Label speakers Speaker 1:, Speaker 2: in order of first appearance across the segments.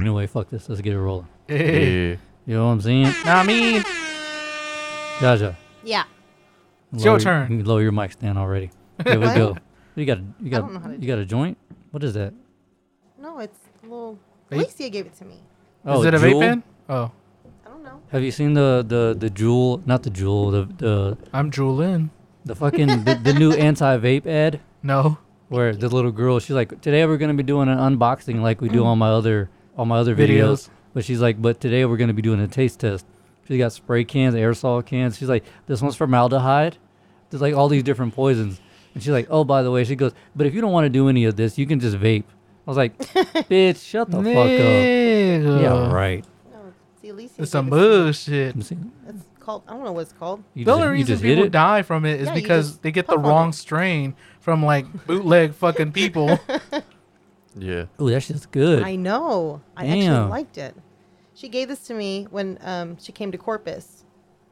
Speaker 1: Anyway, fuck this. Let's get it rolling.
Speaker 2: Yeah.
Speaker 1: You know what I'm saying?
Speaker 2: Not me.
Speaker 1: Jaja.
Speaker 3: Yeah.
Speaker 1: It's
Speaker 2: your turn.
Speaker 1: You lower your mic stand already. There we
Speaker 3: What?
Speaker 1: go. You got a, you got
Speaker 3: don't know how to
Speaker 1: you got a joint? What is that?
Speaker 3: No, it's a little.
Speaker 2: Vape?
Speaker 3: Alicia gave it to me.
Speaker 1: Oh,
Speaker 2: Is it a
Speaker 1: Juul?
Speaker 2: vape pen? Oh,
Speaker 3: I don't know.
Speaker 1: Have you seen the the the jewel? Not the jewel. The the
Speaker 2: I'm drooling.
Speaker 1: the fucking the, the new anti-vape ad
Speaker 2: No.
Speaker 1: where the little girl she's like, today we're gonna be doing an unboxing like we do on my other on my other videos.
Speaker 2: Mm. Videos.
Speaker 1: But she's like, but today we're gonna be doing a taste test. She got spray cans, aerosol cans. She's like, this one's formaldehyde. There's like all these different poisons. And she's like, oh, by the way, she goes, but if you don't want to do any of this, you can just vape. I was like, bitch, shut the Oh, fuck up.
Speaker 2: Nigga.
Speaker 1: Yeah, right.
Speaker 3: No, it's Alicia.
Speaker 2: It's
Speaker 3: gave
Speaker 2: some
Speaker 3: it to me.
Speaker 2: bullshit.
Speaker 1: You see-
Speaker 3: It's called. I don't know what it's called.
Speaker 1: you
Speaker 2: the
Speaker 1: just-
Speaker 2: only
Speaker 1: you
Speaker 2: reason
Speaker 1: just hit
Speaker 2: people
Speaker 1: it?
Speaker 2: die from it is
Speaker 3: Yeah, you
Speaker 2: because
Speaker 3: just
Speaker 2: they get the
Speaker 3: puff on
Speaker 2: wrong
Speaker 3: it.
Speaker 2: strain from like bootleg fucking people.
Speaker 4: Yeah.
Speaker 1: Ooh, that shit's good.
Speaker 3: I know. I
Speaker 1: Damn.
Speaker 3: actually liked it. She gave this to me when um, she came to Corpus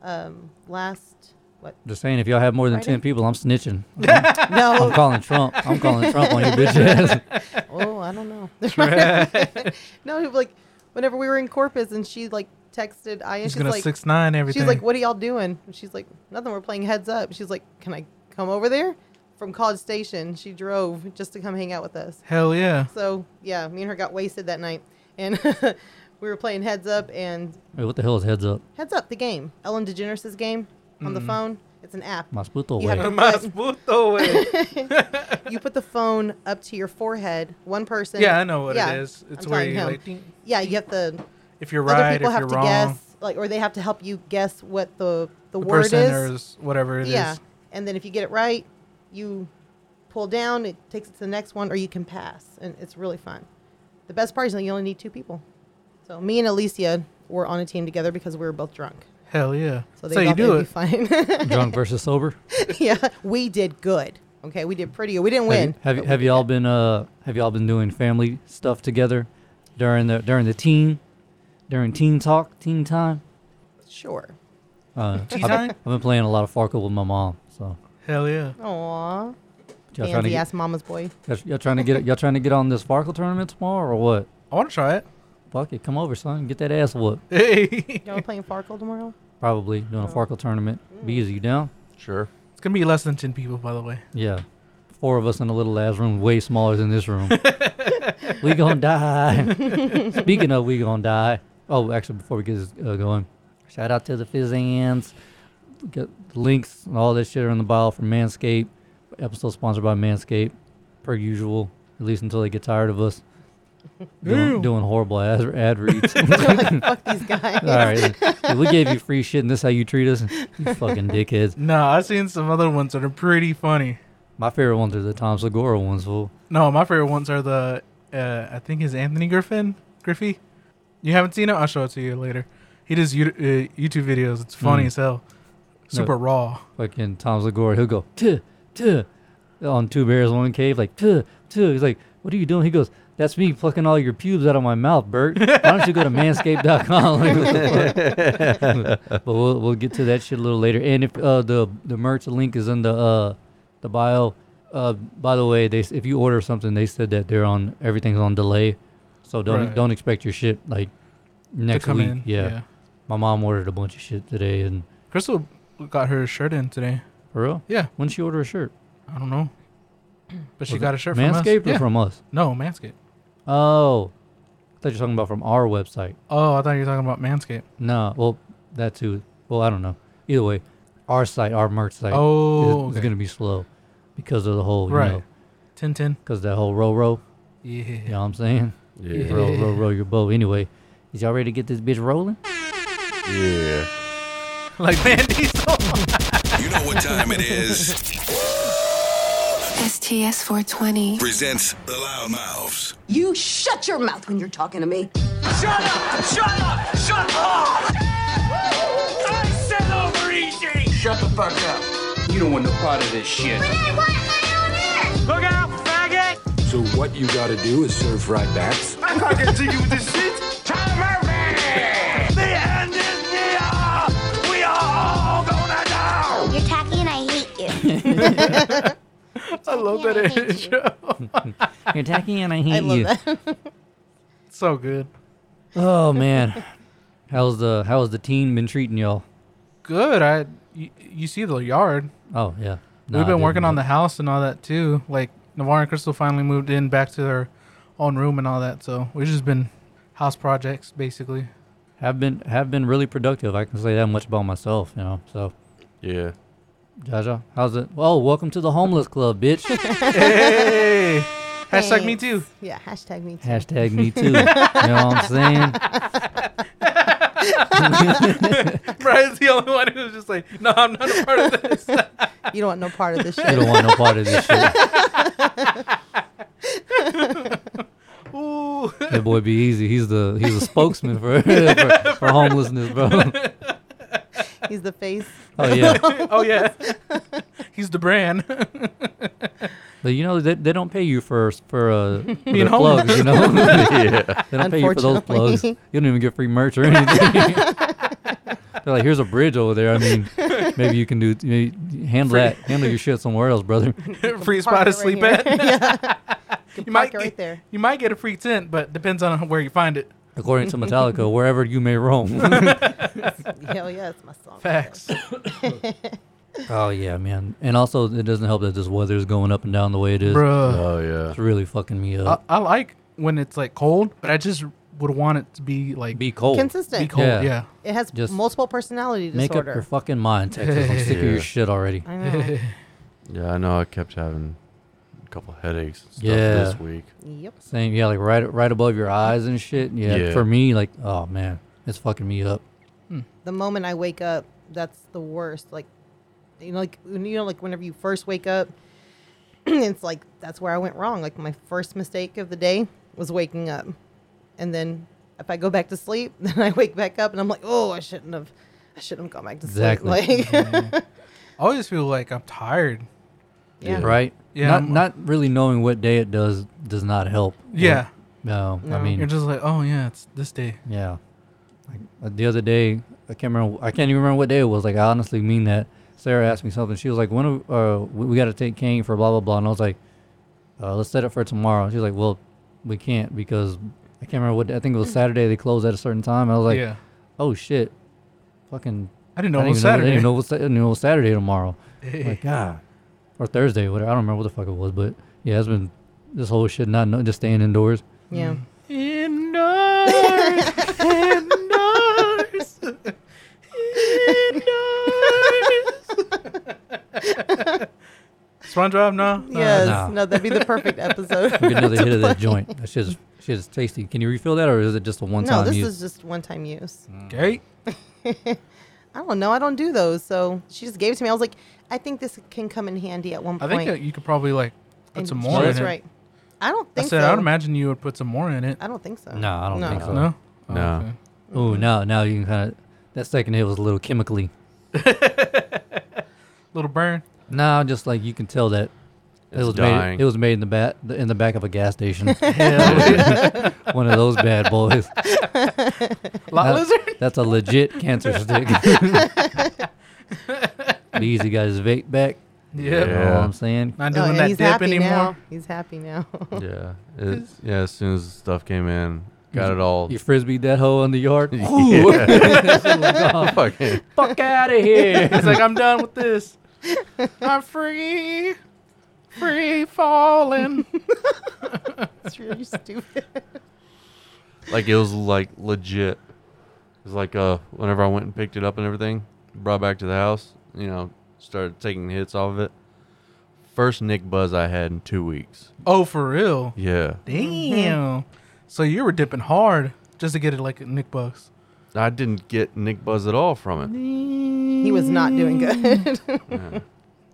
Speaker 3: um, last. What?
Speaker 1: Just saying, if y'all have more than
Speaker 3: Friday?
Speaker 1: ten people, I'm snitching. I'm
Speaker 3: No.
Speaker 1: calling Trump. I'm calling Trump on your bitch ass.
Speaker 3: oh, I don't know. no, it was like whenever we were in Corpus and she like texted I and
Speaker 2: He's
Speaker 3: she's
Speaker 2: gonna
Speaker 3: like,
Speaker 2: six nine everything.
Speaker 3: she's like, what are y'all doing? And she's like, nothing. We're playing heads up. She's like, can I come over there? From College Station, she drove just to come hang out with us.
Speaker 2: Hell yeah.
Speaker 3: So yeah, me and her got wasted that night, and we were playing Heads Up and
Speaker 1: Wait, what the hell is heads up?
Speaker 3: Heads Up, the game, Ellen DeGeneres' game on
Speaker 2: Mm-hmm.
Speaker 3: the phone. It's an app.
Speaker 1: My sputo
Speaker 3: You have
Speaker 1: away.
Speaker 3: to- Mas You put the phone up to your forehead. One person.
Speaker 2: yeah, I know what
Speaker 3: Yeah,
Speaker 2: it is. It's
Speaker 3: I'm
Speaker 2: where
Speaker 3: telling
Speaker 2: you
Speaker 3: him.
Speaker 2: like, ding.
Speaker 3: Yeah, you have to.
Speaker 2: if you're
Speaker 3: other
Speaker 2: right,
Speaker 3: people
Speaker 2: if
Speaker 3: have
Speaker 2: you're
Speaker 3: to
Speaker 2: wrong,
Speaker 3: guess, like, or they have to help you guess what the the,
Speaker 2: the
Speaker 3: word
Speaker 2: person or
Speaker 3: is.
Speaker 2: is whatever it is.
Speaker 3: yeah, and then if you get it right, you pull down. It takes it to the next one, or you can pass, and it's really fun. The best part is that you only need two people. So me and Alicia were on a team together because we were both drunk.
Speaker 2: Hell yeah.
Speaker 3: So
Speaker 2: So,
Speaker 3: they
Speaker 2: you
Speaker 3: thought
Speaker 2: do
Speaker 3: they'd
Speaker 2: it.
Speaker 3: be fine.
Speaker 1: Drunk versus sober.
Speaker 3: yeah, we did good. Okay, we did pretty good. We didn't win.
Speaker 1: Have you, have, you, have y'all been uh have y'all been doing family stuff together during the during the teen during teen talk teen time?
Speaker 3: Sure.
Speaker 1: Uh,
Speaker 2: Tea
Speaker 1: I've,
Speaker 2: time?
Speaker 1: I've been playing a lot of Farco with my mom. So
Speaker 2: Hell yeah.
Speaker 3: Aw,
Speaker 1: y'all trying to
Speaker 3: pansy
Speaker 1: get,
Speaker 3: ass mama's boy.
Speaker 1: y'all, y'all trying to get y'all trying to get on this Farco tournament tomorrow or what?
Speaker 2: I want to try it.
Speaker 1: Fuck it, come over son, get that ass whooped.
Speaker 2: Hey.
Speaker 3: Y'all playing Farkle tomorrow?
Speaker 1: Probably doing a
Speaker 3: Oh.
Speaker 1: Farco tournament. Be
Speaker 3: Mm.
Speaker 1: easy, you down?
Speaker 4: Sure.
Speaker 2: It's gonna be less than ten people, by the way.
Speaker 1: Yeah. Four of us in a little ass room, way smaller than this room. we gonna die. Speaking of, we gonna die. Oh, actually, before we get this, uh, going, shout out to the Fizzans. We Got links and all this shit are in the bio for Manscaped. Episode sponsored by Manscaped, per usual, at least until they get tired of us doing,
Speaker 2: Ew.
Speaker 1: doing horrible ad, ad reads. all
Speaker 3: Fuck these guys.
Speaker 1: right, we gave you free shit, and this how you treat us? You fucking dickheads.
Speaker 2: Nah, I've seen some other ones that are pretty funny.
Speaker 1: My favorite ones are the Tom Segura ones, fool.
Speaker 2: No, my favorite ones are the uh, I think is Anthony Griffin Griffey. You haven't seen it? I'll show it to you later. He does you- uh, YouTube videos. It's funny
Speaker 1: Mm.
Speaker 2: as hell. Super raw.
Speaker 1: fucking Tom Segura, he'll go tuh, tuh, on two bears, one cave, like tuh, tuh. He's like, "What are you doing?" He goes, "That's me plucking all your pubes out of my mouth, Bert. Why don't you go to manscaped.com?" Like, what the fuck? but we'll we'll get to that shit a little later. And if uh, the the merch link is in the uh, the bio. Uh, by the way, they s- if you order something, they said that they're on everything's on delay, so don't
Speaker 2: Right.
Speaker 1: don't expect your shit like next
Speaker 2: to come
Speaker 1: week.
Speaker 2: in.
Speaker 1: Yeah. my mom ordered a bunch of shit today, and
Speaker 2: Crystal got her shirt in today.
Speaker 1: for real,
Speaker 2: Yeah.
Speaker 1: when she order a shirt.
Speaker 2: I don't know. But she
Speaker 1: Was
Speaker 2: got
Speaker 1: it
Speaker 2: a shirt
Speaker 1: Manscaped
Speaker 2: from us.
Speaker 1: or
Speaker 2: Yeah.
Speaker 1: from us?
Speaker 2: no, Manscaped.
Speaker 1: Oh, I thought you were talking about from our website.
Speaker 2: Oh, I thought you were talking about Manscaped.
Speaker 1: No, well, that too. Well, I don't know. Either way, our site, our merch site,
Speaker 2: Oh,
Speaker 1: is,
Speaker 2: okay.
Speaker 1: going to be slow because of the whole, you
Speaker 2: Right.
Speaker 1: know,
Speaker 2: 10 10.
Speaker 1: because that whole row row.
Speaker 2: Yeah.
Speaker 1: You know what I'm saying?
Speaker 4: Yeah.
Speaker 1: Row row row your boat. Anyway, is y'all ready to get this bitch rolling?
Speaker 4: Yeah.
Speaker 2: Like Van Diesel.
Speaker 5: You know what time it is.
Speaker 6: STS 420.
Speaker 5: Presents the Loudmouths.
Speaker 7: You shut your mouth when you're talking to me.
Speaker 8: Shut up! Shut up! Shut up! I said over easy!
Speaker 9: Shut the fuck up. You don't want no part of this shit.
Speaker 8: Look out, faggot!
Speaker 9: So what you gotta do is serve right backs.
Speaker 8: I'm not gonna you with this shit! Tom Murphy! The end is near! We are all gonna die!
Speaker 10: You're tacky and I hate you.
Speaker 2: I love that
Speaker 10: Yeah, I hate you.
Speaker 2: intro.
Speaker 1: You're tacky and I hate
Speaker 3: I love
Speaker 1: you.
Speaker 3: that.
Speaker 2: so good.
Speaker 1: Oh man, how's the how's the team been treating y'all?
Speaker 2: Good. I you, you see the yard.
Speaker 1: Oh yeah, Nah, I
Speaker 2: We've been
Speaker 1: didn't
Speaker 2: working on
Speaker 1: know.
Speaker 2: the house and all that too. Like Navarre and Crystal finally moved in back to their own room and all that. So we've just been house projects basically.
Speaker 1: have been have been really productive. I can say that much about myself, you know. So,
Speaker 4: Yeah.
Speaker 1: Jaja, how's it? Oh, welcome to the homeless club, bitch.
Speaker 2: Hey, hashtag me
Speaker 3: Thanks.
Speaker 2: too.
Speaker 3: Yeah, hashtag me too.
Speaker 1: Hashtag me too. you know what I'm saying?
Speaker 2: Brian's the only one who's just like, no, I'm not a part of this.
Speaker 3: You don't want no part of this
Speaker 1: You
Speaker 3: shit.
Speaker 1: don't want no part of this shit.
Speaker 2: Ooh.
Speaker 1: That boy be easy. He's the he's a spokesman for for, for homelessness, bro.
Speaker 3: He's the face.
Speaker 1: Oh yeah.
Speaker 2: oh yeah, he's the brand.
Speaker 1: But you know they, they don't pay you for for uh for their
Speaker 2: homeless.
Speaker 1: plugs, you know.
Speaker 4: Yeah.
Speaker 1: They don't pay you for those plugs. You
Speaker 3: Unfortunately.
Speaker 1: don't even get free merch or anything. They're like, here's a bridge over there. I mean, maybe you can do maybe handle that, handle your shit somewhere else, brother.
Speaker 2: free spot
Speaker 3: Park
Speaker 2: to
Speaker 3: it right
Speaker 2: sleep
Speaker 3: here.
Speaker 2: at.
Speaker 3: yeah. You,
Speaker 2: You
Speaker 3: might
Speaker 2: might
Speaker 3: right
Speaker 2: get-
Speaker 3: there.
Speaker 2: You might get a free tent, but depends on where you find it.
Speaker 1: According to Metallica, wherever you may roam.
Speaker 3: Hell yeah, it's my song.
Speaker 2: Facts.
Speaker 1: oh yeah, man. And also, it doesn't help that this weather's going up and down the way it is.
Speaker 2: Bruh. Uh,
Speaker 4: Oh yeah.
Speaker 1: It's really fucking me up.
Speaker 2: I, I like when it's like cold, but I just would want it to be like
Speaker 1: Be cold.
Speaker 3: Consistent.
Speaker 2: be cold.
Speaker 1: Yeah.
Speaker 2: Yeah.
Speaker 3: It has
Speaker 1: Just
Speaker 3: multiple personality
Speaker 1: Make up your
Speaker 3: disorder.
Speaker 1: fucking mind, Texas. I'm sick of your
Speaker 4: Yeah.
Speaker 1: shit already.
Speaker 3: I know.
Speaker 4: Yeah, I know I kept having a couple headaches and stuff
Speaker 1: Yeah.
Speaker 4: this week.
Speaker 3: yep.
Speaker 1: Same, yeah, like right, right above your eyes and shit. Yeah,
Speaker 4: Yeah.
Speaker 1: for me, like, oh man, it's fucking me up.
Speaker 3: The moment I wake up, that's the worst. Like, you know, like you know, like whenever you first wake up, it's like that's where I went wrong. Like my first mistake of the day was waking up, and then if I go back to sleep, then I wake back up and I'm like, oh, I shouldn't have, I shouldn't have gone back to
Speaker 1: Exactly.
Speaker 3: sleep. Like,
Speaker 2: I always feel like I'm tired.
Speaker 3: yeah.
Speaker 1: right?
Speaker 2: Yeah,
Speaker 1: Not
Speaker 2: I'm-
Speaker 1: not really knowing what day it does does not help.
Speaker 2: Yeah.
Speaker 1: No, I
Speaker 3: No.
Speaker 2: You're
Speaker 1: mean,
Speaker 2: just like, oh yeah, it's this day.
Speaker 1: yeah. Like, uh, the other day, I can't remember. I can't even remember what day it was. Like, I honestly mean that. Sarah asked me something. She was like, "When do- uh, we got to take Kane for blah blah blah," and I was like, uh, "Let's set it for tomorrow." She was like, "Well, we can't because I can't remember what. I think it was Saturday. They closed at a certain time." I was like,
Speaker 2: yeah.
Speaker 1: "Oh shit, fucking
Speaker 2: I didn't know
Speaker 1: I
Speaker 2: it was
Speaker 1: didn't even know- I didn't
Speaker 2: Saturday.
Speaker 1: even know it was, Sa- I didn't know it was Saturday tomorrow. Like God, or Thursday, whatever. I don't remember what the fuck it was, but yeah, it's been this whole shit not know, just staying indoors.
Speaker 3: Yeah.
Speaker 1: Mm.
Speaker 2: Uh, Indoors, indoors, indoors. SpongeBob, no, no.
Speaker 3: Yes.
Speaker 1: no.
Speaker 3: No, that'd be the perfect episode.
Speaker 1: Get another hit of that joint. That shit's shit's tasty. Can you refill that, or is it just a one
Speaker 3: no,
Speaker 1: time
Speaker 3: this
Speaker 1: use? Mm.
Speaker 3: is just one time use.
Speaker 2: Okay.
Speaker 3: I don't know. I don't do those. So she just gave it to me. I was like, I think this can come in handy at one
Speaker 2: I
Speaker 3: point.
Speaker 2: think that you could probably like put
Speaker 3: And
Speaker 2: some
Speaker 3: she
Speaker 2: more
Speaker 3: was
Speaker 2: in it.
Speaker 3: right. I don't
Speaker 2: I
Speaker 3: think
Speaker 2: said
Speaker 3: so.
Speaker 2: I would imagine you would put some more in it.
Speaker 3: I don't think so.
Speaker 1: No, I don't think so.
Speaker 2: No, Oh,
Speaker 4: No.
Speaker 2: okay.
Speaker 1: Oh, now now you can kind of that second hit was a little chemically.
Speaker 2: little burn.
Speaker 1: Now just like you can tell that it
Speaker 4: It's
Speaker 1: was
Speaker 4: dying.
Speaker 1: made. It was made in the bat in the back of a gas station. one of those bad boys.
Speaker 2: Lot
Speaker 1: That-
Speaker 2: lizard.
Speaker 1: That's a legit cancer stick. These you guys vape back. You
Speaker 2: Yeah.
Speaker 1: know what
Speaker 4: Yeah.
Speaker 1: I'm saying?
Speaker 2: Not
Speaker 3: Oh,
Speaker 2: doing
Speaker 3: and
Speaker 2: that
Speaker 3: he's
Speaker 2: dip
Speaker 3: happy
Speaker 2: anymore.
Speaker 3: now. He's happy now.
Speaker 4: Yeah. It, yeah, as soon as the stuff came in, got it all
Speaker 1: You frisbee that hoe in the yard.
Speaker 4: fucking
Speaker 1: Fuck out of here.
Speaker 2: It's like I'm done with this. I'm free, free falling.
Speaker 3: it's really stupid.
Speaker 4: like it was like legit. It was like uh whenever I went and picked it up and everything, brought back to the house, you know, started taking hits off of it. First Nick buzz I had in two weeks.
Speaker 2: Oh, for real?
Speaker 4: Yeah.
Speaker 2: Mm-hmm. Damn. So you were dipping hard just to get it like Nick Bucks.
Speaker 4: I didn't get Nick buzz at all from it.
Speaker 3: He was not doing good.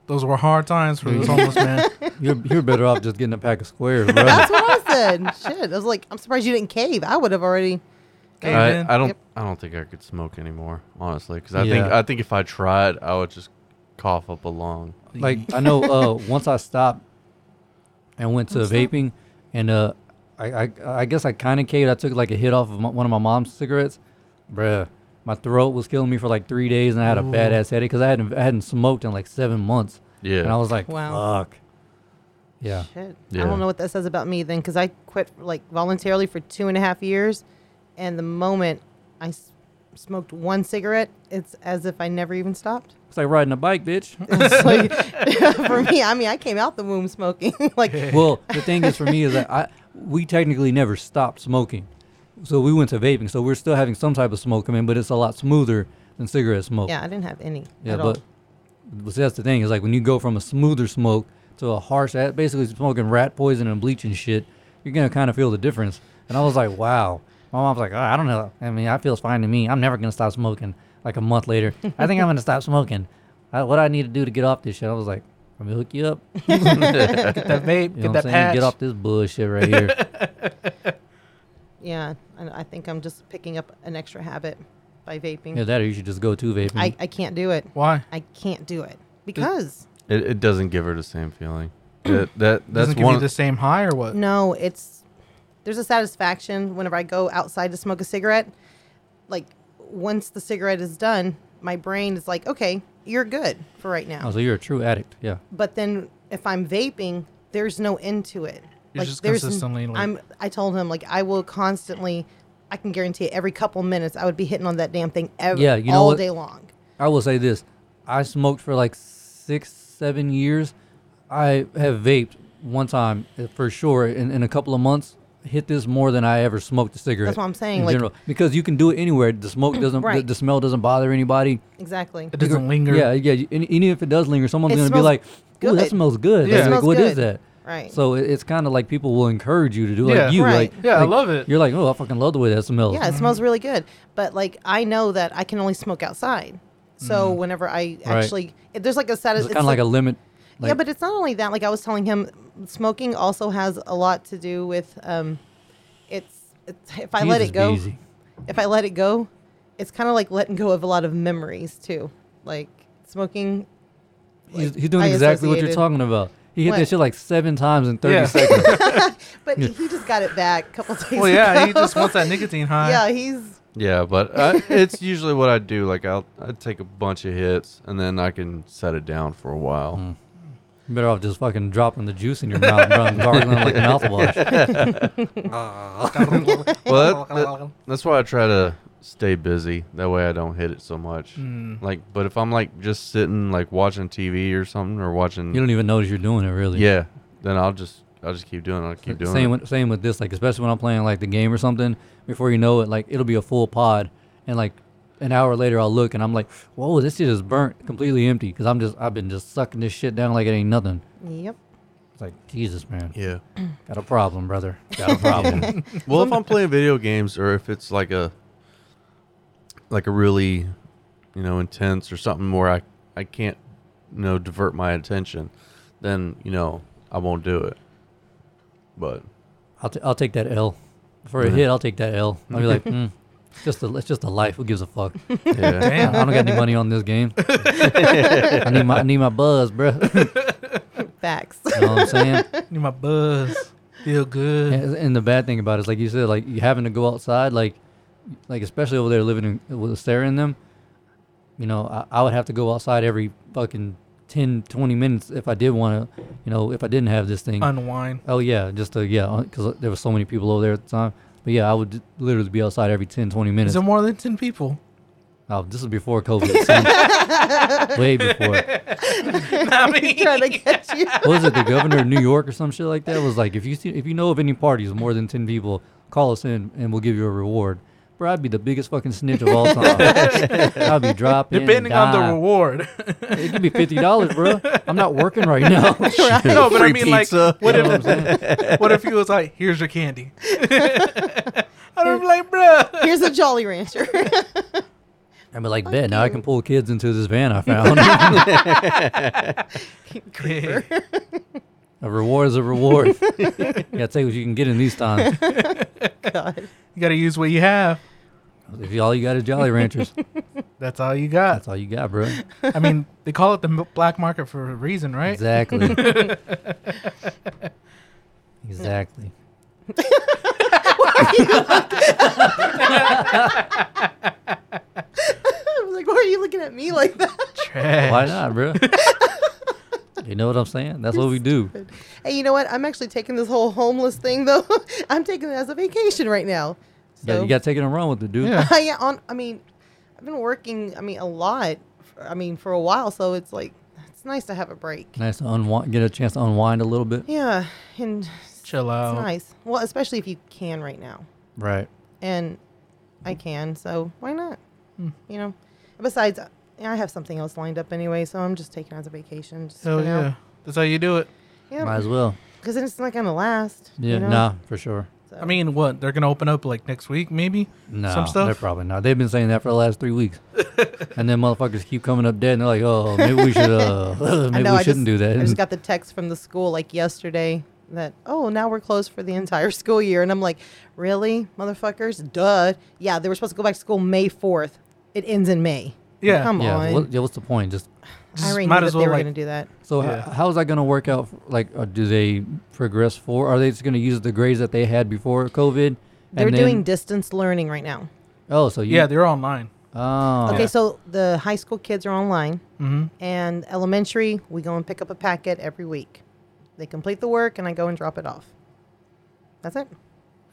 Speaker 2: Those were hard times for
Speaker 1: Mm.
Speaker 2: this homeless man.
Speaker 1: You're, you're better off just getting a pack of squares, bro.
Speaker 3: That's what I said. Shit. I was like, I'm surprised you didn't cave. I would have already.
Speaker 2: Caved in.
Speaker 4: I, I don't
Speaker 3: Yep.
Speaker 4: I don't think I could smoke anymore, honestly, cuz I think
Speaker 1: Yeah.
Speaker 4: I think if I tried, I would just cough up a lung.
Speaker 1: like I know uh, once I stopped and went to vaping, and uh, I, I I guess I kind of caved. I took like a hit off of my, one of my mom's cigarettes, bruh. My throat was killing me for like three days, and I had a badass headache because I hadn't I hadn't smoked in like seven months,
Speaker 4: Yeah.
Speaker 1: and I was like,
Speaker 3: Wow.
Speaker 1: fuck, yeah.
Speaker 3: Shit. I
Speaker 4: Yeah.
Speaker 3: don't know what that says about me then because I quit like voluntarily for two and a half years And the moment I s- smoked one cigarette, it's as if I never even stopped.
Speaker 1: It's like riding a bike, bitch.
Speaker 3: It's like, for me, I mean, I came out the womb smoking. like,
Speaker 1: well, the thing is for me is that I we technically never stopped smoking, so we went to vaping. So we're still having some type of smoke come in, but it's a lot smoother than cigarette smoke.
Speaker 3: yeah, I didn't have any
Speaker 1: Yeah,
Speaker 3: at
Speaker 1: but,
Speaker 3: all.
Speaker 1: but see, that's the thing is like when you go from a smoother smoke to a harsh, that basically smoking rat poison and bleach and shit, you're gonna kind of feel the difference. And I was like, wow. My mom's like, oh, I don't know. I mean, I feels fine to me. I'm never gonna stop smoking. Like a month later, I think I'm gonna stop smoking. I, what I need to do to get off this shit? I was like, I'm gonna hook you up. You
Speaker 2: Get that vape.
Speaker 1: know
Speaker 2: get
Speaker 1: what I'm
Speaker 2: that
Speaker 1: saying?
Speaker 2: patch.
Speaker 1: Get off this bullshit right here.
Speaker 3: Yeah, I, I think I'm just picking up an extra habit by vaping.
Speaker 1: yeah, that or you should just go to vaping.
Speaker 3: I, I can't do it.
Speaker 2: Why?
Speaker 3: I can't do it because
Speaker 4: It, it doesn't give her the same feeling. that, that that's
Speaker 2: Doesn't give
Speaker 4: one.
Speaker 2: you the same high or what?
Speaker 3: no, it's there's a satisfaction whenever I go outside to smoke a cigarette. Like once the cigarette is done, my brain is like, okay, you're good for right now.
Speaker 1: oh, so you're a true addict. Yeah.
Speaker 3: but then if I'm vaping, there's no end to it.
Speaker 2: You're
Speaker 3: like
Speaker 2: just
Speaker 3: there's n-
Speaker 2: consistently, like-
Speaker 3: I'm. I told him like I will constantly. I can guarantee it, every couple minutes I would be hitting on that damn thing every
Speaker 1: Yeah, you know
Speaker 3: all
Speaker 1: what?
Speaker 3: day long.
Speaker 1: I will say this: I smoked for like six, seven years. I have vaped one time uh, for sure in, in a couple of months. Hit this more than I ever smoked a cigarette.
Speaker 3: what I'm saying,
Speaker 1: In
Speaker 3: like-
Speaker 1: general, because you can do it anywhere. The smoke doesn't, the- the,
Speaker 3: Right.
Speaker 1: smell doesn't bother anybody.
Speaker 3: Exactly.
Speaker 2: It doesn't linger.
Speaker 1: Yeah, yeah. you- And even if it does linger, someone's
Speaker 3: It
Speaker 1: gonna be
Speaker 3: smells
Speaker 1: like, "Ooh, that
Speaker 3: good.
Speaker 1: smells good."
Speaker 2: Yeah.
Speaker 1: Like,
Speaker 3: Smells
Speaker 1: what is
Speaker 3: good.
Speaker 1: that?
Speaker 3: Right.
Speaker 1: So it, it's kind of like people will encourage you to do, like
Speaker 2: Yeah.
Speaker 1: you,
Speaker 3: Right.
Speaker 1: like
Speaker 2: Yeah, I
Speaker 1: like,
Speaker 2: love it.
Speaker 1: You're like, "Oh, I fucking love the way that smells."
Speaker 3: Yeah, it smells really good. But like I know that I can only smoke outside. So whenever I actually it there's like a
Speaker 1: it's
Speaker 3: satis-
Speaker 1: kind of like a limit. Like,
Speaker 3: yeah, but it's not only that. Like I was telling him, smoking also has a lot to do with um, it's, it's if I let
Speaker 1: Jesus
Speaker 3: it go,
Speaker 1: be easy.
Speaker 3: if I let it go, it's kind of like letting go of a lot of memories too. Like smoking,
Speaker 1: He's,
Speaker 3: like,
Speaker 1: he's doing
Speaker 3: I
Speaker 1: exactly what you're
Speaker 3: associated-
Speaker 1: talking about. He hit that
Speaker 3: What?
Speaker 1: shit like seven times in 30
Speaker 2: Yeah.
Speaker 1: seconds.
Speaker 3: but he just got it back a couple days.
Speaker 2: Well, yeah, he
Speaker 3: ago.
Speaker 2: just wants that nicotine high.
Speaker 3: yeah, he's
Speaker 4: yeah, but I, it's usually what I do. Like I'll I take a bunch of hits and then I can set it down for a while.
Speaker 1: Mm. You're better off just fucking dropping the juice in your mouth, bro, and gargling like mouthwash.
Speaker 4: Well, that- that- that's why I try to stay busy. That way I don't hit it so much.
Speaker 1: Mm.
Speaker 4: Like, but if I'm like just sitting like watching TV or something or watching,
Speaker 1: You don't even notice you're doing it, really.
Speaker 4: yeah, then I'll just I'll just keep doing. it. I'll keep doing.
Speaker 1: Same
Speaker 4: it.
Speaker 1: with, same with this, like especially when I'm playing like the game or something. Before you know it, like it'll be a full pod, and like an hour later I'll look and I'm like, whoa, this shit is burnt, completely empty, because I'm just I've been just sucking this shit down like it ain't nothing.
Speaker 3: yep.
Speaker 1: It's like Jesus, man,
Speaker 4: Yeah.
Speaker 1: got a problem, brother, got a problem.
Speaker 4: Well, if I'm playing video games or if it's like a like a really you know intense or something where I I can't you know divert my attention, then you know I won't do it. But
Speaker 1: I'll, t- I'll take that L. For a hit, I'll take that L. I'll be like, mm, it's just a, it's just a life. Who gives a fuck?
Speaker 4: yeah,
Speaker 1: I don't got any money on this game. I need my I need my buzz, bro. You know
Speaker 3: Facts.
Speaker 1: what I'm saying?
Speaker 2: Need my buzz. Feel good.
Speaker 1: And, and the bad thing about it is, like you said, like you having to go outside, like like especially over there living in, with Sarah in them. You know, I, I would have to go outside every fucking 10, 20 minutes if I did want to. You know, if I didn't have this thing.
Speaker 2: Unwind.
Speaker 1: Oh yeah, just to, yeah, because there were so many people over there at the time. But yeah, I would literally be outside every 10, 20
Speaker 2: Is
Speaker 1: minutes.
Speaker 2: it more than 10 people?
Speaker 1: Oh, this is before COVID. son. Way before.
Speaker 3: Trying to get you.
Speaker 1: What was it? The governor of New York or some shit like that was like, if you see, if you know of any parties more than ten people, call us in and we'll give you a reward. Bro, I'd be the biggest fucking snitch of all time. I'd be dropping.
Speaker 2: Depending on the
Speaker 1: dime.
Speaker 2: reward.
Speaker 1: it could be fifty dollars, bro. I'm not working right now.
Speaker 2: no, but I
Speaker 4: Free
Speaker 2: mean,
Speaker 4: pizza.
Speaker 2: like, what
Speaker 1: You know what I'm
Speaker 2: if, what if he was like, here's your candy? I don't like, bruh.
Speaker 3: Here's a Jolly Rancher.
Speaker 1: I'd be like, bet now I can pull kids into this van I found. a reward is a reward. you gotta take what you can get in these times.
Speaker 2: You got to use what you have.
Speaker 1: If you, all you got is Jolly Ranchers,
Speaker 2: That's all you got.
Speaker 1: that's all you got, bro.
Speaker 2: I mean, they call it the m- black market for a reason, right?
Speaker 1: Exactly. exactly.
Speaker 3: I was like, why are you looking at me like that?
Speaker 1: Why not, bro? you know what I'm saying? That's what we do.
Speaker 3: Hey, you know what? I'm actually taking this whole homeless thing though. I'm taking it as a vacation right now.
Speaker 1: Yeah,
Speaker 3: So-
Speaker 1: you got to take it and run with it, dude.
Speaker 2: Yeah.
Speaker 3: yeah, on. I mean, I've been working. I mean, a lot. For, I mean, for a while. So it's like it's nice to have a break.
Speaker 1: Nice to unwind, get a chance to unwind a little bit.
Speaker 3: Yeah, and
Speaker 2: Chill out.
Speaker 1: Oh.
Speaker 3: It's nice. Well, especially if you can right now,
Speaker 1: Right.
Speaker 3: and I can. So why not?
Speaker 1: Hmm.
Speaker 3: You know. Besides, uh, I have something else lined up anyway, so I'm just taking it as a vacation. Just
Speaker 2: Hell
Speaker 3: for now.
Speaker 2: yeah. That's how you do it.
Speaker 1: Might
Speaker 3: Yeah.
Speaker 1: as well.
Speaker 3: Because it's not gonna last.
Speaker 1: Yeah.
Speaker 3: You know?
Speaker 1: Nah, for sure.
Speaker 3: So-
Speaker 2: I mean, what? They're going to open up like next week, maybe?
Speaker 1: No,
Speaker 2: Some
Speaker 1: they're
Speaker 2: stuff?
Speaker 1: probably not. They've been saying that for the last three weeks, and then motherfuckers keep coming up dead, and they're like, "Oh, maybe we should, uh,
Speaker 3: I
Speaker 1: maybe
Speaker 3: know,
Speaker 1: we
Speaker 3: I
Speaker 1: shouldn't do
Speaker 3: just,
Speaker 1: that."
Speaker 3: I just got the text from the school like yesterday that oh now we're closed for the entire school year, and I'm like, really, motherfuckers? Duh. Yeah, they were supposed to go back to school May fourth. It ends in May.
Speaker 2: Yeah.
Speaker 3: Come
Speaker 1: yeah,
Speaker 3: on.
Speaker 1: what, yeah, what's the point? Just
Speaker 3: I
Speaker 2: Just
Speaker 3: already
Speaker 2: might
Speaker 3: knew
Speaker 2: as
Speaker 3: that
Speaker 2: well,
Speaker 3: they were
Speaker 2: like-
Speaker 3: gonna do that.
Speaker 1: so h-
Speaker 2: Yeah.
Speaker 1: how is that going to work out? f- Like, uh, do they progress for? Are they just going to use the grades that they had before COVID? and
Speaker 3: They're
Speaker 1: then-
Speaker 3: doing distance learning right now.
Speaker 1: Oh, so you,
Speaker 2: Yeah, they're online.
Speaker 1: oh,
Speaker 3: Okay, so the high school kids are online,
Speaker 2: Mhm.
Speaker 3: and elementary we go and pick up a packet every week. They complete the work, and I go and drop it off. That's it.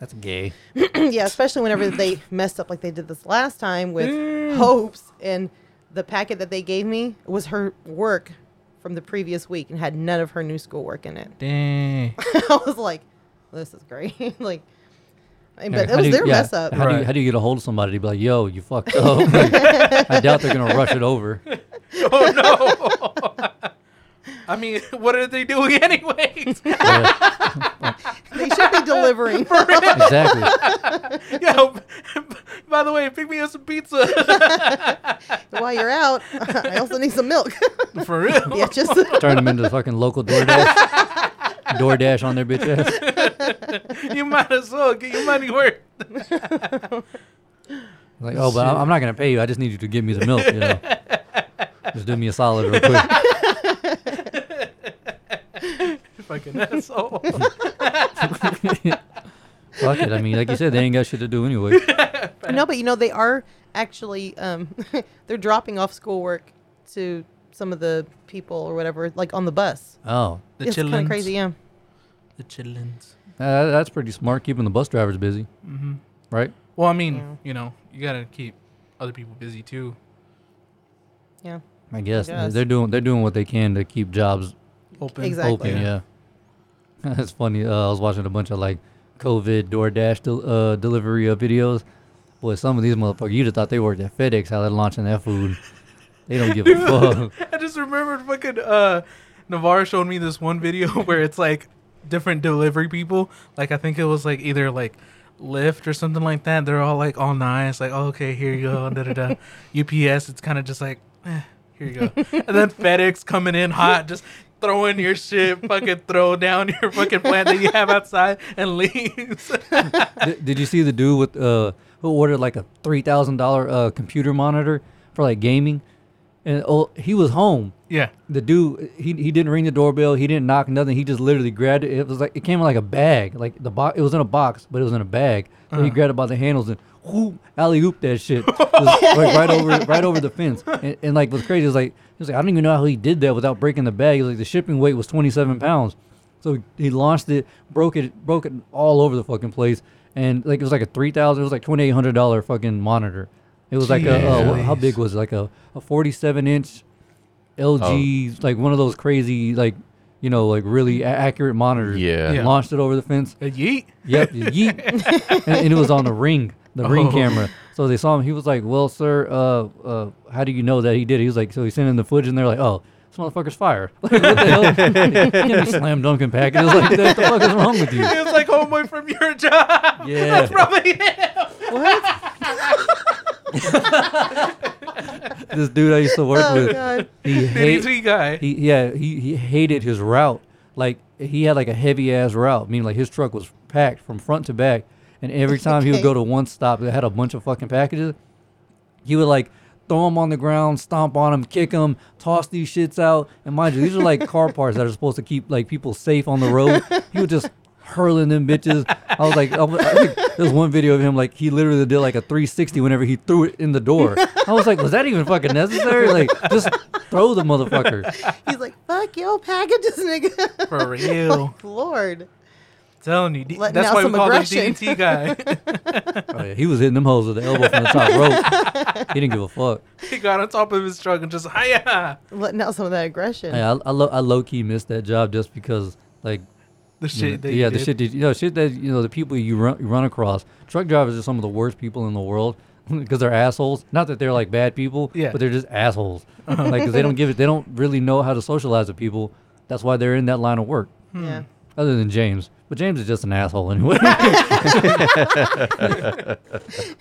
Speaker 1: that's gay.
Speaker 3: yeah, especially whenever they messed up like they did this last time with hopes and the packet that they gave me was her work from the previous week and had none of her new schoolwork in it.
Speaker 2: Dang.
Speaker 3: I was like, this is great. like, I- but
Speaker 1: How
Speaker 3: it was
Speaker 1: do you-
Speaker 3: their
Speaker 1: yeah,
Speaker 3: mess up.
Speaker 1: How, do you,
Speaker 2: Right.
Speaker 1: how do you get a hold of somebody to be like, "Yo, you fucked up"? Like, I doubt they're going to rush it over.
Speaker 2: I mean, what are they doing anyways?
Speaker 1: Yeah,
Speaker 3: They should be delivering.
Speaker 1: exactly.
Speaker 2: Yo, by the way, pick me up some pizza.
Speaker 3: While you're out, I also need some milk.
Speaker 2: For real.
Speaker 3: yeah, just
Speaker 1: Turn them into fucking local DoorDash. DoorDash on their bitch ass.
Speaker 2: You might as well get your money worth.
Speaker 1: Like, oh, but I- I'm not gonna pay you. I just need you to give me the milk. You know, just do me a solid real quick.
Speaker 2: Fucking asshole.
Speaker 1: Fuck it. I mean, like you said, they ain't got shit to do anyway.
Speaker 3: no, but you know they are actually um, they're dropping off schoolwork to some of the people or whatever, like on the bus.
Speaker 1: Oh,
Speaker 2: The
Speaker 3: it's kind of crazy, yeah.
Speaker 2: The chillins.
Speaker 1: uh, that's pretty smart keeping the bus drivers busy, mm-hmm. right?
Speaker 2: Well, I mean, you know, you gotta keep other people busy too.
Speaker 3: Yeah.
Speaker 1: I guess
Speaker 3: guess.
Speaker 1: they're doing they're doing what they can to keep jobs
Speaker 2: Open.
Speaker 3: Exactly.
Speaker 1: open. Yeah, that's funny. Uh, I was watching a bunch of like COVID DoorDash del- uh, delivery uh, videos. Boy, some of these motherfuckers, you'd have thought they worked at FedEx out there launching that food. They don't give a fuck.
Speaker 2: I just remembered fucking uh, Navarre showed me this one video where it's like different delivery people. Like I think it was like either like Lyft or something like that. They're all like all nice, like oh, okay, here you go. da, da, da. UPS, it's kind of just like eh, here you go. And then FedEx coming in hot, just throwing your shit, fucking throw down your fucking plant that you have outside and leaves.
Speaker 1: did, did you see the dude with uh who ordered like a three thousand dollar uh computer monitor for like gaming, and oh he was home.
Speaker 2: yeah.
Speaker 1: The dude he he didn't ring the doorbell. He didn't knock nothing. He just literally grabbed it. It was like it came in like a bag. Like the box it was in a box, but it was in a bag. So he grabbed it by the handles and whoop alley oop that shit Just, like right over right over the fence. And, and like what's crazy is like he was like I don't even know how he did that without breaking the bag. He was like the shipping weight was twenty seven pounds. So he launched it, broke it, broke it all over the fucking place, and like it was like a three thousand, it was like twenty eight hundred dollar fucking monitor. It was like a uh, wha- how
Speaker 2: Jeez.
Speaker 1: big was it? Like a, a forty seven inch LG, like one of those crazy like you know like really a- accurate monitors.
Speaker 4: Yeah.
Speaker 2: Yeah.
Speaker 1: launched it over the fence.
Speaker 2: A yeet.
Speaker 1: Yep, you yeet. and, and it was on the ring, the ring camera. So they saw him. He was like, "Well, sir, uh, uh, how do you know that he did?" it?" He was like, "So he sent in the footage, and they're like, oh." This motherfucker's fire. Like, what the hell? You can't be slam dunking packages like that. What the fuck is wrong with you?
Speaker 2: It was like homeboy from your job.
Speaker 1: Yeah.
Speaker 2: Probably him.
Speaker 1: this dude I used to work
Speaker 3: Oh
Speaker 1: with,
Speaker 3: god.
Speaker 1: he
Speaker 2: Hey,
Speaker 1: hate,
Speaker 2: guy.
Speaker 1: he yeah he, he hated his route. Like he had like a heavy ass route. Meaning like his truck was packed from front to back, and every time he would go
Speaker 3: Okay.
Speaker 1: to one stop that had a bunch of fucking packages, he would like throw them on the ground, stomp on them, kick them, toss these shits out. And mind you, these are like car parts that are supposed to keep like people safe on the road. He would just hurling them bitches. I was like, I, was, I think there's one video of him like he literally did like a 360 whenever he threw it in the door. I was like, was that even fucking necessary? Like, just throw the motherfucker.
Speaker 3: He's like, fuck yo, packages, nigga.
Speaker 2: For real.
Speaker 3: Lord.
Speaker 2: telling you, D-
Speaker 3: Letting
Speaker 2: that's
Speaker 3: out
Speaker 2: why we
Speaker 3: some
Speaker 2: call him
Speaker 3: aggression.
Speaker 2: DDT guy.
Speaker 1: Oh, yeah, he was hitting them hoes with the elbow from the top rope. He didn't give a fuck.
Speaker 2: he got on top of his truck and just hiya.
Speaker 3: Letting out some of that aggression.
Speaker 1: Hey, I, I, lo- I low key missed that job just because, like, you know,
Speaker 2: The shit. that
Speaker 1: yeah,
Speaker 2: he
Speaker 1: the
Speaker 2: did.
Speaker 1: shit that you know, shit that you know, the people you run, you run across. Truck drivers are some of the worst people in the world because they're assholes. Not that they're like bad people,
Speaker 2: Yeah. Uh-huh.
Speaker 1: but they're just assholes. Like 'cause they don't give it, they don't really know how to socialize with people. That's why they're in that line of work.
Speaker 3: Hmm. Yeah.
Speaker 1: Other than James, but James is just an asshole anyway.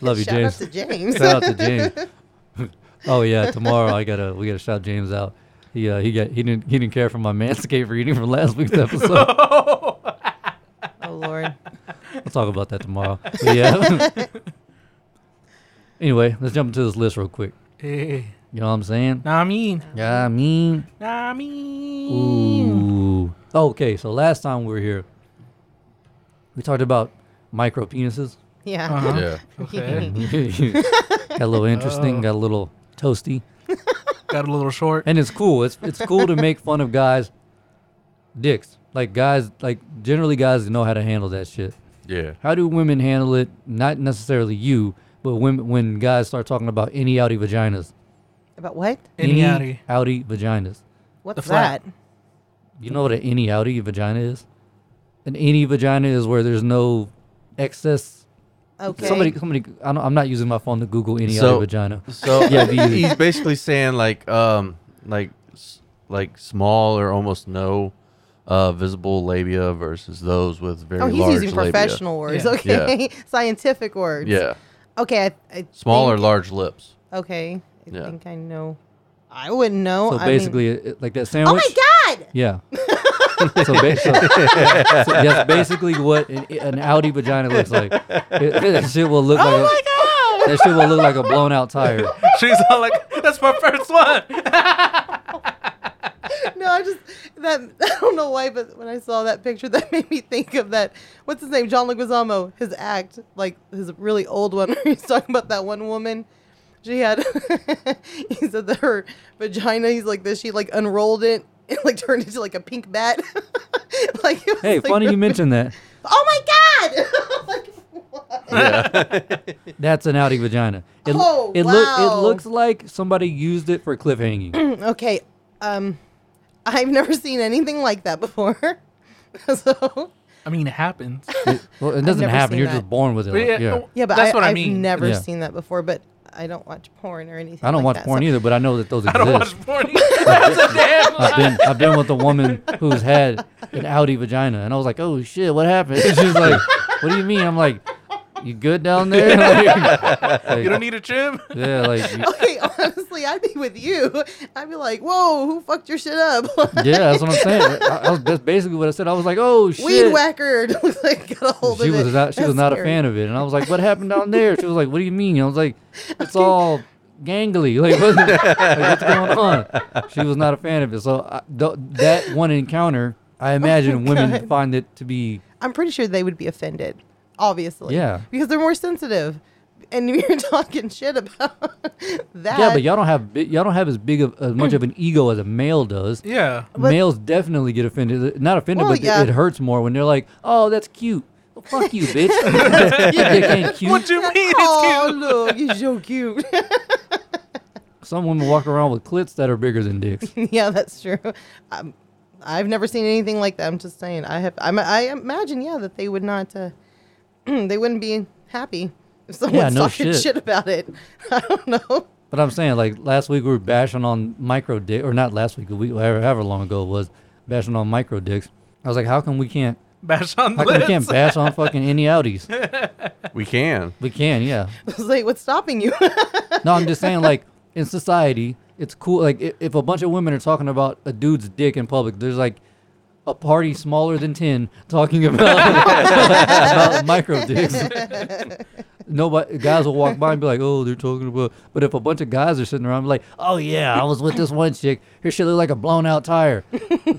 Speaker 1: Love you,
Speaker 3: Shout
Speaker 1: James.
Speaker 3: out to James.
Speaker 1: Shout out to James. oh yeah, tomorrow I gotta we gotta shout James out. He uh, he got he didn't he didn't care for my manscape reading from last week's episode.
Speaker 3: oh Lord.
Speaker 1: we'll talk about that tomorrow. But yeah. anyway, let's jump into this list real quick.
Speaker 2: Hey,
Speaker 1: You know what I'm saying?
Speaker 2: nah, I mean,
Speaker 1: Yeah, I mean.
Speaker 2: nah, I mean.
Speaker 1: Ooh. Okay, so last time we were here, we talked about micro penises.
Speaker 3: Yeah.
Speaker 4: Yeah.
Speaker 2: Uh-huh, Okay,
Speaker 1: got a little interesting, got a little toasty.
Speaker 2: got a little short.
Speaker 1: and it's cool. It's it's cool to make fun of guys' dicks. Like guys, like generally guys know how to handle that shit.
Speaker 4: Yeah.
Speaker 1: How do women handle it? Not necessarily you, but when when guys start talking about any outie vaginas,
Speaker 3: About what?
Speaker 2: Any outie.
Speaker 1: outie vaginas.
Speaker 3: What's
Speaker 2: flat.
Speaker 3: that?
Speaker 1: You know what an any outie vagina is? An any vagina is where there's no excess.
Speaker 3: Okay.
Speaker 1: Somebody, somebody. I don't, I'm not using my phone to Google any
Speaker 4: So-
Speaker 1: outie vagina.
Speaker 4: So
Speaker 1: Yeah,
Speaker 4: yeah,
Speaker 1: the-
Speaker 4: he's basically saying like um like s- like small or almost no uh visible labia versus those with very
Speaker 3: Oh, he's
Speaker 4: large
Speaker 3: using
Speaker 4: labia.
Speaker 3: professional words.
Speaker 2: Yeah.
Speaker 3: Okay. Scientific words.
Speaker 4: Yeah.
Speaker 3: Okay. I, I
Speaker 4: Small or
Speaker 3: think-
Speaker 4: large lips.
Speaker 3: Okay. I
Speaker 4: Yeah.
Speaker 3: think I know. I wouldn't know.
Speaker 1: So
Speaker 3: I mean-
Speaker 1: basically, it- it- like that
Speaker 3: oh
Speaker 1: sandwich.
Speaker 3: my God!
Speaker 1: Yeah. so, ba- so, so that's basically what an, an outie vagina looks like. It, that shit will look like a,
Speaker 3: Oh my God!
Speaker 1: that shit will look like a blown out tire.
Speaker 2: She's all like, "That's my first one."
Speaker 3: No, I just that I don't know why, but when I saw that picture, that made me think of that. What's his name? John Leguizamo. His act, like his really old one. where He's talking about that one woman. She had. he said that her vagina. He's like this. She like unrolled it and like turned into like a pink bat. like it was
Speaker 1: Hey,
Speaker 3: like,
Speaker 1: funny you mentioned that.
Speaker 3: Oh my God! like, what?
Speaker 1: That's an outie vagina. It, l-
Speaker 3: Oh,
Speaker 1: it
Speaker 3: wow.
Speaker 1: it looks like somebody used it for cliffhanging.
Speaker 3: Okay, um, I've never seen anything like that before. so
Speaker 2: I mean, it happens.
Speaker 1: well, it doesn't
Speaker 3: never
Speaker 1: happen.
Speaker 3: seen
Speaker 1: You're
Speaker 3: that.
Speaker 1: just born with it.
Speaker 2: But
Speaker 1: like, yeah.
Speaker 2: no,
Speaker 3: yeah, but
Speaker 2: that's
Speaker 3: I,
Speaker 2: what I
Speaker 3: have
Speaker 2: mean.
Speaker 3: never
Speaker 1: Yeah.
Speaker 3: seen that before. But I don't watch porn or anything.
Speaker 1: I don't watch
Speaker 3: like that,
Speaker 1: porn
Speaker 3: so-
Speaker 1: either, but I know that those
Speaker 2: I don't
Speaker 1: exist.
Speaker 2: watch porn. either. That's a damn
Speaker 1: I've been I've been with a woman who's had an Audi vagina, and I was like, "Oh shit, what happened?" And she's like, "What do you mean?" I'm like, "You good down there?" Like- like,
Speaker 2: You don't need a trim.
Speaker 1: yeah, like you-
Speaker 3: Okay, honestly, I'd be with you. I'd be like, "Whoa, who fucked your shit up?"
Speaker 1: yeah, that's what I'm saying. I, I was, that's basically what I said. I was like, "Oh shit."
Speaker 3: Weed whacker looks like got a hold
Speaker 1: she
Speaker 3: of
Speaker 1: was
Speaker 3: it.
Speaker 1: not she was
Speaker 3: That's
Speaker 1: not a
Speaker 3: scary.
Speaker 1: fan of it, and I was like, "What happened down there?" She was like, "What do you mean?" I was like, "It's all gangly. Like, what, like, what's going on?" She was not a fan of it. So I, th- that one encounter, I imagine women
Speaker 3: Oh God.
Speaker 1: find it to be
Speaker 3: I'm pretty sure they would be offended, obviously.
Speaker 1: Yeah.
Speaker 3: because they're more sensitive, and you're talking shit about that.
Speaker 1: Yeah, but y'all don't have bi- y'all don't have as big of as much of an ego as a male does.
Speaker 2: Yeah.
Speaker 3: But-
Speaker 1: Males definitely get offended. uh, Not offended,
Speaker 3: Well,
Speaker 1: but th-
Speaker 3: yeah.
Speaker 1: it hurts more when they're like, "Oh, that's cute." Well, fuck you, bitch. That dick ain't cute.
Speaker 2: What you mean? It's
Speaker 3: oh
Speaker 2: cute.
Speaker 3: look, you're so cute.
Speaker 1: Some women walk around with clits that are bigger than dicks.
Speaker 3: yeah, that's true. Um, I've never seen anything like that. I'm just saying. I have. I'm, I imagine, yeah, that they would not. Uh, they wouldn't be happy if someone's
Speaker 1: no
Speaker 3: talking
Speaker 1: shit.
Speaker 3: shit about it. I don't know.
Speaker 1: But I'm saying, like last week we were bashing on micro dick, or not last week, a week, however, however long ago it was, bashing on micro dicks. I was like, how come we can't?
Speaker 2: Bash on the
Speaker 1: How come we can't
Speaker 2: lips.
Speaker 1: bash on fucking any outies?
Speaker 4: We can.
Speaker 1: We can, yeah.
Speaker 3: I was like, what's stopping you?
Speaker 1: No, I'm just saying, like in society, it's cool. Like if, if a bunch of women are talking about a dude's dick in public, there's like a party smaller than ten talking about, about micro dicks. Nobody, guys will walk by and be like, "Oh, they're talking about." But if a bunch of guys are sitting around, be like, "Oh yeah, I was with this one chick. Her shit looked like a blown out tire."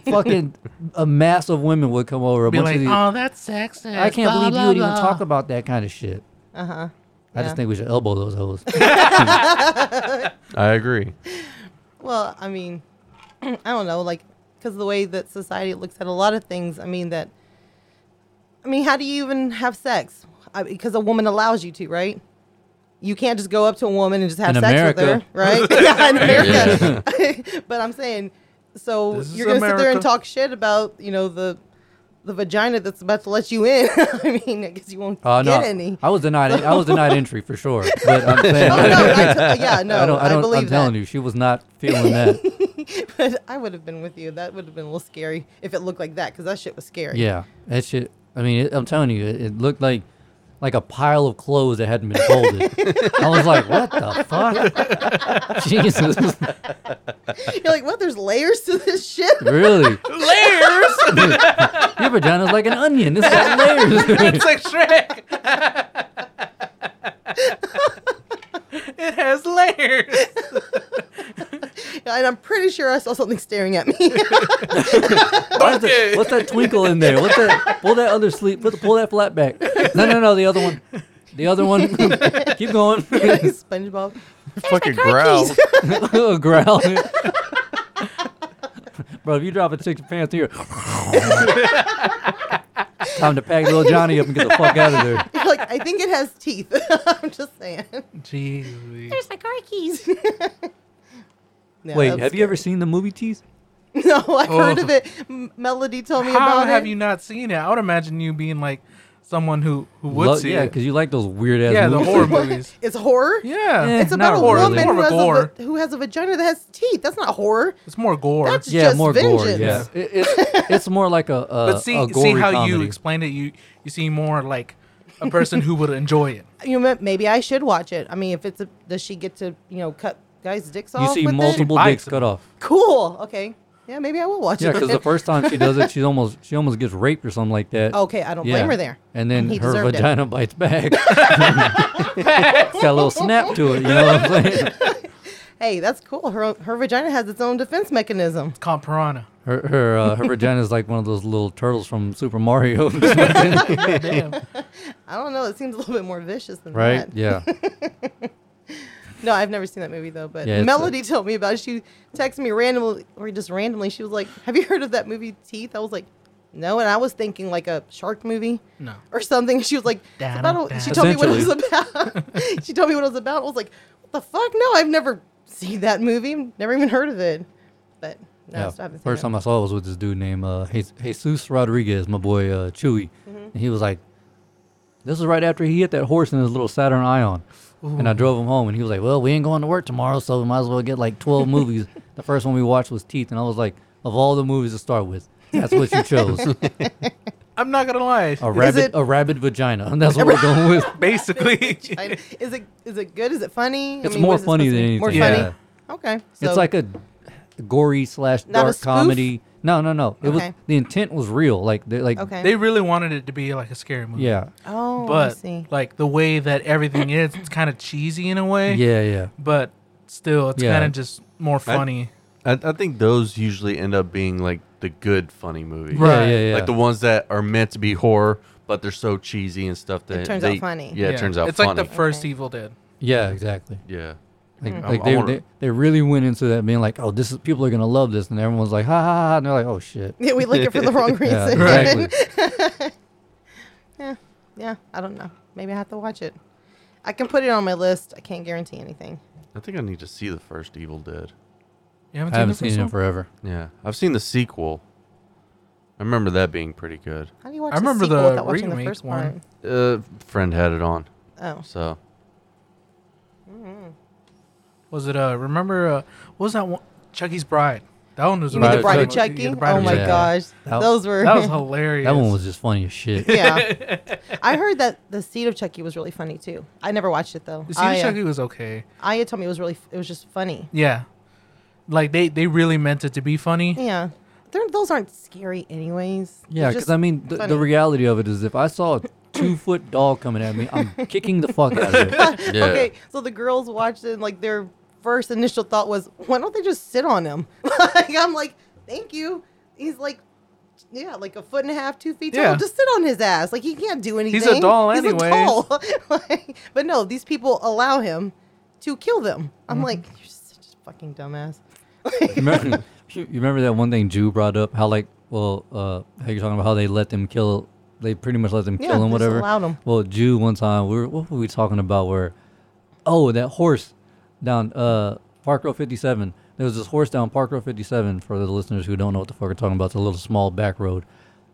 Speaker 1: Fucking a mass of women would come over. A
Speaker 2: Be
Speaker 1: bunch
Speaker 2: like,
Speaker 1: of these,
Speaker 2: oh, that's sexist.
Speaker 1: I can't
Speaker 2: blah,
Speaker 1: believe
Speaker 2: blah,
Speaker 1: you would even
Speaker 2: blah."
Speaker 1: talk about that kind of shit.
Speaker 3: Uh huh.
Speaker 1: I
Speaker 3: Yeah.
Speaker 1: just think we should elbow those hoes.
Speaker 4: I agree.
Speaker 3: Well, I mean, I don't know, like, because the way that society looks at a lot of things, I mean, that I mean, how do you even have sex? I, because a woman allows you to, right? You can't just go up to a woman and just have
Speaker 1: In
Speaker 3: sex with
Speaker 1: America.
Speaker 3: her, right? yeah, in America. but I'm saying, so
Speaker 2: This is
Speaker 3: you're gonna sit there and
Speaker 2: America.
Speaker 3: talk shit about you know the the vagina that's about to let you in. I mean, I guess you won't
Speaker 1: Uh,
Speaker 3: get
Speaker 1: no,
Speaker 3: any.
Speaker 1: I was denied. I was denied entry for sure. But I'm saying,
Speaker 3: Oh, no, I t- yeah, no,
Speaker 1: I don't. I don't.
Speaker 3: believe
Speaker 1: am telling you, she was not feeling that.
Speaker 3: that. But I would have been with you. That would have been a little scary if it looked like that, because that shit was scary.
Speaker 1: Yeah, that shit. I mean, it, I'm telling you, it, it looked like like a pile of clothes that hadn't been folded. I was like, what the fuck? Jesus,
Speaker 3: You're like, what? There's layers to this shit.
Speaker 1: really? Layers. Your vagina's like an onion. It's got layers. to it.
Speaker 2: it's like Shrek. it has layers.
Speaker 3: And I'm pretty sure I saw something staring at me.
Speaker 1: Why is that- what's that twinkle in there? What's that? Pull that other sleeve. Pull, pull that flat back. No, no, no. The other one. The other one. Keep going.
Speaker 3: SpongeBob.
Speaker 4: Fucking growl.
Speaker 1: Oh, growl. Bro, if you drop a chick's pants here, time to pack little Johnny up and get the fuck out of there.
Speaker 3: You're like, I think it has teeth. I'm just saying.
Speaker 2: Jeez.
Speaker 3: There's like our keys. No,
Speaker 1: Wait,
Speaker 3: that's
Speaker 1: have you ever
Speaker 3: scary.
Speaker 1: seen the movie Tease?
Speaker 3: No, I've heard
Speaker 2: Oh.
Speaker 3: of it. M- Melody told me
Speaker 2: How
Speaker 3: about
Speaker 2: have
Speaker 3: it.
Speaker 2: you not seen it? I would imagine you being like someone who, who would
Speaker 1: Lo-
Speaker 2: see
Speaker 1: yeah,
Speaker 2: it.
Speaker 1: because you like those weird ass.
Speaker 2: Yeah, the
Speaker 1: movies.
Speaker 2: horror movies.
Speaker 3: It's horror.
Speaker 2: Yeah.
Speaker 1: Eh,
Speaker 3: It's
Speaker 1: not
Speaker 3: about a
Speaker 1: really.
Speaker 3: woman
Speaker 2: More of
Speaker 3: who
Speaker 2: a
Speaker 3: has a, va-
Speaker 2: gore.
Speaker 3: who has a vagina that has teeth. That's not horror.
Speaker 2: It's more gore.
Speaker 3: That's
Speaker 1: Yeah,
Speaker 3: just
Speaker 1: more gore.
Speaker 3: vengeance.
Speaker 1: Yeah, it, it's it's more like a, a
Speaker 2: but see
Speaker 1: a
Speaker 2: see
Speaker 1: gory
Speaker 2: how you
Speaker 1: comedy.
Speaker 2: explained it, you you see more like a person who would enjoy it.
Speaker 3: You know, maybe I should watch it. I mean, if it's a, does she get to you know cut guys' dicks
Speaker 1: you
Speaker 3: off?
Speaker 1: see
Speaker 3: with it?
Speaker 1: multiple
Speaker 2: She
Speaker 1: dicks
Speaker 2: bites
Speaker 1: cut off.
Speaker 3: Cool. Okay. Yeah, maybe I will watch
Speaker 1: Yeah,
Speaker 3: it.
Speaker 1: because the first time she does it, she's almost she almost gets raped or something like that.
Speaker 3: Okay, I don't blame her there.
Speaker 1: And then
Speaker 3: He
Speaker 1: her
Speaker 3: deserved it.
Speaker 1: vagina bites back. Got a little snap to it, you know what I'm saying?
Speaker 3: hey, that's cool. Her her vagina has its own defense mechanism.
Speaker 2: It's called Piranha.
Speaker 1: Her her uh, her vagina is like one of those little turtles from Super Mario,
Speaker 2: Damn.
Speaker 3: I don't know. It seems a little bit more vicious than
Speaker 1: right?
Speaker 3: that.
Speaker 1: Yeah,
Speaker 3: No, I've never seen that movie though. But
Speaker 1: Yeah, it's a-
Speaker 3: Melody told me about it. She texted me randomly, or just randomly. She was like, "Have you heard of that movie Teeth?" I was like, "No," and I was thinking like a shark movie
Speaker 2: No.
Speaker 3: or something. She was like, it's
Speaker 2: Down,
Speaker 3: about a,
Speaker 2: down.
Speaker 3: "She told me what it was about." she told me what it was about. I was like, "What the fuck? No, I've never seen that movie. Never even heard of it." But no,
Speaker 1: yeah.
Speaker 3: I still haven't seen
Speaker 1: First
Speaker 3: it.
Speaker 1: time I saw it was with this dude named uh, Je- Jesus Rodriguez, my boy uh, Chewy,
Speaker 3: Mm-hmm.
Speaker 1: and he was like, "This is right after he hit that horse in his little Saturn Ion." And I drove him home, and he was like, "Well, we ain't going to work tomorrow, so we might as well get like 12 movies." The first one we watched was Teeth, and I was like, "Of all the movies to start with, that's what you chose."
Speaker 2: I'm not gonna lie.
Speaker 1: A rabid,
Speaker 3: it-
Speaker 1: a rabid vagina. And that's what we're going with.
Speaker 2: Basically,
Speaker 3: I- is it is it good? Is it funny?
Speaker 1: It's more
Speaker 3: what is it
Speaker 1: funny
Speaker 3: supposed to
Speaker 1: than
Speaker 3: be? More
Speaker 1: anything.
Speaker 3: funny. Okay. So
Speaker 1: it's like a gory slash
Speaker 3: Not a
Speaker 1: dark
Speaker 3: spoof?
Speaker 1: comedy. No, no, no. It was
Speaker 3: Okay.
Speaker 1: the intent was real. Like they like
Speaker 3: okay.
Speaker 2: they really wanted it to be like a scary movie.
Speaker 1: yeah.
Speaker 3: oh, I
Speaker 2: But
Speaker 3: see.
Speaker 2: like the way that everything is, it's kind of cheesy in a way.
Speaker 1: Yeah, yeah.
Speaker 2: But still, it's
Speaker 1: Yeah.
Speaker 2: kind of just more funny.
Speaker 4: I, I think those usually end up being like the good funny movies.
Speaker 1: Right. Yeah, yeah, yeah.
Speaker 4: Like the ones that are meant to be horror, but they're so cheesy and stuff that
Speaker 3: It turns
Speaker 4: they-
Speaker 3: out funny.
Speaker 4: Yeah, it turns out
Speaker 2: It's
Speaker 4: funny.
Speaker 2: like the first
Speaker 3: Okay.
Speaker 2: Evil Dead.
Speaker 1: Yeah, exactly.
Speaker 4: yeah.
Speaker 1: Like,
Speaker 4: I-
Speaker 1: like
Speaker 4: Mm. I
Speaker 1: they,
Speaker 4: wanna-
Speaker 1: they they really went into that being like, oh, this is people are gonna love this, and everyone's like, ha ha ha, and they're like, oh shit.
Speaker 3: Yeah, we like it for the wrong reason.
Speaker 1: Yeah,
Speaker 3: Yeah,
Speaker 1: exactly.
Speaker 3: I don't know. Maybe I have to watch it. I can put it on my list. I can't guarantee anything.
Speaker 4: I think I need to see the first Evil Dead.
Speaker 2: You
Speaker 1: I haven't
Speaker 2: the
Speaker 1: seen
Speaker 2: first
Speaker 1: it in
Speaker 2: one?
Speaker 1: forever.
Speaker 4: Yeah. I've seen the sequel. I remember that being pretty good.
Speaker 3: How do you watch
Speaker 2: I remember
Speaker 3: the sequel
Speaker 2: the
Speaker 3: without watching the
Speaker 2: remake
Speaker 3: first
Speaker 2: one.
Speaker 4: Uh, friend had it on,
Speaker 3: part? Oh,
Speaker 4: so
Speaker 2: Was it uh? Remember uh? What was that one? Chucky's Bride. That one was
Speaker 3: you mean
Speaker 1: Bride
Speaker 3: the
Speaker 1: of
Speaker 3: Bride of
Speaker 1: Chucky.
Speaker 3: Chucky?
Speaker 2: Yeah, The Bride
Speaker 3: oh
Speaker 2: of
Speaker 3: my
Speaker 2: Chucky.
Speaker 1: Chucky.
Speaker 3: gosh,
Speaker 1: That-
Speaker 3: those were
Speaker 2: That was hilarious.
Speaker 1: That one was just funny as shit.
Speaker 3: yeah. I heard that the Seed of Chucky was really funny too. I never watched it though.
Speaker 2: The Seed of
Speaker 3: I, uh,
Speaker 2: Chucky was okay.
Speaker 3: Aya told me it was really. It was just funny.
Speaker 2: Yeah. Like they they really meant it to be funny.
Speaker 3: Yeah, They're, those aren't scary anyways. They're
Speaker 1: Yeah,
Speaker 3: just
Speaker 1: because I mean, the,
Speaker 3: funny.
Speaker 1: the reality of it is, if I saw a two foot dog coming at me, I'm kicking the fuck out of it.
Speaker 4: yeah.
Speaker 3: Okay, so the girls watched it and like their first initial thought was, why don't they just sit on him? like I'm like, thank you. He's like, yeah, like a foot and a half, two feet tall.
Speaker 2: Yeah.
Speaker 3: Just sit on his ass. Like he can't do anything.
Speaker 2: doll
Speaker 3: He's
Speaker 2: anyways.
Speaker 3: doll. Like, but no, these people allow him to kill them. I'm
Speaker 2: Mm-hmm.
Speaker 3: like, you're such a fucking dumbass.
Speaker 1: You remember, you remember that one thing Jew brought up? How like, well, uh, how you're talking about how they let them kill they pretty much let them
Speaker 3: Yeah,
Speaker 1: kill him,
Speaker 3: they just
Speaker 1: whatever.
Speaker 3: allowed 'em.
Speaker 1: Well, Jew one time we were what were we talking about? Where oh that horse down uh Park Row 57. There was this horse down Park Row 57 for the listeners who don't know what the fuck we're talking about. It's a little small back road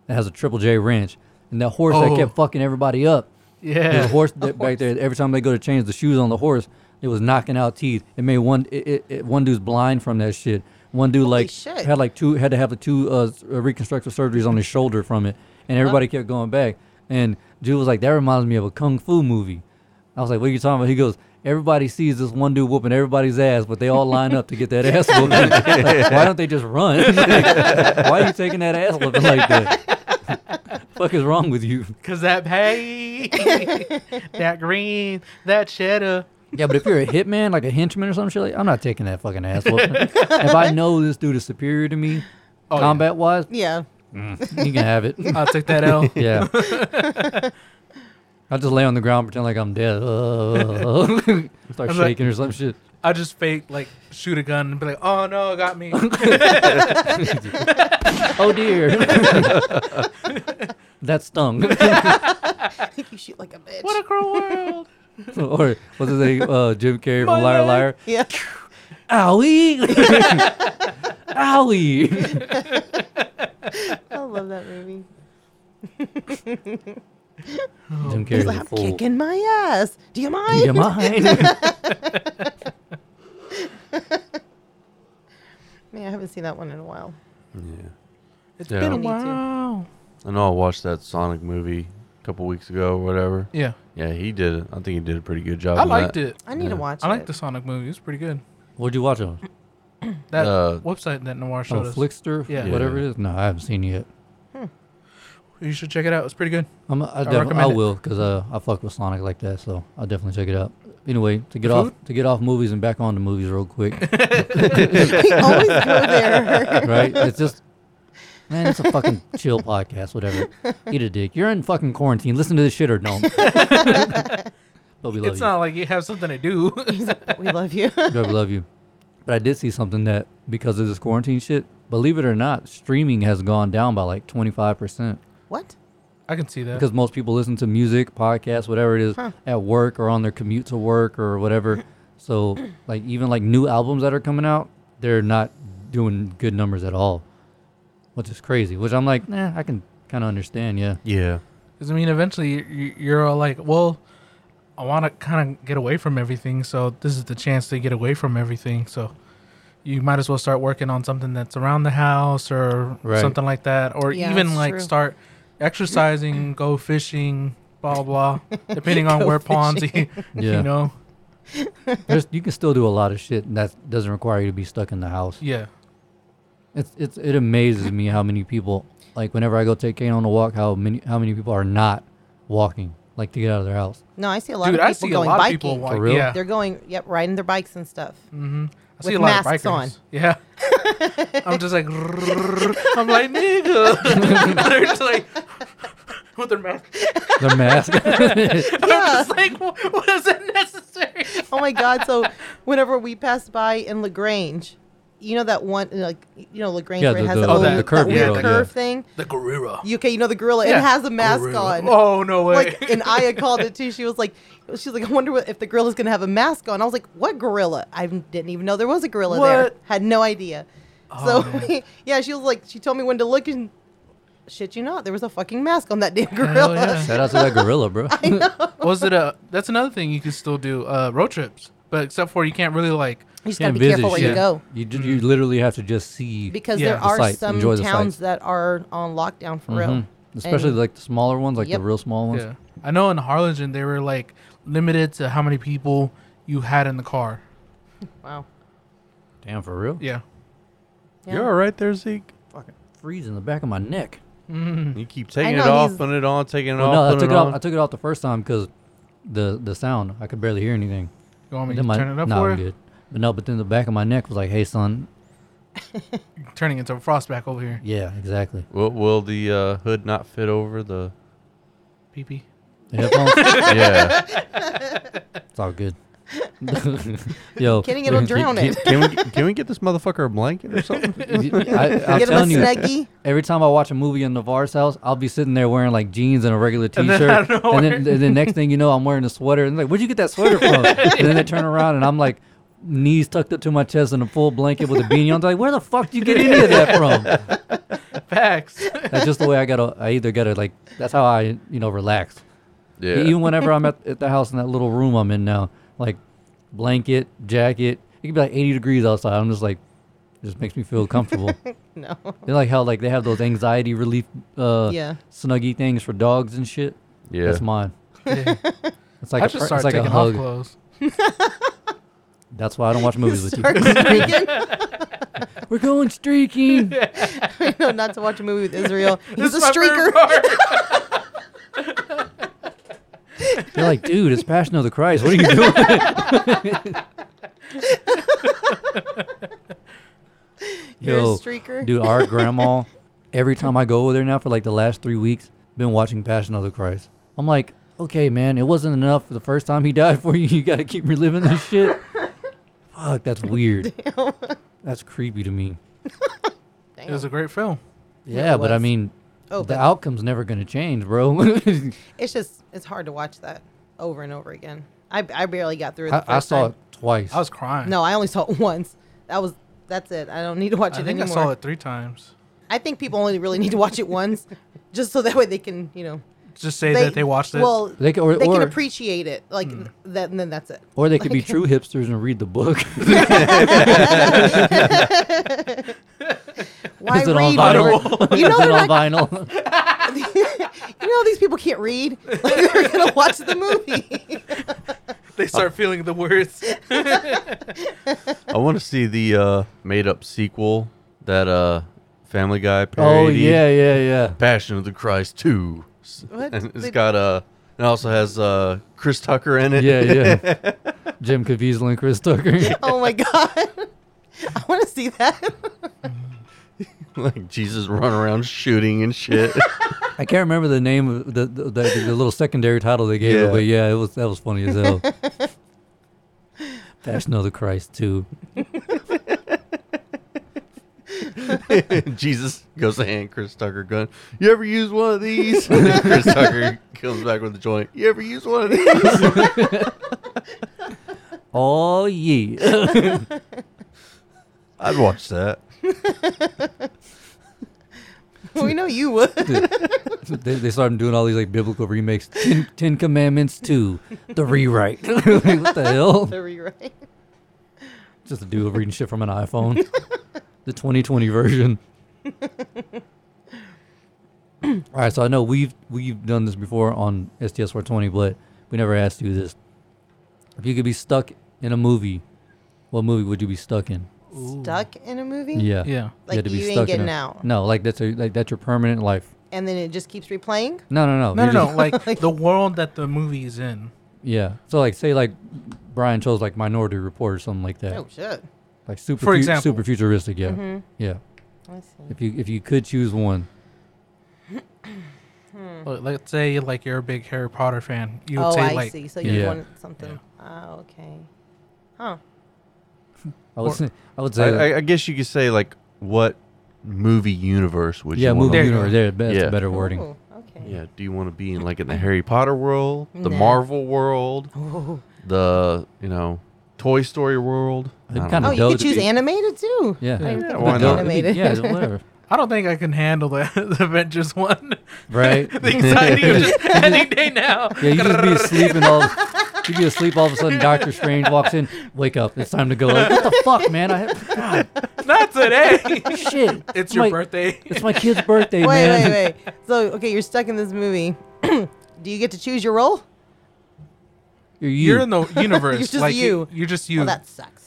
Speaker 1: that has a Triple J ranch, and that horse that
Speaker 2: Oh.
Speaker 1: kept fucking everybody up.
Speaker 2: Yeah.
Speaker 1: The horse that right there. Every time they go to change the shoes on the horse, it was knocking out teeth. It made one it, it, it- one dude's blind from that shit. One dude like
Speaker 3: shit.
Speaker 1: had like two had to have the two uh, s- uh, reconstructive surgeries on his shoulder from it, and everybody kept going back. And Jude was like, "That reminds me of a kung fu movie." I was like, "What are you talking about?" He goes, "Everybody sees this one dude whooping everybody's ass, but they all line up to get that ass whooping. Like, why don't they just run? why are you taking that ass whooping like that? Fuck is wrong with you?"
Speaker 2: Cause that pain, that green, that cheddar.
Speaker 1: Yeah, but if you're a hitman, like a henchman or some shit, like, I'm not taking that fucking ass whooping. if I know this dude is superior to me, combat wise,
Speaker 3: Yeah.
Speaker 1: he can have it.
Speaker 2: I'll take that L.
Speaker 1: Yeah. I just lay on the ground, pretend like I'm dead. Uh, start
Speaker 2: I'm like-
Speaker 1: shaking or some shit.
Speaker 2: I just fake like shoot a gun and be like, oh no, it got me.
Speaker 1: Oh dear. that stung.
Speaker 3: I think you shoot like a bitch.
Speaker 2: what a cruel world.
Speaker 1: or was it a uh, Jim Carrey
Speaker 2: My
Speaker 1: from Liar
Speaker 2: leg.
Speaker 1: Liar?
Speaker 3: yeah.
Speaker 1: Owie. Owie.
Speaker 3: I love that movie.
Speaker 2: Oh.
Speaker 1: Jim
Speaker 3: He's
Speaker 1: Carrey's
Speaker 3: like,
Speaker 1: a
Speaker 3: I'm
Speaker 1: fool.
Speaker 3: kicking my ass. Do you mind?
Speaker 1: You mind?
Speaker 3: Man, I haven't seen that one in a while.
Speaker 4: Yeah.
Speaker 2: It's
Speaker 4: Yeah.
Speaker 2: been a
Speaker 3: I need to.
Speaker 2: while.
Speaker 4: I know I watched that Sonic movie a couple weeks ago or whatever.
Speaker 2: Yeah,
Speaker 4: Yeah, he did it. I think he did a pretty good job.
Speaker 2: I
Speaker 4: in
Speaker 2: liked
Speaker 4: that.
Speaker 2: it.
Speaker 3: I need to
Speaker 4: Yeah.
Speaker 3: watch
Speaker 2: I
Speaker 3: it.
Speaker 2: liked the Sonic movie. It was pretty good.
Speaker 1: What'd you watch on?
Speaker 2: That
Speaker 4: Uh,
Speaker 2: website that Noir
Speaker 1: Oh,
Speaker 2: showed us.
Speaker 1: Flickster,
Speaker 2: Yeah.
Speaker 1: whatever
Speaker 4: Yeah.
Speaker 1: it is. No, I haven't seen it yet.
Speaker 2: You should check it out. It's pretty good.
Speaker 1: I'm, I, def- I
Speaker 2: recommend it.
Speaker 1: will because uh, I fuck with Sonic like that, so I'll definitely check it out. Anyway, to get
Speaker 2: The
Speaker 1: off
Speaker 2: food?
Speaker 1: to get off movies and back on to movies real quick,
Speaker 3: we always go there.
Speaker 1: right? It's just man, it's a fucking chill podcast, whatever. Eat a dick. You're in fucking quarantine. Listen to this shit or don't. but we love
Speaker 2: it's um,
Speaker 1: you.
Speaker 2: not like you have something to do.
Speaker 3: we love you.
Speaker 1: God, we love you. But I did see something that because of this quarantine shit, believe it or not, streaming has gone down by like 25 percent.
Speaker 3: what?
Speaker 2: I can see that.
Speaker 1: because most people listen to music, podcasts, whatever it is, at work or on their commute to work or whatever. So, like even like new albums that are coming out, they're not doing good numbers at all, which is crazy. Which I'm like, nah, I can kind of understand. Yeah,
Speaker 4: Yeah.
Speaker 2: Because I mean, eventually y- y- you're all like, well, I want to kind of get away from everything, so this is the chance to get away from everything. So you might as well start working on something that's around the house or
Speaker 1: Right.
Speaker 2: something like that, or
Speaker 3: Yeah,
Speaker 2: even
Speaker 3: that's
Speaker 2: like
Speaker 3: true.
Speaker 2: start exercising, go fishing, blah blah, depending on
Speaker 3: Go
Speaker 2: where ponds you,
Speaker 1: Yeah.
Speaker 2: you know,
Speaker 1: There's, you can still do a lot of shit that doesn't require you to be stuck in the house.
Speaker 2: yeah,
Speaker 1: It's it's it amazes me how many people like whenever I go take Kane on a walk, how many how many people are not walking like to get out of their house.
Speaker 3: No, I see a lot
Speaker 2: dude,
Speaker 3: of people
Speaker 2: I see a
Speaker 3: going
Speaker 2: lot of
Speaker 3: biking.
Speaker 2: people like,
Speaker 1: real?
Speaker 2: yeah,
Speaker 3: They're going, yep, riding their bikes and stuff.
Speaker 2: I see
Speaker 3: with
Speaker 2: a lot of
Speaker 3: masks
Speaker 2: bikers,
Speaker 3: on.
Speaker 2: yeah. I'm just like, I'm like nigga, they're just like with their mask.
Speaker 1: Their mask.
Speaker 2: It's like, was it necessary?
Speaker 3: Oh my God. So, whenever we passed by in LaGrange, you know that one, like, you know, LaGrange
Speaker 1: Yeah,
Speaker 3: where it
Speaker 1: the-
Speaker 3: has
Speaker 1: the-
Speaker 3: that,
Speaker 2: Oh,
Speaker 3: little-
Speaker 2: the
Speaker 3: that
Speaker 1: curve
Speaker 3: weird
Speaker 2: road, yeah.
Speaker 3: curve thing?
Speaker 2: The gorilla.
Speaker 3: You, okay, you know the gorilla?
Speaker 2: Yeah.
Speaker 3: It has a mask on.
Speaker 2: Oh no way!
Speaker 3: Like, and Aya called it too. She was like, she's like, I wonder what, if the gorilla's going to have a mask on. I was like, what gorilla? I didn't even know there was a gorilla there.
Speaker 2: What? Oh,
Speaker 3: Had no idea. so, yeah, she was like, she told me when to look and shit you not, there was a fucking mask on that damn gorilla.
Speaker 2: yeah.
Speaker 1: Shout out to that gorilla, bro.
Speaker 2: was it a? That's another thing you could still do uh, road trips, but except for you can't really like.
Speaker 3: You just got
Speaker 1: Can't
Speaker 3: to be careful
Speaker 1: visit
Speaker 3: where
Speaker 1: shit.
Speaker 3: you go.
Speaker 1: You, ju- you
Speaker 2: Mm-hmm.
Speaker 1: literally have to just see
Speaker 3: because
Speaker 2: Yeah.
Speaker 3: there
Speaker 2: The
Speaker 3: are
Speaker 1: sights,
Speaker 3: some
Speaker 1: enjoy the Mm-hmm.
Speaker 3: towns
Speaker 1: sights.
Speaker 3: that are on lockdown for real.
Speaker 1: especially
Speaker 3: And-
Speaker 1: like the smaller ones, like
Speaker 3: Yep.
Speaker 1: the real small ones.
Speaker 2: Yeah, I know in Harlingen they were like limited to how many people you had in the car.
Speaker 3: Wow.
Speaker 1: Damn, for real.
Speaker 2: Yeah,
Speaker 4: You're all right there, Zeke.
Speaker 1: Freeze in the back of my neck.
Speaker 4: You keep taking it
Speaker 3: know
Speaker 4: off,
Speaker 3: he's-
Speaker 4: putting it on, taking it
Speaker 1: Well,
Speaker 4: off,
Speaker 1: no, I
Speaker 4: putting
Speaker 1: took
Speaker 4: it
Speaker 1: it off.
Speaker 4: on.
Speaker 1: I took it off the first time because the the sound. I could barely hear anything.
Speaker 2: you want me
Speaker 1: Then
Speaker 2: to
Speaker 1: my-
Speaker 2: turn it up
Speaker 1: nah,
Speaker 2: for
Speaker 1: I'm
Speaker 2: you?
Speaker 1: good. But no, but then the back of my neck was like, "Hey, son."
Speaker 2: Turning into a frostback over here.
Speaker 1: Yeah, exactly.
Speaker 4: Will, will the uh, hood not fit over the?
Speaker 2: Pee pee.
Speaker 1: The headphones.
Speaker 4: Yeah.
Speaker 1: it's all good. Yo,
Speaker 3: Kidding, it'll drown
Speaker 4: Can,
Speaker 3: it.
Speaker 4: can we, can we get this motherfucker a blanket or something?
Speaker 1: I, am
Speaker 3: Get him a
Speaker 1: telling you,
Speaker 3: snuggie.
Speaker 1: every time I watch a movie in Navarre's house, I'll be sitting there wearing like jeans and a regular
Speaker 2: And then out
Speaker 1: T-shirt,
Speaker 2: of
Speaker 1: and then,
Speaker 2: nowhere.
Speaker 1: and then next thing you know, I'm wearing a sweater. And they're like, where'd you get that sweater from? and then they turn around, and I'm like, knees tucked up to my chest in a full blanket with a beanie on. They're like, where the fuck do you get any of that from?
Speaker 2: Facts.
Speaker 1: That's just the way I gotta. I either gotta like. That's how I you know relax.
Speaker 4: yeah.
Speaker 1: Even whenever I'm at, at the house in that little room I'm in now, like blanket, jacket. It could be like 80 degrees outside. I'm just like, it just makes me feel comfortable.
Speaker 3: No.
Speaker 1: they like how like they have those anxiety relief, uh,
Speaker 3: Yeah.
Speaker 1: snuggy things for dogs and shit.
Speaker 4: yeah.
Speaker 1: That's mine.
Speaker 2: Yeah.
Speaker 1: It's like
Speaker 2: I
Speaker 1: a
Speaker 2: just
Speaker 1: fr-
Speaker 2: started
Speaker 1: it's like a
Speaker 2: taking
Speaker 1: hug.
Speaker 2: off clothes.
Speaker 1: That's why I don't watch movies with you.
Speaker 3: Start streaking.
Speaker 1: We're going streaking.
Speaker 3: no, not to watch a movie with Israel. He's
Speaker 2: This
Speaker 3: a
Speaker 2: is my favorite
Speaker 3: streaker.
Speaker 2: part.
Speaker 1: You're like, dude, it's Passion of the Christ. What are you doing?
Speaker 3: You're a
Speaker 1: Yo,
Speaker 3: streaker?
Speaker 1: Dude, our grandma, every time I go over there now for like the last three weeks, been watching Passion of the Christ. I'm like, okay, man, it wasn't enough the first time he died for you. You got to keep reliving this shit. Fuck, that's weird. That's creepy to me.
Speaker 2: It was a great film.
Speaker 1: Yeah, but I
Speaker 3: was.
Speaker 1: mean,
Speaker 3: Oh,
Speaker 1: the
Speaker 3: but-
Speaker 1: outcome's never going to change, bro.
Speaker 3: It's just it's hard to watch that over and over again. I, I barely got through it. The
Speaker 1: I,
Speaker 3: first
Speaker 1: I saw
Speaker 3: time.
Speaker 1: it twice.
Speaker 2: I was crying.
Speaker 3: No, I only saw it once. That was that's it. I don't need to watch
Speaker 2: I
Speaker 3: it
Speaker 2: think I
Speaker 3: anymore.
Speaker 2: saw it three times.
Speaker 3: I think people only really need to watch it once, just so that way they can you know
Speaker 2: Just say that they watched it. Hmm.
Speaker 3: Well,
Speaker 1: They
Speaker 3: they
Speaker 1: can-
Speaker 3: can,
Speaker 1: or- or-
Speaker 3: appreciate it like that, and then that's it.
Speaker 1: Or they could be true hipsters and read the book.
Speaker 3: Why
Speaker 1: it on
Speaker 3: read?
Speaker 1: vinyl?
Speaker 3: over- You know,
Speaker 1: Is it
Speaker 3: they're
Speaker 1: on
Speaker 3: not,
Speaker 1: vinyl?
Speaker 3: you know these people can't read. Like they're gonna watch the movie.
Speaker 2: they start feeling the words.
Speaker 4: I want to see the uh, made up sequel that uh, Family Guy parody.
Speaker 1: Oh, yeah, yeah, yeah.
Speaker 4: Passion of the Christ 2.
Speaker 3: What?
Speaker 4: And it's
Speaker 3: They-
Speaker 4: got Uh, it also has uh, Chris Tucker in it.
Speaker 1: Yeah, yeah. Jim Caviezel and Chris Tucker.
Speaker 3: oh my god, I want to see that.
Speaker 4: like Jesus run around shooting and shit.
Speaker 1: I can't remember the name of the the, the, the little secondary title they gave
Speaker 4: Yeah.
Speaker 1: it, but yeah, it was that was funny as hell. Passion of the Christ too.
Speaker 4: Jesus goes to hand Chris Tucker a gun. You ever use one of these? And then Chris Tucker comes back with a joint. You ever use one of these?
Speaker 1: Oh yeah.
Speaker 4: I'd watch that.
Speaker 3: we know you would.
Speaker 1: they, they started doing all these like biblical remakes. Ten, Ten Commandments two, the rewrite. Like, what the hell?
Speaker 3: The rewrite.
Speaker 1: Just a dude reading shit from an iPhone. the 2020 version. All right, so I know we've we've done this before on STS 420, but we never asked you this. If you could be stuck in a movie, what movie would you be stuck in?
Speaker 3: Stuck in a movie.
Speaker 1: Yeah,
Speaker 2: Yeah.
Speaker 1: had to be
Speaker 3: Mm. Like, you ain't
Speaker 1: stuck in
Speaker 3: getting
Speaker 1: a-
Speaker 3: out.
Speaker 1: No, like that's a like that's your permanent life.
Speaker 3: And then it just keeps replaying.
Speaker 1: No, no, no.
Speaker 2: No,
Speaker 1: you're
Speaker 2: no, no.
Speaker 1: just-
Speaker 2: Like the world that the movie is in.
Speaker 1: yeah. So like, say like Brian chose like Minority Report or something like that.
Speaker 3: Oh Mm-hmm. shit.
Speaker 1: Like super,
Speaker 2: For
Speaker 1: fu-
Speaker 2: example.
Speaker 1: super futuristic. Yeah, yeah.
Speaker 3: I see.
Speaker 1: If you if you could choose one,
Speaker 2: Like, Let's say like you're a big Harry Potter fan. You would
Speaker 3: Mm. Oh,
Speaker 2: say
Speaker 3: I
Speaker 2: like
Speaker 3: see. So you
Speaker 1: Yeah.
Speaker 3: want something. Oh, okay. Huh.
Speaker 1: I would
Speaker 2: Or-
Speaker 1: say I would say
Speaker 4: I,
Speaker 1: like-
Speaker 4: I, I guess you could say like what movie universe would
Speaker 1: Yeah,
Speaker 4: you want
Speaker 1: movie
Speaker 2: There
Speaker 4: to
Speaker 2: you
Speaker 1: universe.
Speaker 2: go.
Speaker 1: There, that's
Speaker 4: Yeah.
Speaker 1: better wording.
Speaker 3: Ooh, okay.
Speaker 4: Yeah, do you want to be in like in the Harry Potter world, the
Speaker 3: No.
Speaker 4: Marvel world, the, you know, Toy Story world? I
Speaker 1: It'd
Speaker 4: don't
Speaker 1: kinda
Speaker 4: know.
Speaker 3: Oh,
Speaker 1: Dough
Speaker 3: you could
Speaker 1: to
Speaker 3: choose
Speaker 1: be-
Speaker 3: animated too.
Speaker 1: Yeah,
Speaker 3: I didn't think
Speaker 4: why
Speaker 3: about
Speaker 4: not?
Speaker 3: animated.
Speaker 1: Yeah, whatever.
Speaker 2: I don't think I can handle the, the Avengers one.
Speaker 1: Right?
Speaker 2: the anxiety of just any day now.
Speaker 1: Yeah, you just be asleep and all. You be asleep all of a sudden. Doctor Strange walks in. Wake up! It's time to go. Like, what the fuck, man? I have,
Speaker 2: Not today.
Speaker 1: shit.
Speaker 2: It's your
Speaker 1: my,
Speaker 2: birthday.
Speaker 1: It's my kid's birthday,
Speaker 3: Wait,
Speaker 1: man.
Speaker 3: wait, wait. So, okay, you're stuck in this movie. Do you get to choose your role?
Speaker 1: You're you.
Speaker 2: You're in the universe.
Speaker 3: just
Speaker 2: like
Speaker 3: you.
Speaker 2: You're just you.
Speaker 3: Well, Oh, that sucks.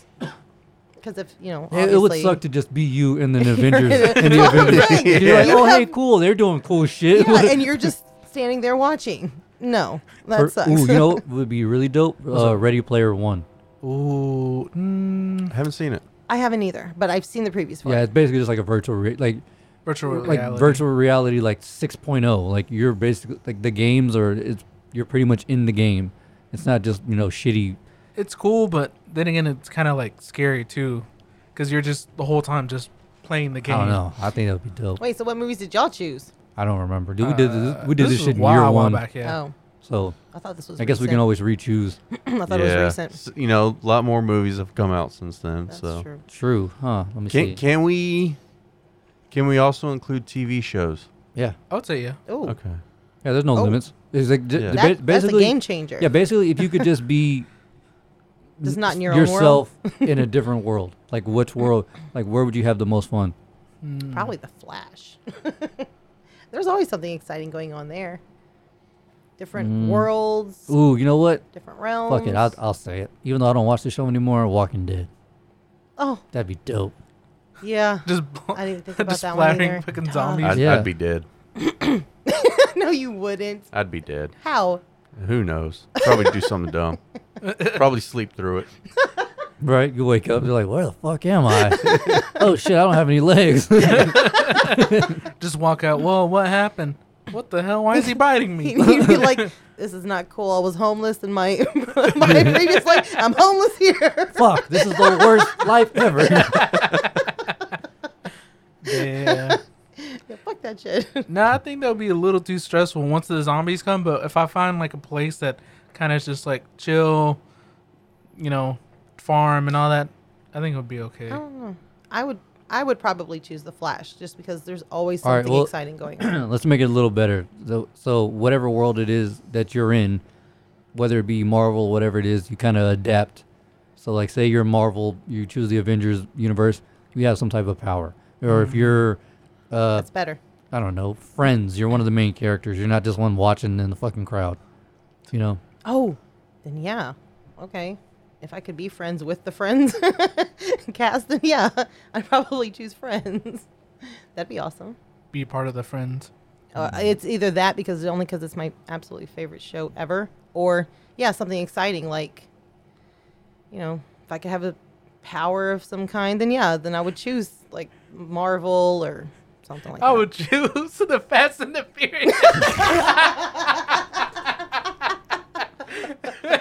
Speaker 3: Because if you know,
Speaker 1: it, it would
Speaker 3: obviously-
Speaker 1: suck to just be you in the Avengers.
Speaker 3: in
Speaker 1: In the
Speaker 3: That's what I'm
Speaker 1: Avengers.
Speaker 3: saying.
Speaker 1: You're like,
Speaker 3: You
Speaker 1: oh hey,
Speaker 3: have-
Speaker 1: cool. They're doing cool shit.
Speaker 3: Yeah, and you're just standing there watching. No, that
Speaker 1: Or-
Speaker 3: sucks.
Speaker 1: Ooh, you know, what would be really dope. Uh, Ready Player One.
Speaker 2: Ooh. Mm,
Speaker 4: I haven't seen it.
Speaker 3: I haven't either, but I've seen the previous one.
Speaker 1: Yeah, it's basically just like a virtual, re- like
Speaker 2: virtual reality.
Speaker 1: like virtual reality like 6.0 like you're basically like the games are it's you're pretty much in the game it's not just you know shitty
Speaker 2: it's cool, but then again, it's kind of like scary too, because you're just the whole time just playing the game.
Speaker 1: I don't know. I think that would be dope.
Speaker 3: Wait, so what movies did y'all choose?
Speaker 1: I don't remember. Dude, we did
Speaker 3: Uh,
Speaker 1: this, we did this,
Speaker 2: was
Speaker 1: shit
Speaker 2: a
Speaker 1: in
Speaker 2: while,
Speaker 1: year
Speaker 2: while
Speaker 1: one,
Speaker 2: Back, yeah.
Speaker 3: Oh,
Speaker 1: so
Speaker 3: I thought this was.
Speaker 1: I guess we can
Speaker 3: recent.
Speaker 1: always re-choose.
Speaker 3: I thought
Speaker 4: yeah.
Speaker 3: it was recent.
Speaker 4: S- You know, a lot more movies have come out since then.
Speaker 3: That's
Speaker 4: so
Speaker 3: true.
Speaker 1: True, huh? Let me see.
Speaker 4: can can we can we also include TV shows?
Speaker 1: yeah,
Speaker 2: I would say yeah.
Speaker 3: Oh,
Speaker 4: Okay.
Speaker 1: yeah. There's no
Speaker 3: Oh.
Speaker 1: limits. It's like j-
Speaker 4: Yeah.
Speaker 1: ba-
Speaker 4: That-
Speaker 3: that, that's a
Speaker 1: basically-
Speaker 3: game changer.
Speaker 1: Yeah, basically, if you could just be
Speaker 3: Just not in your own world.
Speaker 1: yourself in a different world, like which world, like where would you have the most fun?
Speaker 3: Probably the Flash. There's always something exciting going on there. Different worlds,
Speaker 1: Mm. Ooh, you know what?
Speaker 3: different realms.
Speaker 1: Fuck it, I'll, I'll say it. Even though I don't watch the show anymore, Walking Dead.
Speaker 3: oh
Speaker 1: That'd be dope.
Speaker 3: yeah.
Speaker 2: Just
Speaker 3: I didn't think about
Speaker 2: just
Speaker 3: that one
Speaker 2: splattering
Speaker 3: either.
Speaker 2: fucking
Speaker 3: Duh.
Speaker 2: zombies.
Speaker 4: I'd,
Speaker 1: Yeah.
Speaker 4: I'd be dead.
Speaker 3: no, you wouldn't.
Speaker 4: I'd be dead.
Speaker 3: How?
Speaker 4: Who knows? Probably do something dumb. Probably sleep through it.
Speaker 1: Right? You wake up, you're like, where the fuck am I? oh shit, I don't have any legs.
Speaker 2: Just walk out. Whoa, what happened? What the hell? Why is he biting me?
Speaker 3: You'd be like, "This is not cool. I was homeless in my my previous life. I'm homeless here."
Speaker 1: fuck, this is the worst life ever.
Speaker 2: yeah.
Speaker 3: Yeah, fuck that shit.
Speaker 2: No, I think that would be a little too stressful once the zombies come. But if I find like a place that kind of just like chill, you know, farm and all that, I think it would be okay.
Speaker 3: Oh. I would I would probably choose the Flash just because there's always
Speaker 1: All right,
Speaker 3: something
Speaker 1: well-
Speaker 3: exciting going on.
Speaker 1: Let's make it a little better. So, so whatever world it is that you're in, whether it be Marvel, whatever it is, you kind of adapt. So, like, say you're Marvel, you choose the Avengers universe, you have some type of power. Or if you're, uh,
Speaker 3: That's better.
Speaker 1: I don't know, Friends, you're one of the main characters. You're not just one watching in the fucking crowd. You know,
Speaker 3: Oh, then yeah. Okay. If I could be friends with the friends cast, then yeah, I'd probably choose friends. That'd be awesome.
Speaker 2: Be part of the friends.
Speaker 3: Uh, it's either that because only because it's my absolutely favorite show ever, or yeah, something exciting like, you know, if I could have a power of some kind, then yeah, then I would choose like Marvel or something like
Speaker 2: I
Speaker 3: that.
Speaker 2: would choose the Fast and the Furious.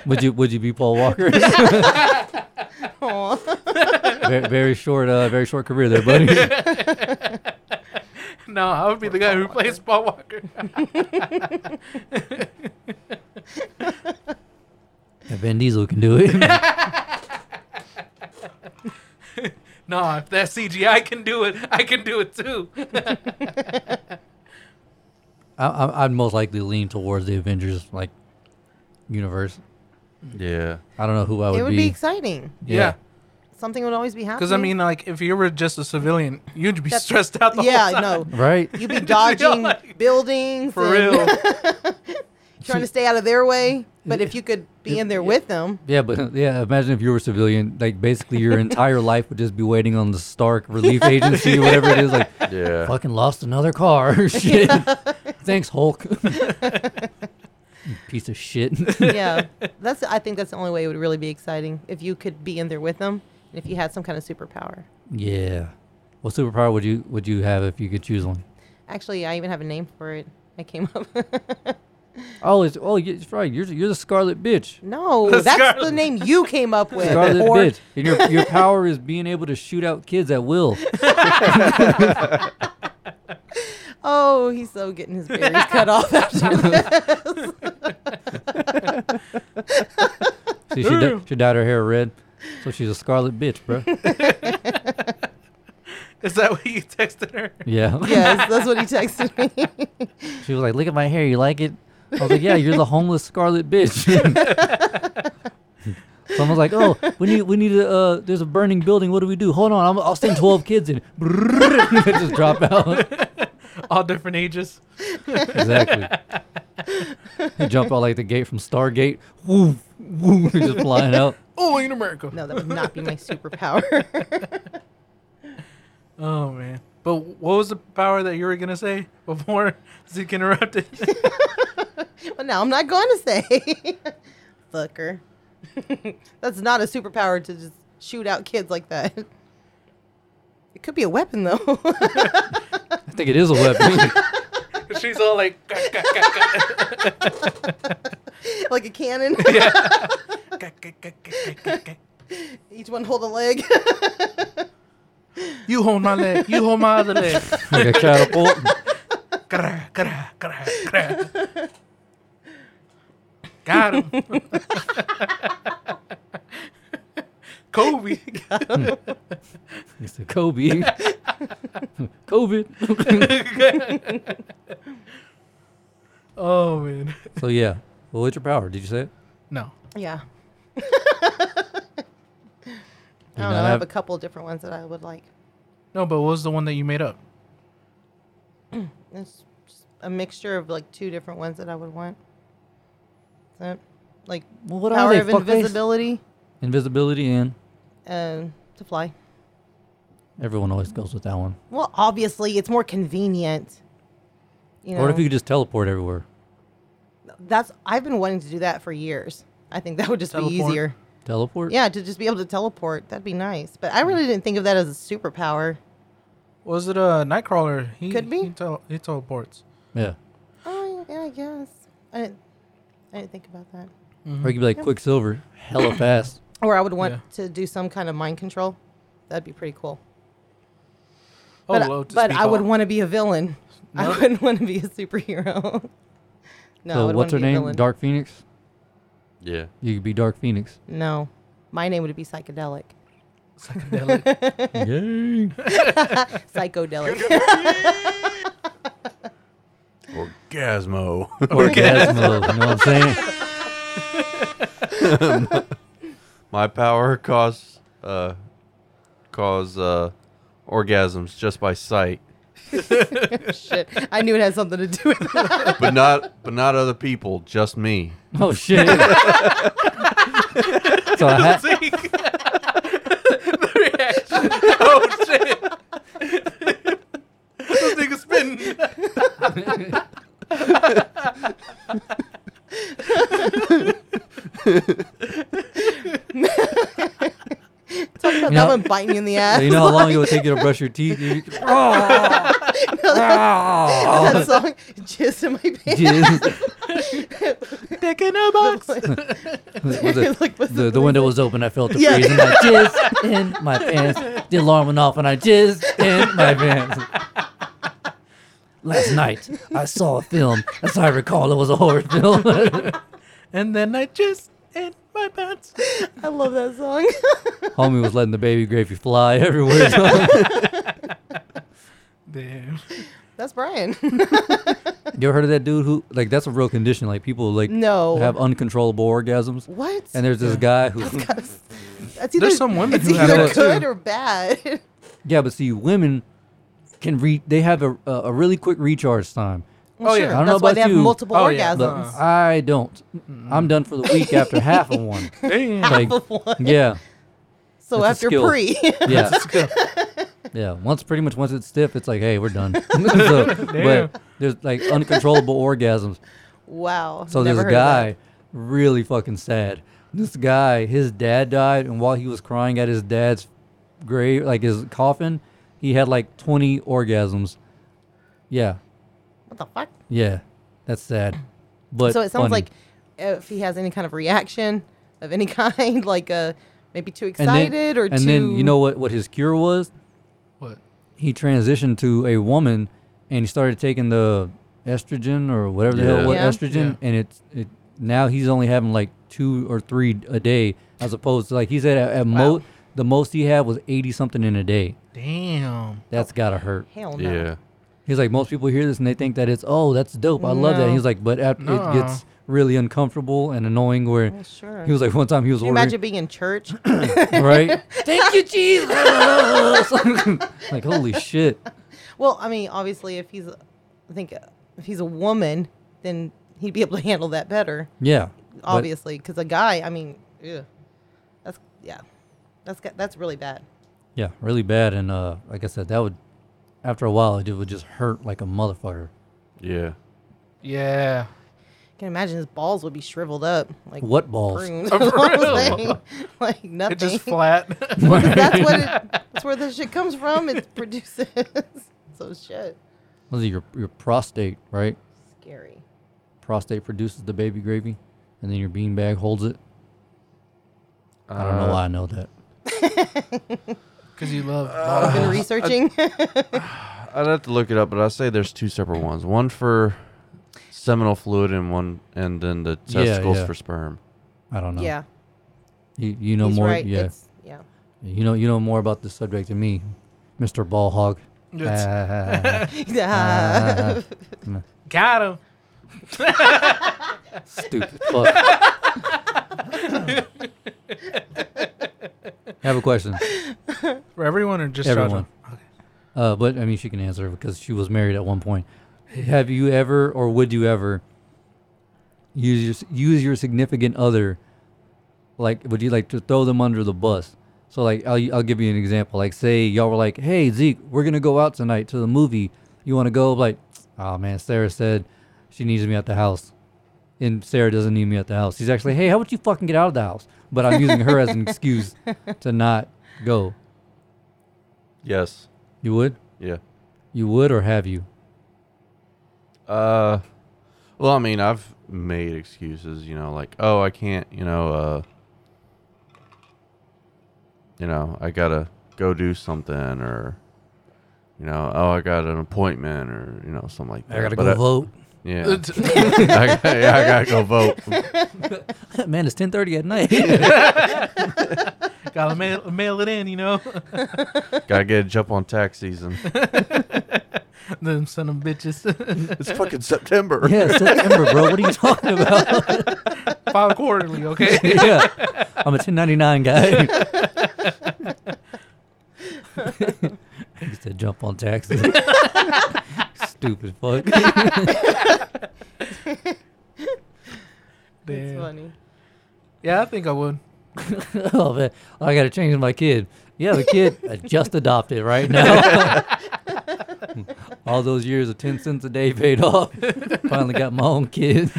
Speaker 1: would you would you be Paul Walker?
Speaker 3: Aw.
Speaker 1: very, very short, uh, very short career there, buddy.
Speaker 2: no, I would be the guy who plays Paul Walker.
Speaker 1: If Vin Diesel can do it.
Speaker 2: no, if that CGI can do it, I can do it too.
Speaker 1: I, I, I'd most likely lean towards the Avengers like universe.
Speaker 4: Yeah.
Speaker 1: I don't know who I would,
Speaker 3: it would be exciting.
Speaker 2: Yeah.
Speaker 3: Something would always be happening.
Speaker 2: Because I mean, like, if you were just a civilian, you'd be
Speaker 3: That's-
Speaker 2: stressed out the
Speaker 3: yeah,
Speaker 2: whole time.
Speaker 3: no,
Speaker 1: right.
Speaker 3: you'd be dodging
Speaker 2: like-
Speaker 3: buildings
Speaker 2: For
Speaker 3: and
Speaker 2: real.
Speaker 3: trying to stay out of their way. But if you could be in there with them,
Speaker 1: yeah, but yeah, imagine if you were a civilian. Like basically, your entire life would just be waiting on the Stark Relief Agency, whatever it is. Like,
Speaker 4: Yeah.
Speaker 1: fucking lost another car. shit. Thanks, Hulk. Piece of shit.
Speaker 3: yeah, that's. I think that's the only way it would really be exciting if you could be in there with them and if you had some kind of superpower.
Speaker 1: yeah. What superpower would you would you have if you could choose one?
Speaker 3: Actually, I even have a name for it. I came up.
Speaker 1: Oh, it's oh, yeah, it's right. You're you're the Scarlet Bitch.
Speaker 3: no, that's the
Speaker 2: Scarlet-
Speaker 3: name you came up with.
Speaker 1: Scarlet
Speaker 3: or
Speaker 1: Bitch. And your your power is being able to shoot out kids at will.
Speaker 3: oh, he's so getting his berries cut off after this.
Speaker 1: See, she, di- she dyed her hair red, so she's a scarlet bitch, bro.
Speaker 2: Is that what you texted her?
Speaker 1: Yeah.
Speaker 3: yes, that's what he texted me.
Speaker 1: She was like, "Look at my hair. You like it?" I was like, "Yeah, you're the homeless scarlet bitch." Someone's like, "Oh, we need we need a uh, there's a burning building. What do we do? Hold on, I'm, I'll send twelve kids in. They just drop out.
Speaker 2: All different ages.
Speaker 1: exactly. They jump out like the gate from Stargate. Woo, woo, they're just flying out.
Speaker 2: Oh, in America.
Speaker 3: No, that would not be my superpower.
Speaker 2: Oh man. But what was the power that you were gonna say before Zeke interrupted?
Speaker 3: but now I'm not going to say. Fucker. That's not a superpower to just shoot out kids like that. It could be a weapon, though.
Speaker 1: I think it is a weapon.
Speaker 2: She's all like, "Gah, gah, gah, gah."
Speaker 3: like a cannon. Each one hold a leg.
Speaker 2: you hold my leg. You hold my other leg.
Speaker 1: like a catapult.
Speaker 2: Grr, grr, grr, grr. Got him. Kobe.
Speaker 1: It's the Kobe. COVID.
Speaker 2: Oh man.
Speaker 1: so yeah. Well, what's your power? Did you say it?
Speaker 2: No.
Speaker 3: yeah. I
Speaker 1: You
Speaker 3: don't
Speaker 1: not
Speaker 3: know.
Speaker 1: have-
Speaker 3: I have a couple of different ones that I would like.
Speaker 2: No, but what was the one that you made up?
Speaker 3: It's just a mixture of like two different ones that I would want. Is that like
Speaker 1: Well, what
Speaker 3: power of
Speaker 1: fuckface?
Speaker 3: invisibility
Speaker 1: Invisibility and
Speaker 3: and to fly?
Speaker 1: everyone always goes with that one.
Speaker 3: Well, obviously, it's more convenient. You know,
Speaker 1: Or if you could just teleport everywhere.
Speaker 3: that's I've been wanting to do that for years. I think that would just be
Speaker 2: Teleport.
Speaker 3: easier.
Speaker 1: Teleport?
Speaker 3: Yeah, to just be able to teleport, that'd be nice. But I
Speaker 2: Hmm.
Speaker 3: really didn't think of that as a superpower.
Speaker 2: Was it a Nightcrawler? He,
Speaker 3: Could be.
Speaker 2: He, tele- he teleports.
Speaker 1: Yeah.
Speaker 3: Oh, yeah, I guess. I didn't, I didn't think about that.
Speaker 1: Or you could be like Quicksilver, hella fast.
Speaker 3: Or I would want
Speaker 2: Yeah.
Speaker 3: to do some kind of mind control. That'd be pretty cool.
Speaker 2: Oh,
Speaker 3: but
Speaker 2: well, to
Speaker 3: but
Speaker 2: speak
Speaker 3: I would
Speaker 2: on.
Speaker 3: want to be a villain. I
Speaker 2: No.
Speaker 3: wouldn't want to be a superhero. no, I
Speaker 1: so
Speaker 3: would
Speaker 1: what's her
Speaker 3: wanna be a
Speaker 1: name?
Speaker 3: villain.
Speaker 1: Dark Phoenix?
Speaker 4: Yeah.
Speaker 1: You could be Dark Phoenix.
Speaker 3: No, my name would be psychedelic.
Speaker 2: Psychedelic.
Speaker 1: Yay.
Speaker 3: Psychedelic.
Speaker 4: Orgasmo.
Speaker 1: Orgasmo. you know what I'm saying?
Speaker 4: My power cause uh cause uh orgasms just by sight.
Speaker 3: Shit, I knew it had something to do with that.
Speaker 4: But not but not other people, just me.
Speaker 1: Oh shit. so I had
Speaker 2: oh shit. this nigga spitting.
Speaker 3: that
Speaker 1: know-
Speaker 3: one bite me in the ass.
Speaker 1: you know how long it would take you to brush your teeth? You Oh.
Speaker 3: that song, jizz in my pants.
Speaker 1: Jeez.
Speaker 2: Dick in a box.
Speaker 1: Was- was it-
Speaker 3: Like, what's
Speaker 1: the, the window was open. I felt the
Speaker 3: Yeah.
Speaker 1: breeze, and I jizzed in my pants. The alarm went off, and I jizzed in my pants. Last night, I saw a film. As I recall, it was a horror film.
Speaker 2: and then I just in my pants.
Speaker 3: I love that song.
Speaker 1: Homie was letting the baby gravy fly everywhere.
Speaker 2: Damn.
Speaker 3: That's Brian.
Speaker 1: you ever heard of that dude who, like, that's a real condition. Like, people, like,
Speaker 3: No.
Speaker 1: have uncontrollable orgasms.
Speaker 3: what?
Speaker 1: And there's this guy who,
Speaker 3: That's either,
Speaker 2: There's some women
Speaker 3: it's
Speaker 2: who have
Speaker 3: either
Speaker 2: that
Speaker 3: good
Speaker 2: too.
Speaker 3: or
Speaker 1: Oh,
Speaker 3: bad.
Speaker 1: yeah, but see, women can reach, they have a, a, a really quick recharge time.
Speaker 3: Well,
Speaker 2: Oh, yeah. I
Speaker 1: don't know
Speaker 3: that's why
Speaker 1: about
Speaker 3: they have
Speaker 1: you.
Speaker 3: multiple
Speaker 2: Oh, yeah.
Speaker 3: orgasms.
Speaker 1: But I don't. I'm done for the week after half of one.
Speaker 2: Damn.
Speaker 1: Like, yeah.
Speaker 3: so
Speaker 1: that's a
Speaker 3: after
Speaker 1: skill.
Speaker 3: pre,
Speaker 1: Yeah. yeah. Once pretty much once it's stiff, it's like, hey, we're done. So,
Speaker 2: Damn.
Speaker 1: but there's like uncontrollable orgasms.
Speaker 3: wow.
Speaker 1: So
Speaker 3: never
Speaker 1: there's a
Speaker 3: heard of that.
Speaker 1: guy really fucking sad. This guy, his dad died, and while he was crying at his dad's grave, like his coffin, he had like 20 orgasms. Yeah.
Speaker 3: What the fuck?
Speaker 1: Yeah. That's sad. But
Speaker 3: so it sounds
Speaker 1: funny.
Speaker 3: like if he has any kind of reaction of any kind, like uh, maybe too
Speaker 1: And then-
Speaker 3: excited or
Speaker 1: and
Speaker 3: too.
Speaker 1: then you know what what his cure was?
Speaker 2: What?
Speaker 1: he transitioned to a woman and he started taking the estrogen or whatever the hell
Speaker 4: Yeah.
Speaker 1: what
Speaker 3: Yeah.
Speaker 1: estrogen
Speaker 2: Yeah.
Speaker 1: and it's it now he's only having like two or three a day as opposed to like he said at, at most the most he had was 80 something in a day
Speaker 2: Damn.
Speaker 1: that's gotta hurt
Speaker 3: Hell no.
Speaker 4: Yeah.
Speaker 1: he's like most people hear this and they think that it's oh that's dope i love that
Speaker 3: No.
Speaker 1: he's like but after
Speaker 2: No.
Speaker 1: it gets really uncomfortable and annoying where
Speaker 3: Well, sure.
Speaker 1: he was like one time he was
Speaker 3: Can you
Speaker 1: ordering
Speaker 3: imagine being in church?
Speaker 1: right thank you jesus like holy shit
Speaker 3: well, I mean, obviously, if he's, I think, uh, if he's a woman, then he'd be able to handle that better,
Speaker 1: yeah But-
Speaker 3: obviously, because a guy, I mean, ugh, that's yeah, that's got- that's really bad.
Speaker 1: Yeah, really bad. And uh, like I said, that would, after a while, it would just hurt like a motherfucker.
Speaker 4: Yeah.
Speaker 2: Yeah.
Speaker 3: can imagine his balls would be shriveled up. Like
Speaker 1: What balls?
Speaker 3: prunes.
Speaker 2: Oh, for
Speaker 3: Like-
Speaker 2: real?
Speaker 3: like nothing.
Speaker 2: It's just flat.
Speaker 3: that's what it, that's where this shit comes from. It produces so shit.
Speaker 1: Was it your your prostate, right?
Speaker 3: Scary.
Speaker 1: Prostate produces the baby gravy, and then your beanbag holds it. I don't
Speaker 3: Uh,
Speaker 1: know why I know that.
Speaker 2: Because you love.
Speaker 1: Ah,
Speaker 3: I've been researching.
Speaker 4: I'd have to look it up, but I say there's two separate ones. One for seminal fluid, and one, and then the
Speaker 1: Yeah,
Speaker 4: testicles
Speaker 1: yeah.
Speaker 4: for sperm.
Speaker 1: I don't know.
Speaker 3: yeah.
Speaker 1: You, you know
Speaker 3: he's
Speaker 1: more.
Speaker 3: right.
Speaker 1: Yeah.
Speaker 3: It's, yeah.
Speaker 1: You know you know more about the subject than me, Mister Ball Hog.
Speaker 3: Yeah.
Speaker 1: Ah.
Speaker 2: Got him.
Speaker 1: Stupid fuck. Have a question,
Speaker 2: For everyone or just
Speaker 1: everyone.
Speaker 2: Shadron?
Speaker 1: Uh, but I mean, she can answer because she was married at one point. Have you ever, or would you ever, use your s- use your significant other? Like, would you like to throw them under the bus? So, like, I'll I'll give you an example. Like, say y'all were like, "Hey Zeke, we're gonna go out tonight to the movie. You want to go?" Like, oh man, Sarah said she needs me at the house, and Sarah doesn't need me at the house. He's actually, "Hey, how about you fucking get out of the house?" But I'm using her as an excuse to not go.
Speaker 4: Yes.
Speaker 1: You would,
Speaker 4: Yeah.
Speaker 1: you would, or have you?
Speaker 4: Uh, well, I mean, I've made excuses, you know, like, oh, I can't, you know, uh, you know, I gotta go do something, or, you know, oh, I got an appointment, or you know, something like that. But
Speaker 1: vote.
Speaker 4: Yeah, I, gotta- yeah, I gotta go vote.
Speaker 1: Man, it's ten thirty at night.
Speaker 2: Gotta mail, mail it in, you know?
Speaker 4: gotta get a jump on tax season.
Speaker 2: Them son of bitches.
Speaker 4: It's fucking September.
Speaker 1: yeah, it's September, bro. What are you talking about?
Speaker 2: File quarterly, okay?
Speaker 1: yeah, I'm a ten ninety nine guy. Used to jump on taxes. Stupid fuck.
Speaker 3: It's
Speaker 2: Damn.
Speaker 3: funny.
Speaker 2: Yeah, I think I would.
Speaker 1: oh man, I gotta change my kid. Yeah, the kid I just adopted right now. All those years of ten cents a day paid off. Finally got my own kid.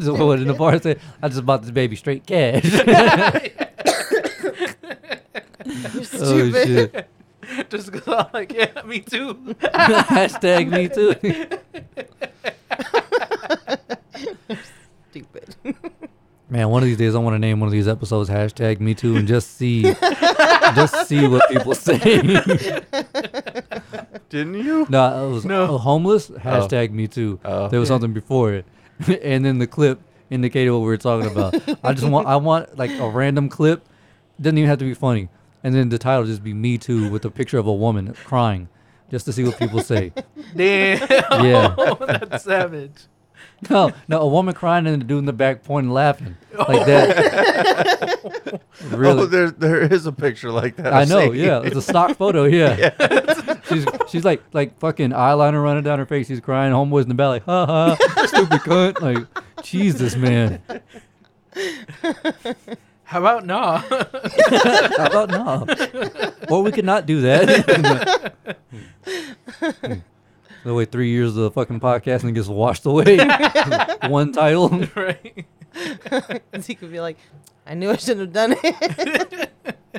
Speaker 1: so what in the bar said, I just bought this baby straight cash. oh
Speaker 3: stupid.
Speaker 1: shit!
Speaker 2: Just because I'm like, yeah, me too.
Speaker 1: Hashtag me too.
Speaker 3: Stupid.
Speaker 1: Man, one of these days I want to name one of these episodes hashtag me too and just see just see what people say.
Speaker 4: Didn't you?
Speaker 1: no, it was
Speaker 2: No.
Speaker 1: oh, homeless hashtag me too.
Speaker 4: Oh.
Speaker 1: There was something before it. and then the clip indicated what we were talking about. I just want I want like a random clip. Doesn't even have to be funny. And then the title just be me too with a picture of a woman crying. Just to see what people say.
Speaker 2: Damn.
Speaker 1: Yeah.
Speaker 2: That's savage.
Speaker 1: No, no, a woman crying and the dude in the back pointing laughing. Like that. really
Speaker 4: Oh, there, there is a picture like that.
Speaker 1: I know,
Speaker 4: see.
Speaker 1: yeah. It's a stock photo, yeah. she's she's like like fucking eyeliner running down her face. She's crying. Homeboys in the back, like, ha ha, stupid cunt. Like, Jesus, man.
Speaker 2: How about nah?
Speaker 1: How about no? Or we could not do that. the way three years of the fucking podcast and it gets washed away. One title.
Speaker 2: right?
Speaker 3: he could be like, I knew I shouldn't have done it.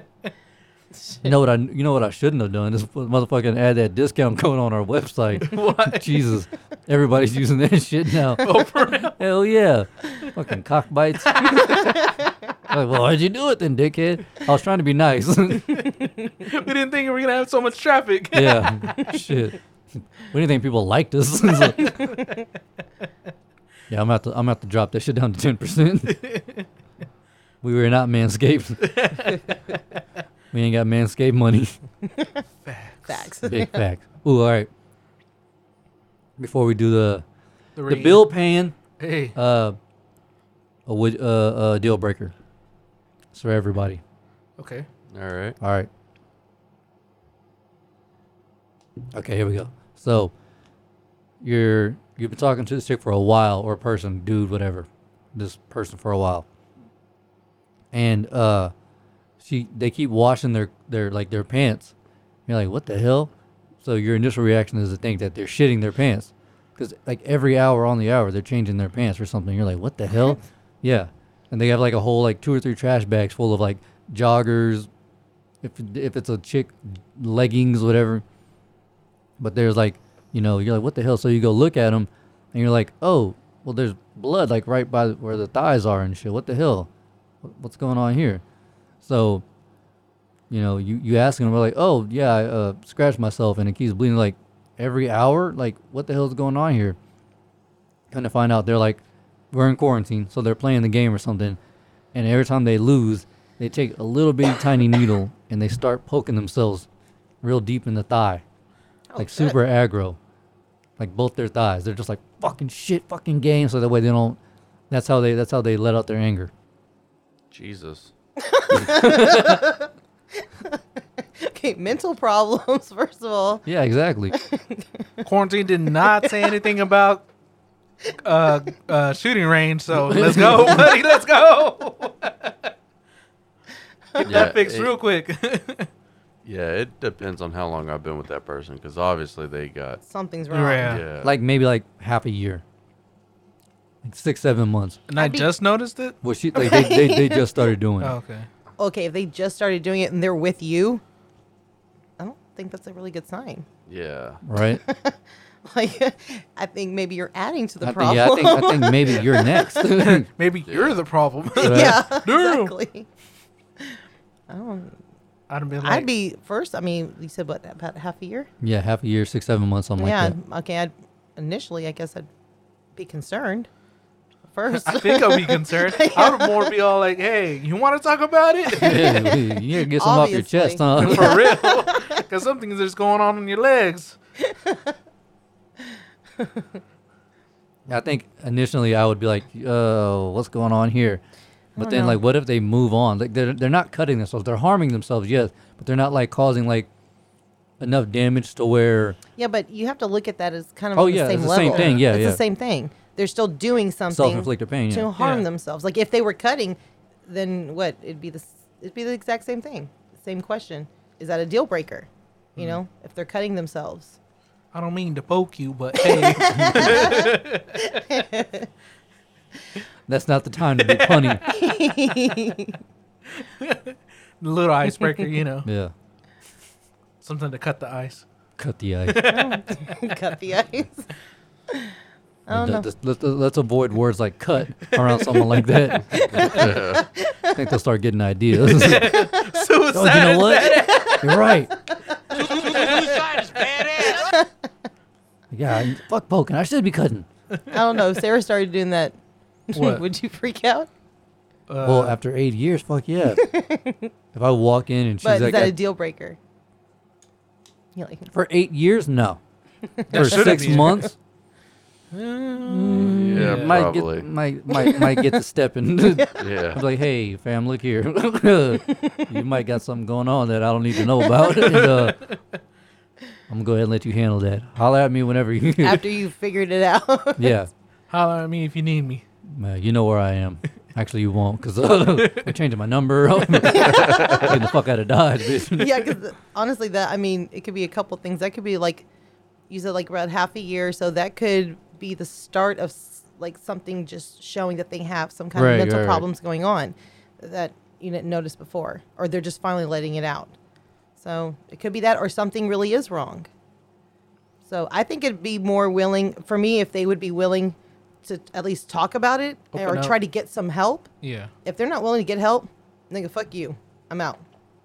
Speaker 1: You know what I? You know what I shouldn't have done is put- motherfucking add that discount code on our website.
Speaker 2: What?
Speaker 1: Jesus, everybody's using that shit now.
Speaker 2: Oh, for real?
Speaker 1: Hell yeah. Fucking cock bites. like, well, why'd you do it then, dickhead? I was trying to be nice.
Speaker 2: We didn't think we were going to have so much traffic.
Speaker 1: yeah. Shit. What do you think people liked us? It's like- yeah, I'm out to I'm out to drop that shit down to ten percent. we were not manscaped. we ain't got manscaped money.
Speaker 3: Facts.
Speaker 1: Big fact. Ooh, all right. Before we do the the
Speaker 2: rain.
Speaker 1: bill paying
Speaker 2: Hey.
Speaker 1: uh, a would uh, uh, deal breaker. It's for everybody.
Speaker 2: okay.
Speaker 4: All right.
Speaker 1: All right. Okay, here we go. So, you're you've been talking to this chick for a while, or a person, dude, whatever, this person for a while, and uh, she they keep washing their their like their pants. You're like, what the hell? So your initial reaction is to think that they're shitting their pants, because like every hour on the hour they're changing their pants or something. You're like, what the hell? Yeah, and they have like a whole like two or three trash bags full of like joggers, if if it's a chick leggings whatever but there's like you know you're like what the hell so you go look at them and you're like oh well, there's blood like right by where the thighs are and shit. What the hell? Wh- What's going on here? So, you know, you, you ask them, we're like, oh, yeah, I uh, scratched myself and it keeps bleeding like every hour. Like, what the hell's going on here? Come to find out, they're like, we're in quarantine, so they're playing the game or something. And every time they lose, they take a little bitty tiny needle and they start poking themselves real deep in the thigh like
Speaker 3: shit.
Speaker 1: super aggro, like both their thighs. They're just like fucking shit, fucking game. So that way they don't. That's how they. That's how they let out their anger.
Speaker 4: Jesus.
Speaker 3: Okay, mental problems, first of all.
Speaker 1: Yeah, exactly.
Speaker 2: Quarantine did not say anything about uh, uh, shooting range, so let's go, buddy. Let's go.
Speaker 4: Get
Speaker 1: Uh,
Speaker 2: That fixed real quick.
Speaker 4: Yeah, it depends on how long I've been with that person because obviously they got.
Speaker 3: Something's wrong.
Speaker 2: Yeah.
Speaker 4: Yeah.
Speaker 1: like maybe like half a year, like six seven months.
Speaker 2: and I
Speaker 3: be-
Speaker 2: just noticed it.
Speaker 1: Well, she like they, they, they just started doing.
Speaker 2: Oh,
Speaker 1: it.
Speaker 2: okay.
Speaker 3: Okay, if they just started doing it and they're with you, I don't think that's a really good sign.
Speaker 4: Yeah.
Speaker 1: Right?
Speaker 3: Like, I think maybe you're adding to the
Speaker 1: I think,
Speaker 3: problem.
Speaker 1: yeah, I think, I think maybe you're next. uh,
Speaker 2: Maybe you're the problem.
Speaker 3: yeah,
Speaker 2: Damn.
Speaker 3: exactly.
Speaker 2: I'd have been like,
Speaker 3: I'd be first. I mean, you said what about half a year?
Speaker 1: yeah, half a year, six seven months, something
Speaker 3: yeah.
Speaker 1: like that.
Speaker 3: Okay. I'd, initially, I guess I'd be concerned first.
Speaker 2: I think I'd be concerned. I would more be all like, "Hey, you want to talk about it?"
Speaker 1: Yeah, you gotta get some off your chest, huh?
Speaker 2: For real, because something's just going on in your legs.
Speaker 1: I think initially I would be like, "Oh, what's going on here?" But
Speaker 3: don't
Speaker 1: then,
Speaker 3: know.
Speaker 1: like, what if they move on? Like, they're they're not cutting themselves; they're harming themselves, yes, but they're not like causing like enough damage to where
Speaker 3: yeah, but you have to look at that as kind of
Speaker 1: Oh,
Speaker 3: on the
Speaker 1: yeah,
Speaker 3: same
Speaker 1: it's the
Speaker 3: level.
Speaker 1: same thing, yeah,
Speaker 3: it's
Speaker 1: yeah.
Speaker 3: the same thing. They're still doing something
Speaker 1: Self-inflicted pain,
Speaker 3: to
Speaker 1: yeah.
Speaker 3: harm
Speaker 2: Yeah.
Speaker 3: themselves. Like if they were cutting, then what? It'd be the s- it'd be the exact same thing. Same question: Is that a deal breaker? You
Speaker 1: Hmm.
Speaker 3: know, if they're cutting themselves.
Speaker 2: I don't mean to poke you, but hey,
Speaker 1: that's not the time to be funny.
Speaker 2: little icebreaker, you know,
Speaker 1: yeah,
Speaker 2: something to cut the ice.
Speaker 1: cut the
Speaker 3: Oh,
Speaker 1: eye.
Speaker 3: Cut the ice.
Speaker 1: Oh, let's, let's avoid words like "cut" around someone like that. I think they'll start getting ideas.
Speaker 2: Suicide.
Speaker 1: oh, you know what? You're right. Yeah, and fuck poking. I should be cutting.
Speaker 3: I don't know. If Sarah started doing that,
Speaker 2: What?
Speaker 3: would you freak out?
Speaker 1: Well, after eight years, fuck yeah. if I walk in and she's
Speaker 3: But
Speaker 1: like,
Speaker 3: is that
Speaker 1: "I-
Speaker 3: a deal breaker? You're like,
Speaker 1: for eight years, no. For
Speaker 2: shouldn't
Speaker 1: six
Speaker 2: be.
Speaker 1: months,
Speaker 4: Yeah,
Speaker 1: might
Speaker 4: probably.
Speaker 1: get might might might get the step in. I'm
Speaker 4: yeah.
Speaker 1: like, hey, fam, look here, you might got something going on that I don't need to know about. and, uh, I'm gonna go ahead and let you handle that. Holler at me whenever you.
Speaker 3: after you figured it out.
Speaker 1: yeah,
Speaker 2: Holler at me if you need me.
Speaker 1: Uh, you know where I am. Actually, you won't, cause uh, I'm changing my number. Getting the fuck out of Dodge, bitch.
Speaker 3: yeah, because honestly, that I mean, it could be a couple things. That could be like, you said like about half a year, so that could be the start of s- like something just showing that they have some kind
Speaker 1: Right,
Speaker 3: of mental
Speaker 1: right, right.
Speaker 3: problems going on that you didn't notice before, or they're just finally letting it out. So it could be that, or something really is wrong. So I think it'd be more willing for me if they would be willing to at least talk about it or
Speaker 2: Open up.
Speaker 3: try to get some help
Speaker 2: Yeah.
Speaker 3: if they're not willing to get help, nigga, fuck you. I'm out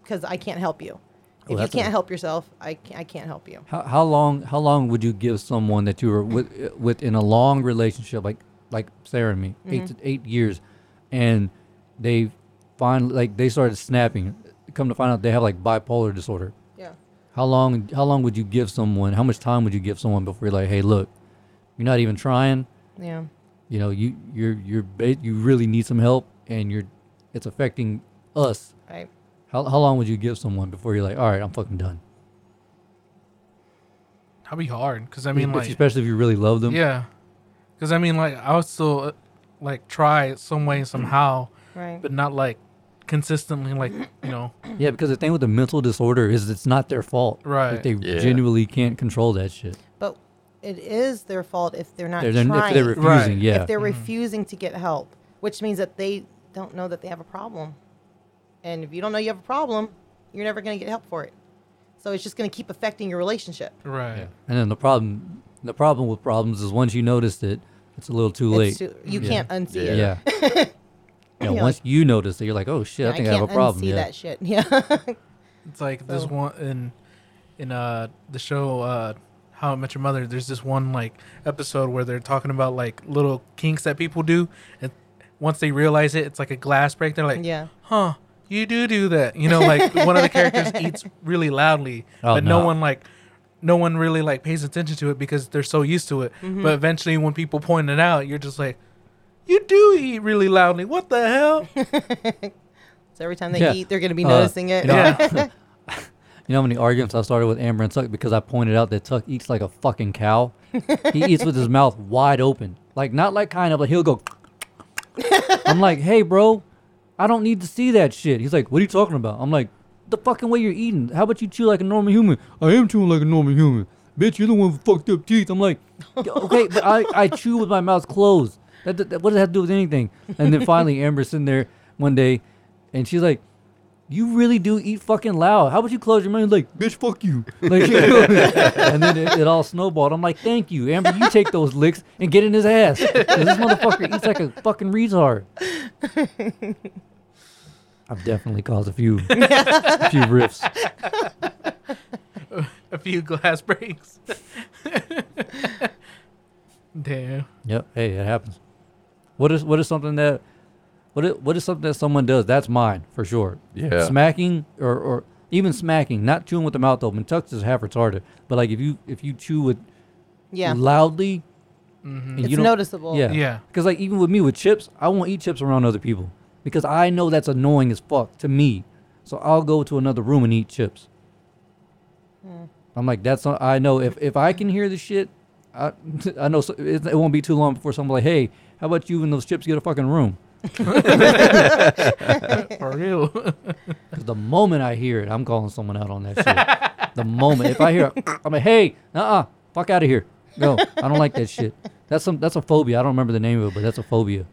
Speaker 3: because I can't help you. If you
Speaker 1: that's a-
Speaker 3: can't help yourself, I can't, I can't help you.
Speaker 1: How, how long how long would you give someone that you were with, uh, with in a long relationship like like Sarah and me eight to eight years, and they find like they started snapping. Come to find out they have like bipolar disorder.
Speaker 3: Yeah.
Speaker 1: How long how long would you give someone? How much time would you give someone before you're like, hey, look, you're not even trying.
Speaker 3: Yeah.
Speaker 1: You know, you you're you're ba- you really need some help, and you're it's affecting us.
Speaker 3: Right.
Speaker 1: How how long would you give someone before you're like, all right, I'm fucking done?
Speaker 2: That'd be hard, because I
Speaker 1: I
Speaker 2: mean,
Speaker 1: mean,
Speaker 2: like,
Speaker 1: especially if you really love them.
Speaker 2: yeah, because I mean, like, I would still uh, like try some way somehow,
Speaker 3: Right.
Speaker 2: but not like consistently, like you know,
Speaker 1: Yeah, because the thing with the mental disorder is it's not their fault.
Speaker 2: Right.
Speaker 1: Like they
Speaker 4: Yeah.
Speaker 1: genuinely can't control that shit.
Speaker 3: But it is their fault if they're not
Speaker 1: They're, they're,
Speaker 3: trying.
Speaker 1: if they're refusing,
Speaker 2: Right. If
Speaker 1: yeah. Mm-hmm.
Speaker 3: If they're refusing to get help, which means that they don't know that they have a problem. And if you don't know you have a problem, you're never going to get help for it. So it's just going to keep affecting your relationship.
Speaker 2: right.
Speaker 1: and then the problem the problem with problems is once you notice it, it's a little too
Speaker 3: It's
Speaker 1: late.
Speaker 3: too, you
Speaker 1: Yeah.
Speaker 3: can't uh, unsee it.
Speaker 1: yeah. yeah.
Speaker 3: like-
Speaker 1: Once you notice it, you're like, oh shit,
Speaker 3: Yeah,
Speaker 1: I think I,
Speaker 3: can't
Speaker 1: have a problem.
Speaker 3: unsee
Speaker 1: Yeah.
Speaker 3: that shit. Yeah.
Speaker 2: It's like this
Speaker 3: So-
Speaker 2: one in in uh the show uh How I Met Your Mother. There's this one like episode where they're talking about like little kinks that people do, and once they realize it, it's like a glass break. They're like,
Speaker 3: yeah.
Speaker 2: huh, you do do that. You know, like one of the characters eats really loudly,
Speaker 1: Oh,
Speaker 2: but no.
Speaker 1: no.
Speaker 2: one like no one really like pays attention to it because they're so used to it.
Speaker 3: Mm-hmm.
Speaker 2: But eventually, when people point it out, you're just like. You do eat really loudly. What the hell?
Speaker 3: So every time they
Speaker 1: Yeah.
Speaker 3: eat, they're going to be
Speaker 1: Uh,
Speaker 3: noticing it.
Speaker 1: you know,
Speaker 2: Yeah.
Speaker 1: You know how many arguments I started with Amber and Tuck because I pointed out that Tuck eats like a fucking cow. he eats with his mouth wide open, like not like kind of, but he'll go. I'm like, hey, bro, I don't need to see that shit. He's like, what are you talking about? I'm like, the fucking way you're eating. How about you chew like a normal human? I am chewing like a normal human. Bitch, you're the one with fucked up teeth. I'm like, "Yeah, okay, but I, I chew with my mouth closed. That, that, what does that have to do with anything? And then finally, Amber's sitting there one day, and she's like, you really do eat fucking loud. How about you close your mouth and like, bitch, fuck you. Like, and then it, it all snowballed. I'm like, thank you, Amber. You take those licks and get in his ass. 'Cause This motherfucker eats like a fucking retard. I've definitely caused a few, a few riffs.
Speaker 2: a few glass breaks. Damn.
Speaker 1: Yep. Hey, it happens. What is what is something that, what is, what is something that someone does? That's mine for sure.
Speaker 4: Yeah.
Speaker 1: Smacking or or even smacking, not chewing with the mouth open. Tux is half retarded, but like if you if you chew with
Speaker 3: Yeah.
Speaker 1: loudly. and
Speaker 3: It's
Speaker 1: you don't-
Speaker 3: noticeable.
Speaker 1: Yeah.
Speaker 2: Yeah.
Speaker 1: Because like even with me with chips, I won't eat chips around other people because I know that's annoying as fuck to me. So I'll go to another room and eat chips.
Speaker 3: Hmm.
Speaker 1: I'm like that's not, I know if if I can hear this shit, I I know so, it, it won't be too long before someone like hey how about you and those chips get a fucking room
Speaker 2: For real.
Speaker 1: because the moment I hear it I'm calling someone out on that shit. the moment if I hear it, I'm like hey uh uh fuck out of here no I don't like that shit that's some that's a phobia I don't remember the name of it but that's a phobia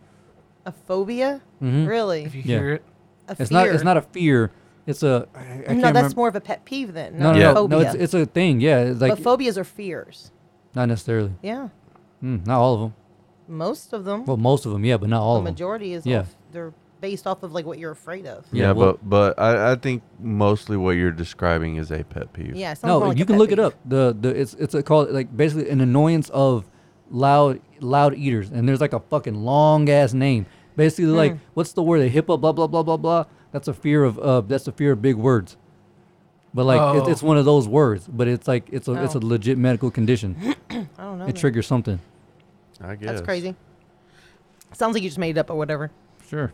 Speaker 3: A phobia? Really?
Speaker 2: if you
Speaker 1: Yeah.
Speaker 2: hear it.
Speaker 3: A
Speaker 1: Mm-hmm. It's
Speaker 3: fear.
Speaker 1: not. It's not a fear. It's a. I, I can't
Speaker 3: No, that's
Speaker 1: remember.
Speaker 3: more of a pet peeve then.
Speaker 1: No,
Speaker 3: not
Speaker 1: no,
Speaker 3: a
Speaker 4: Yeah.
Speaker 1: no, no.
Speaker 3: phobia.
Speaker 1: It's, it's a thing. Yeah, it's like
Speaker 3: but phobias are fears.
Speaker 1: not necessarily.
Speaker 3: Yeah.
Speaker 1: Mm, not all of them.
Speaker 3: Most of them.
Speaker 1: Well, most of them. Yeah, but not all
Speaker 3: the
Speaker 1: of them.
Speaker 3: majority is
Speaker 1: Yeah.
Speaker 3: off, they're based off of like what you're afraid of.
Speaker 1: Yeah,
Speaker 4: Yeah,
Speaker 1: well-
Speaker 4: but but I, I think mostly what you're describing is a pet peeve.
Speaker 3: Yeah. something
Speaker 1: No,
Speaker 3: like
Speaker 1: you
Speaker 3: a
Speaker 1: can
Speaker 3: pet
Speaker 1: look it
Speaker 3: peeve.
Speaker 1: up. The the it's it's a called like basically an annoyance of loud loud eaters, and there's like a fucking long ass name. Basically,
Speaker 3: Hmm.
Speaker 1: like what's the word? A hippo? Blah blah blah blah blah. That's a fear of uh. That's a fear of big words. But like it's
Speaker 2: Oh.
Speaker 1: it's one of those words. But it's like it's a it's
Speaker 3: Oh.
Speaker 1: a legit medical condition.
Speaker 3: I don't know.
Speaker 1: it
Speaker 3: man.
Speaker 1: triggers something.
Speaker 4: I guess
Speaker 3: That's crazy. Sounds like you just made it up or whatever.
Speaker 1: Sure.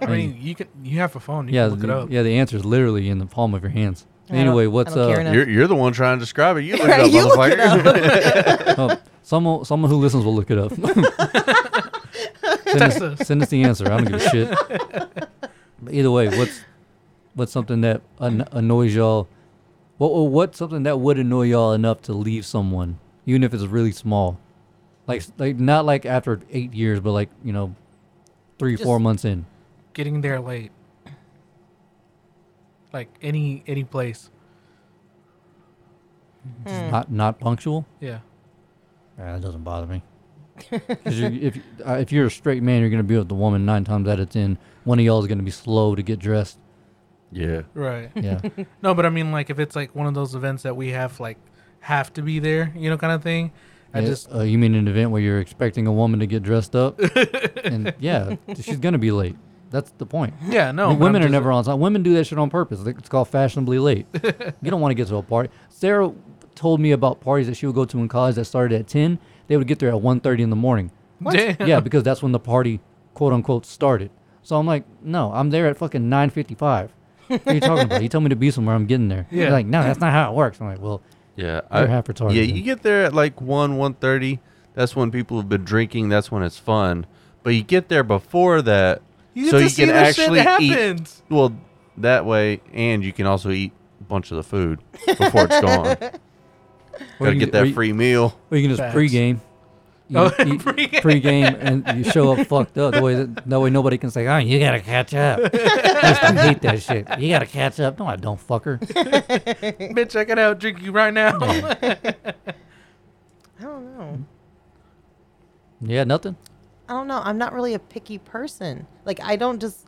Speaker 2: I mean, you can. You have a phone. You
Speaker 1: Yeah,
Speaker 2: can look
Speaker 1: the,
Speaker 2: it up.
Speaker 1: yeah. The answer is literally in the palm of your hands.
Speaker 3: I don't-
Speaker 1: Anyway,
Speaker 3: I
Speaker 1: what's
Speaker 3: don't care
Speaker 1: uh,
Speaker 3: enough.
Speaker 4: You're, you're the one trying to describe it. You look it
Speaker 3: Right,
Speaker 4: up,
Speaker 3: you look it
Speaker 4: motherfucker.
Speaker 1: oh, someone someone who listens will look it up. send, us, send us the answer. I don't give a shit. But either way, what's what's something that an- annoys y'all? What what- what's something that would annoy y'all enough to leave someone, even if it's really small, like like not like after eight years, but like you know, three four
Speaker 3: Just-
Speaker 1: months in.
Speaker 2: Getting there late. Like any any place.
Speaker 1: Just Not not punctual.
Speaker 2: Yeah.
Speaker 1: Yeah, that doesn't bother me. 'Cause you- if uh, if you're a straight man, you're gonna be with the woman nine times out of ten. One of y'all is gonna be slow to get dressed.
Speaker 4: Yeah.
Speaker 2: Right.
Speaker 1: Yeah,
Speaker 2: no, but I mean, like if it's like one of those events that we have like have to be there, you know, kind of thing. I
Speaker 1: Yeah,
Speaker 2: just
Speaker 1: uh, you mean an event where you're expecting a woman to get dressed up, and yeah, she's gonna be late. That's the point.
Speaker 2: yeah no. but
Speaker 1: women
Speaker 2: I'm
Speaker 1: are
Speaker 2: just-
Speaker 1: never on time. Women do that shit on purpose. Like, It's called fashionably late. you don't want to get to a party. Sarah told me about parties that she would go to in college that started at ten. They would get there at 1.30 in the morning.
Speaker 2: Damn.
Speaker 1: yeah, because that's when the party, quote unquote, started. So I'm like, no, I'm there at fucking 9:55. What are you talking about? You told me to be somewhere. I'm getting there. You're
Speaker 2: Yeah.
Speaker 1: like, no, that's not how it works. I'm like, well,
Speaker 4: Yeah.
Speaker 1: You're half retarded,
Speaker 4: Yeah,
Speaker 1: then.
Speaker 4: you get there at like one one thirty. That's when people have been drinking. That's when it's fun. But you get there before that,
Speaker 2: You get
Speaker 4: so
Speaker 2: to
Speaker 4: you
Speaker 2: see
Speaker 4: can
Speaker 2: the shit
Speaker 4: actually
Speaker 2: that
Speaker 4: eat.
Speaker 2: happens.
Speaker 4: Well, that way, and you can also eat a bunch of the food before it's gone.
Speaker 1: Or
Speaker 4: Gotta
Speaker 1: you-
Speaker 4: get
Speaker 1: or
Speaker 4: that
Speaker 1: you-
Speaker 4: free meal.
Speaker 1: or you can just
Speaker 2: Facts.
Speaker 1: pregame. You
Speaker 2: Oh,
Speaker 1: eat
Speaker 2: pregame.
Speaker 1: pregame, and you show up fucked up. The way that, that way nobody can say, oh, you gotta catch up. I used to hate that shit. You gotta catch up. No, I don't, fucker.
Speaker 2: Bitch, I could out drink you right now.
Speaker 3: I don't know.
Speaker 1: Yeah, nothing.
Speaker 3: I don't know. I'm not really a picky person. Like I don't just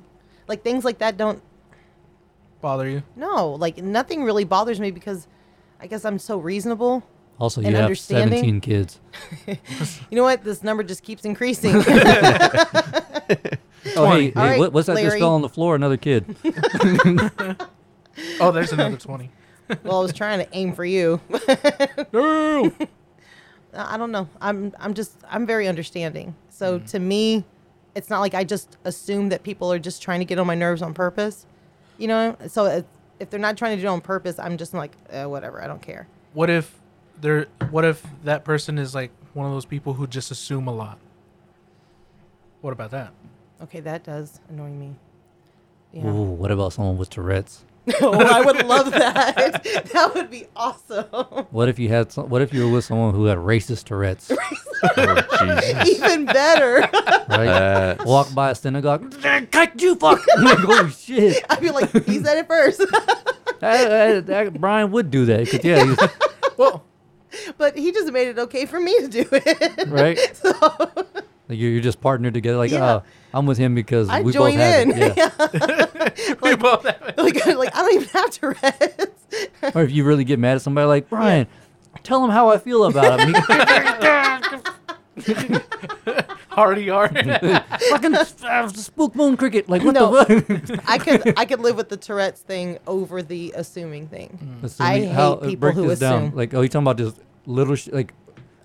Speaker 3: like things like that don't
Speaker 2: Bother you?
Speaker 3: no, like nothing really bothers me because I guess I'm so reasonable.
Speaker 1: Also, you
Speaker 3: And
Speaker 1: have 17
Speaker 3: understanding.
Speaker 1: kids.
Speaker 3: You know what? This number just keeps increasing.
Speaker 1: Oh, hey,
Speaker 3: All
Speaker 1: hey,
Speaker 3: right,
Speaker 1: what, what's that just
Speaker 3: Larry.
Speaker 1: fell on the floor? Another kid.
Speaker 2: Oh, there's another twenty.
Speaker 3: well, I was trying to aim for you.
Speaker 2: No.
Speaker 3: I don't know. I'm I'm just I'm very understanding. So
Speaker 1: Mm.
Speaker 3: to me, it's not like I just assume that people are just trying to get on my nerves on purpose. You know, so it, if they're not trying to do it on purpose, I'm just like uh, whatever. I don't care.
Speaker 2: What if there? What if that person is like one of those people who just assume a lot? What about that?
Speaker 3: Okay, that does annoy me. Yeah.
Speaker 1: Ooh, what about someone with Tourette's?
Speaker 3: oh, I would love that. that would be awesome.
Speaker 1: What if you had? Some, what if you were with someone who had racist Tourette's?
Speaker 4: Oh, Jesus.
Speaker 3: Even better.
Speaker 1: Right?
Speaker 4: That's-
Speaker 1: Walk by a synagogue. Cut you fuck. like, oh shit.
Speaker 3: I'd be like, he said it first.
Speaker 1: I- I- I- Brian would do that. 'cause, yeah, he's-
Speaker 2: Well,
Speaker 3: but he just made it okay for me to do it.
Speaker 1: right. Like you're, you're just partnered together. Like,
Speaker 3: Yeah.
Speaker 1: oh, I'm with him because
Speaker 3: I
Speaker 1: we both
Speaker 3: join
Speaker 1: have
Speaker 3: in.
Speaker 1: it. Yeah.
Speaker 2: we both have it.
Speaker 3: like, like, I don't even have to rest.
Speaker 1: or if you really get mad at somebody, like Brian, tell him how I feel about him. He-
Speaker 2: Hardy are.
Speaker 1: fucking uh, spook moon cricket. Like what
Speaker 3: No.
Speaker 1: the fuck?
Speaker 3: I could I could live with the Tourette's thing over the assuming thing.
Speaker 1: Assuming-
Speaker 3: I hate
Speaker 1: how- uh,
Speaker 3: people
Speaker 1: break
Speaker 3: who
Speaker 1: this down.
Speaker 3: assume.
Speaker 1: Like, oh, you talking about this little sh- like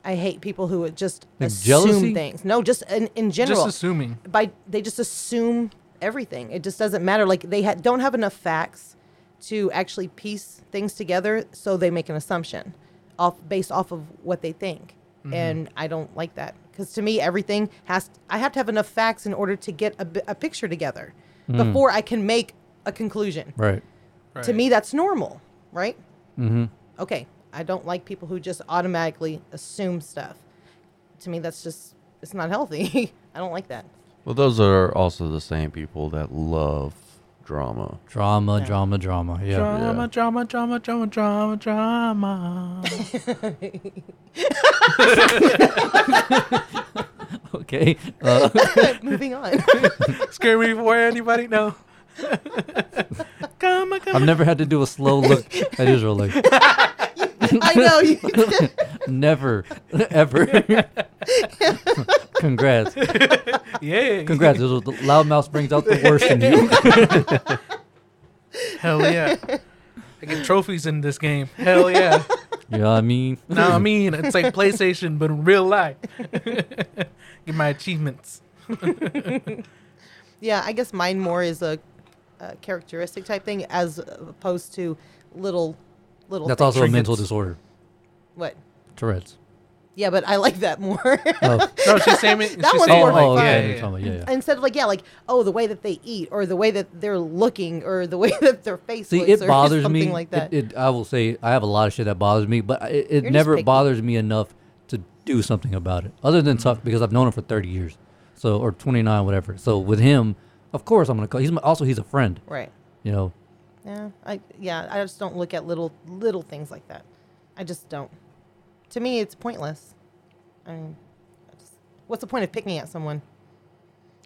Speaker 3: I hate people who would just
Speaker 1: Like
Speaker 3: assume
Speaker 1: jealousy?
Speaker 3: things. No, just in, in general.
Speaker 2: Just assuming.
Speaker 3: By they just assume everything. It just doesn't matter. Like they ha- don't have enough facts to actually piece things together, so they make an assumption off based off of what they think. And I don't like that because to me everything has I have to have enough facts in order to get a, bi- a picture together before I can make a conclusion.
Speaker 1: right?
Speaker 2: Right.
Speaker 3: To me, that's normal, right? Mm-hmm. Okay. I don't like people who just automatically assume stuff. To me, that's just, it's not healthy. I don't like that.
Speaker 4: Well, those are also the same people that love drama.
Speaker 1: Drama, drama, drama. Yeah.
Speaker 2: Drama, drama, drama, drama, drama, drama.
Speaker 1: Okay. Uh,
Speaker 3: Moving on.
Speaker 2: Scare me before anybody know. come on, come
Speaker 1: I've
Speaker 2: on.
Speaker 1: never had to do a slow look at Israel. Like,
Speaker 3: I know. You,
Speaker 1: never, ever. Congrats.
Speaker 2: Yeah.
Speaker 1: Congrats. Israel. The loudmouth brings out the worst in you.
Speaker 2: Hell yeah. I get trophies in this game. Hell yeah.
Speaker 1: You know what I mean?
Speaker 2: No, I mean it's like PlayStation, but in real life. Get my achievements.
Speaker 3: yeah, I guess mine more is a, a characteristic type thing as opposed to little, little.
Speaker 1: That's
Speaker 3: thing.
Speaker 1: also a mental
Speaker 2: Trinkets.
Speaker 1: disorder.
Speaker 3: What?
Speaker 1: Tourette's.
Speaker 3: Yeah, but I like that more.
Speaker 1: Oh,
Speaker 2: No, she's saying it.
Speaker 3: That
Speaker 2: she's
Speaker 3: one's
Speaker 2: saying
Speaker 3: more
Speaker 2: it like,
Speaker 1: oh,
Speaker 3: fun.
Speaker 2: yeah,
Speaker 1: okay.
Speaker 2: yeah,
Speaker 1: you're talking about- Yeah, yeah.
Speaker 3: Instead of like, yeah, like, oh, the way that they eat or the way that they're looking or the way that their face
Speaker 1: See,
Speaker 3: looks
Speaker 1: it
Speaker 3: or
Speaker 1: bothers
Speaker 3: something
Speaker 1: me.
Speaker 3: like that.
Speaker 1: It, it, I will say I have a lot of shit that bothers me, but I- it, it
Speaker 3: just
Speaker 1: never
Speaker 3: picky. Mm.
Speaker 1: bothers me enough to do something about it. Other than Tuck, because I've known him for thirty years, so or twenty nine, whatever. So with him, of course I'm gonna call. He's my, also he's a friend,
Speaker 3: right.
Speaker 1: you know.
Speaker 3: Yeah, I yeah, I just don't look at little little things like that. I just don't. To me, it's pointless. I mean, I just, what's the point of picking at someone?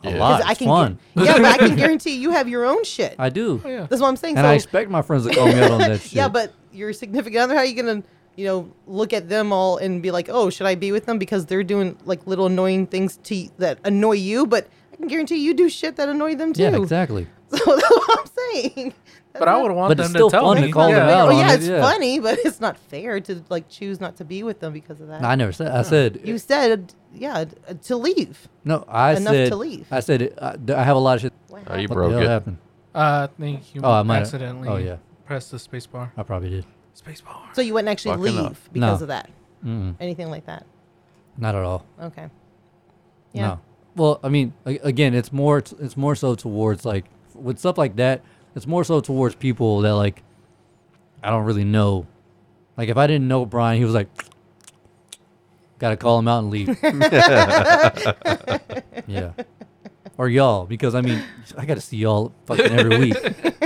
Speaker 1: A
Speaker 4: Yeah.
Speaker 3: 'Cause
Speaker 1: lot.
Speaker 3: I
Speaker 1: Ah, It's
Speaker 3: can
Speaker 1: fun.
Speaker 3: gu- yeah, but I can guarantee you have your own shit.
Speaker 1: I do,
Speaker 3: That's what I'm saying.
Speaker 1: and
Speaker 3: Oh, so
Speaker 1: I expect my friends to call me out on that shit.
Speaker 3: yeah, but your significant other, how are you gonna you know look at them all and be like, oh, should I be with them because they're doing like little annoying things to y- that annoy you, but. I can guarantee you do shit that annoy them too.
Speaker 1: yeah, exactly.
Speaker 3: So that's what I'm saying.
Speaker 2: But I would want
Speaker 1: But
Speaker 2: them
Speaker 1: it's still
Speaker 2: to tell
Speaker 1: fun to
Speaker 2: me.
Speaker 1: call them
Speaker 2: yeah.
Speaker 1: out.
Speaker 3: Oh
Speaker 1: on
Speaker 3: yeah,
Speaker 1: it,
Speaker 3: it's
Speaker 1: yeah.
Speaker 3: funny, but it's not fair to like choose not to be with them because of that.
Speaker 1: No, I never said. I said
Speaker 3: Uh, you said yeah d- uh, to leave.
Speaker 1: no. I
Speaker 3: enough to
Speaker 1: said
Speaker 3: leave.
Speaker 1: I said it, I, I have a lot of shit.
Speaker 3: Wow.
Speaker 4: Oh, you
Speaker 1: What
Speaker 4: broke
Speaker 1: the hell
Speaker 4: it.
Speaker 1: happened?
Speaker 2: Uh, I think you
Speaker 1: Oh, I might-
Speaker 2: accidentally
Speaker 1: oh, yeah.
Speaker 2: pressed the space bar.
Speaker 1: I probably did.
Speaker 2: Space bar.
Speaker 3: so you wouldn't actually
Speaker 4: Fucking
Speaker 3: leave
Speaker 4: up.
Speaker 3: because
Speaker 1: No.
Speaker 3: of that. Anything like that.
Speaker 1: Not at all.
Speaker 3: Okay. Yeah.
Speaker 1: No. Well, I mean, a- again, it's more t- it's more so towards like with stuff like that. It's more so towards people that like I don't really know. Like if I didn't know Brian, he was like, gotta call him out and leave. yeah. Or y'all, because I mean, I gotta see y'all fucking every week.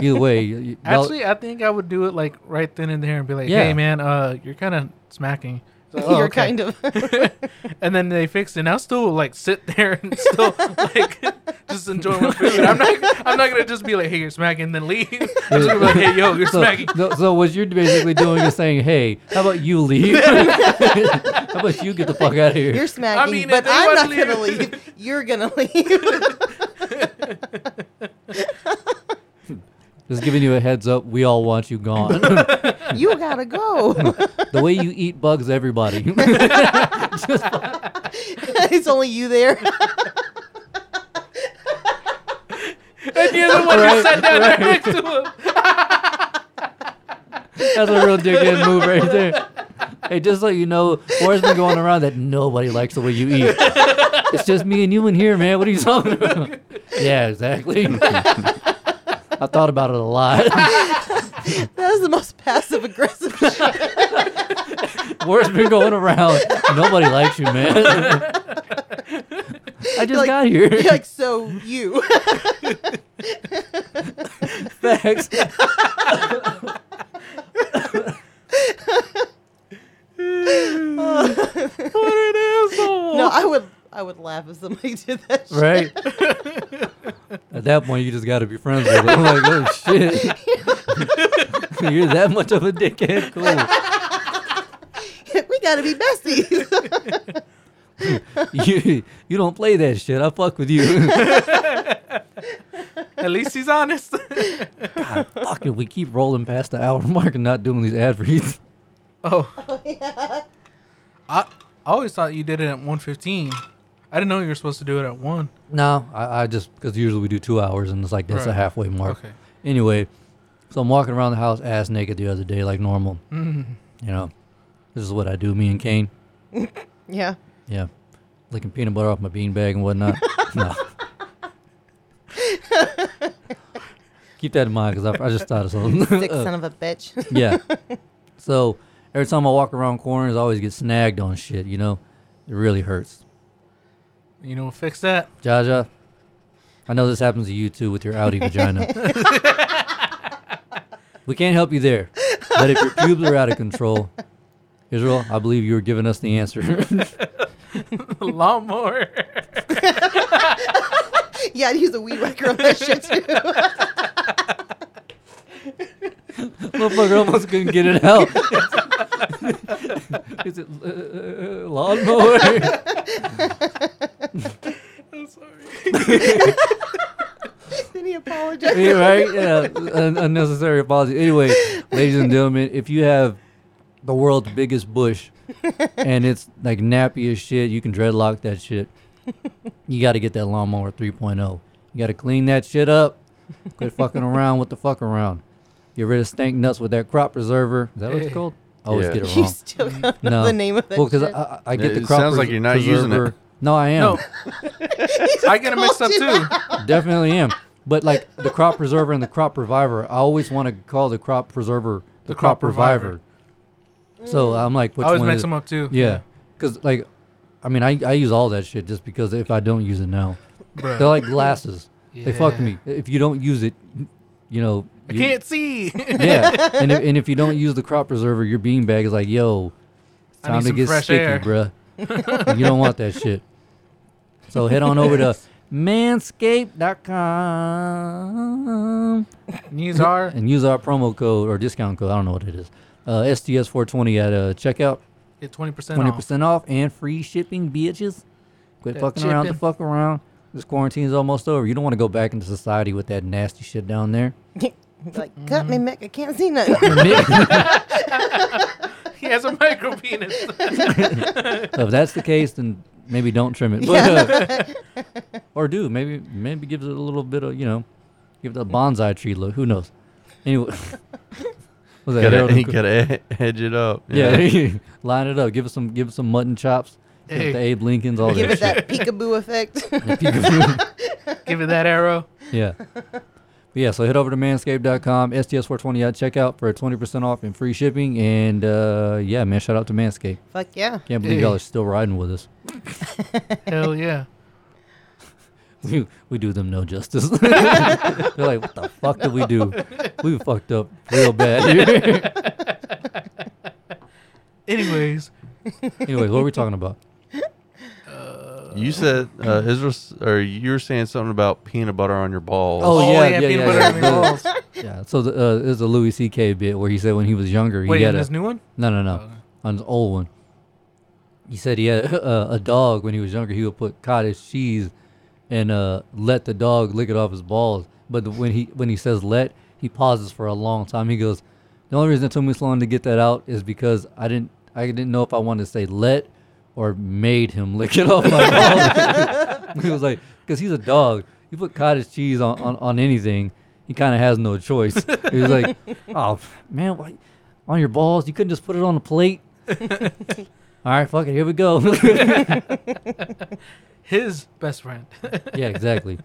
Speaker 1: Either way, y- y- y'all,
Speaker 2: Actually, I think I would do it like right then and there and be like,
Speaker 1: Yeah.
Speaker 2: "Hey, man, uh, you're kind of smacking.
Speaker 1: Oh,
Speaker 3: You're
Speaker 1: okay.
Speaker 3: kind of.
Speaker 2: and then they fixed it. And I'll still like sit there and still like just enjoy my food. I'm not I'm not gonna just be like, hey, you're smacking, and then leave. I'm just gonna be like, hey, yo, you're
Speaker 1: So,
Speaker 2: smacking.
Speaker 1: no, so what you're basically doing is saying, "Hey, how about you leave? how about you get the fuck out of here?"
Speaker 3: You're smacking,
Speaker 2: mean, if
Speaker 3: but
Speaker 2: they
Speaker 3: I'm not
Speaker 2: wanna
Speaker 3: going to
Speaker 2: leave-
Speaker 3: leave. You're going to leave.
Speaker 1: Just giving you a heads up. We all want you gone.
Speaker 3: you got to go.
Speaker 1: the way you eat bugs, everybody.
Speaker 3: it's only you there.
Speaker 2: And you're the one who
Speaker 1: Right,
Speaker 2: sat down right next to him.
Speaker 1: That's a real dickhead move right there. Hey, just so you know, word has been going around that nobody likes the way you eat. It's just me and you in here, man. What are you talking about? yeah, exactly. I thought about it a lot.
Speaker 3: That is the most passive aggressive shit.
Speaker 1: Word's been going around. Nobody likes you, man. I just
Speaker 3: Like-
Speaker 1: got here.
Speaker 3: You're like, so you.
Speaker 1: Thanks.
Speaker 3: No, I would I would laugh if somebody did that shit.
Speaker 1: Right? At that point, you just got to be friends with them. I'm like, oh, shit. You're that much of a dickhead? Cool.
Speaker 3: we gotta be besties.
Speaker 1: you you don't play that shit. I fuck with you.
Speaker 2: At least he's honest.
Speaker 1: Fuck it. We keep rolling past the hour mark and not doing these ad reads.
Speaker 2: oh. I I always thought you did it at 115. I didn't know you were supposed to do it at one.
Speaker 1: No, I, I just because usually we do two hours and it's like that's a
Speaker 2: Right.
Speaker 1: halfway mark.
Speaker 2: Okay.
Speaker 1: Anyway, so I'm walking around the house ass naked the other day like normal.
Speaker 2: Mm-hmm.
Speaker 1: You know, this is what I do. Me and Kane.
Speaker 3: yeah.
Speaker 1: Yeah, licking peanut butter off my beanbag and whatnot. no. Keep that in mind because I, I just thought of something. Uh,
Speaker 3: Sick son of a bitch.
Speaker 1: Yeah. so every time I walk around corners, I always get snagged on shit. You know, it really hurts.
Speaker 2: You know, fix that.
Speaker 1: Jaja, I know this happens to you too with your Audi vagina. we can't help you there, but if your pubes are out of control, Israel, I believe you were giving us the answer.
Speaker 2: Lawnmower.
Speaker 3: yeah, I'd use a weed whacker on that shit too.
Speaker 1: Motherfucker almost couldn't get it out. Is it uh, uh, lawnmower?
Speaker 2: I'm sorry.
Speaker 3: Then he apologized.
Speaker 1: Yeah, right? Yeah, un- unnecessary apology. Anyway, ladies and gentlemen, if you have the world's biggest bush and it's like nappy as shit, you can dreadlock that shit. You got to get that lawnmower 3.0. You got to clean that shit up. Quit fucking around with the fuck around. Get rid of stank nuts with that crop preserver. Is that what it's
Speaker 2: Hey.
Speaker 1: called? I always
Speaker 4: Yeah.
Speaker 1: get it
Speaker 3: You
Speaker 1: wrong.
Speaker 3: still don't know
Speaker 1: No,
Speaker 3: the name of that
Speaker 1: Well, because
Speaker 3: shit.
Speaker 1: I, I I get
Speaker 4: It
Speaker 1: the crop.
Speaker 4: sounds like
Speaker 1: pres-
Speaker 4: you're not using it.
Speaker 1: preserver. No, I am.
Speaker 2: No, I get it mixed up too.
Speaker 1: Definitely am. But like the crop preserver and the crop reviver, I always want to call the crop preserver the, crop,
Speaker 2: crop
Speaker 1: reviver.
Speaker 2: reviver.
Speaker 1: So I'm like, which
Speaker 2: I always
Speaker 1: one
Speaker 2: mix
Speaker 1: is-
Speaker 2: them up too.
Speaker 1: Yeah, because like, I mean, I, I use all that shit just because if I don't use it now,
Speaker 2: Bruh.
Speaker 1: they're like glasses. They fuck
Speaker 2: Yeah.
Speaker 1: me. If you don't use it, you know.
Speaker 2: I
Speaker 1: you-
Speaker 2: can't see.
Speaker 1: Yeah, and if, and if you don't use the crop preserver, your beanbag is like, yo, it's
Speaker 2: I
Speaker 1: time
Speaker 2: need
Speaker 1: to
Speaker 2: some
Speaker 1: get
Speaker 2: fresh
Speaker 1: sticky,
Speaker 2: air.
Speaker 1: bruh. And you don't want that shit. So head on over to manscaped.com
Speaker 2: Knees are.
Speaker 1: and use our promo code or discount code. I don't know what it is. Uh, STS420 at uh, checkout.
Speaker 2: Get 20%
Speaker 1: Twenty
Speaker 2: 20%.
Speaker 1: percent off and free shipping, bitches. Quit
Speaker 2: That
Speaker 1: fucking around the
Speaker 2: chippin'.
Speaker 1: fuck around. This quarantine's almost over. You don't want to go back into society with that nasty shit down there.
Speaker 3: like, cut me, Mick. I can't see nothing.
Speaker 2: He has a micro penis.
Speaker 1: So if that's the case, then maybe don't trim it. But, uh, or do maybe maybe give it a little bit of you know, give it a bonsai tree look. Who knows? Anyway, was that Harold and
Speaker 4: Gotta, you
Speaker 1: Coo-
Speaker 4: gotta e- edge it up.
Speaker 1: Yeah, line it up. Give it some give it some mutton chops. Give it
Speaker 2: Hey.
Speaker 1: the Abe Lincolns, all
Speaker 3: Give
Speaker 1: that shit.
Speaker 3: it that peekaboo effect.
Speaker 2: Give it that arrow.
Speaker 1: yeah. But yeah, so head over to manscaped.com, STS420 at checkout for 20% off and free shipping. And uh, yeah, man, shout out to Manscaped.
Speaker 3: Fuck yeah.
Speaker 1: Can't believe
Speaker 2: Hey.
Speaker 1: y'all are still riding with us.
Speaker 2: Hell yeah.
Speaker 1: we, we do them no justice. They're like, what the fuck did we do? We fucked up real bad.
Speaker 2: Anyways,
Speaker 1: Anyway, what were we talking about?
Speaker 4: You said uh, Israel, s- or you were saying something about peanut butter on your balls.
Speaker 1: Oh, yeah, yeah,
Speaker 2: peanut
Speaker 1: yeah,
Speaker 2: butter
Speaker 1: yeah.
Speaker 2: on your balls.
Speaker 1: Yeah. So the, uh, there's a Louis C.K. bit where he said when he was younger, he
Speaker 2: Wait,
Speaker 1: had
Speaker 2: in
Speaker 1: a
Speaker 2: this new one?
Speaker 1: no, no, no, on his old one. He said he had a, a dog when he was younger. He would put cottage cheese and uh, let the dog lick it off his balls. But the, when he when he says let, he pauses for a long time. He goes, "The only reason it took me so long to get that out is because I didn't I didn't know if I wanted to say let or made him lick it off my balls." he was like, because he's a dog. You put cottage cheese on, on, on anything, he kind of has no choice. he was like, oh, pff, man, why, on your balls, you couldn't just put it on a plate. All right, fuck it, here we go.
Speaker 2: His best friend.
Speaker 1: yeah, exactly.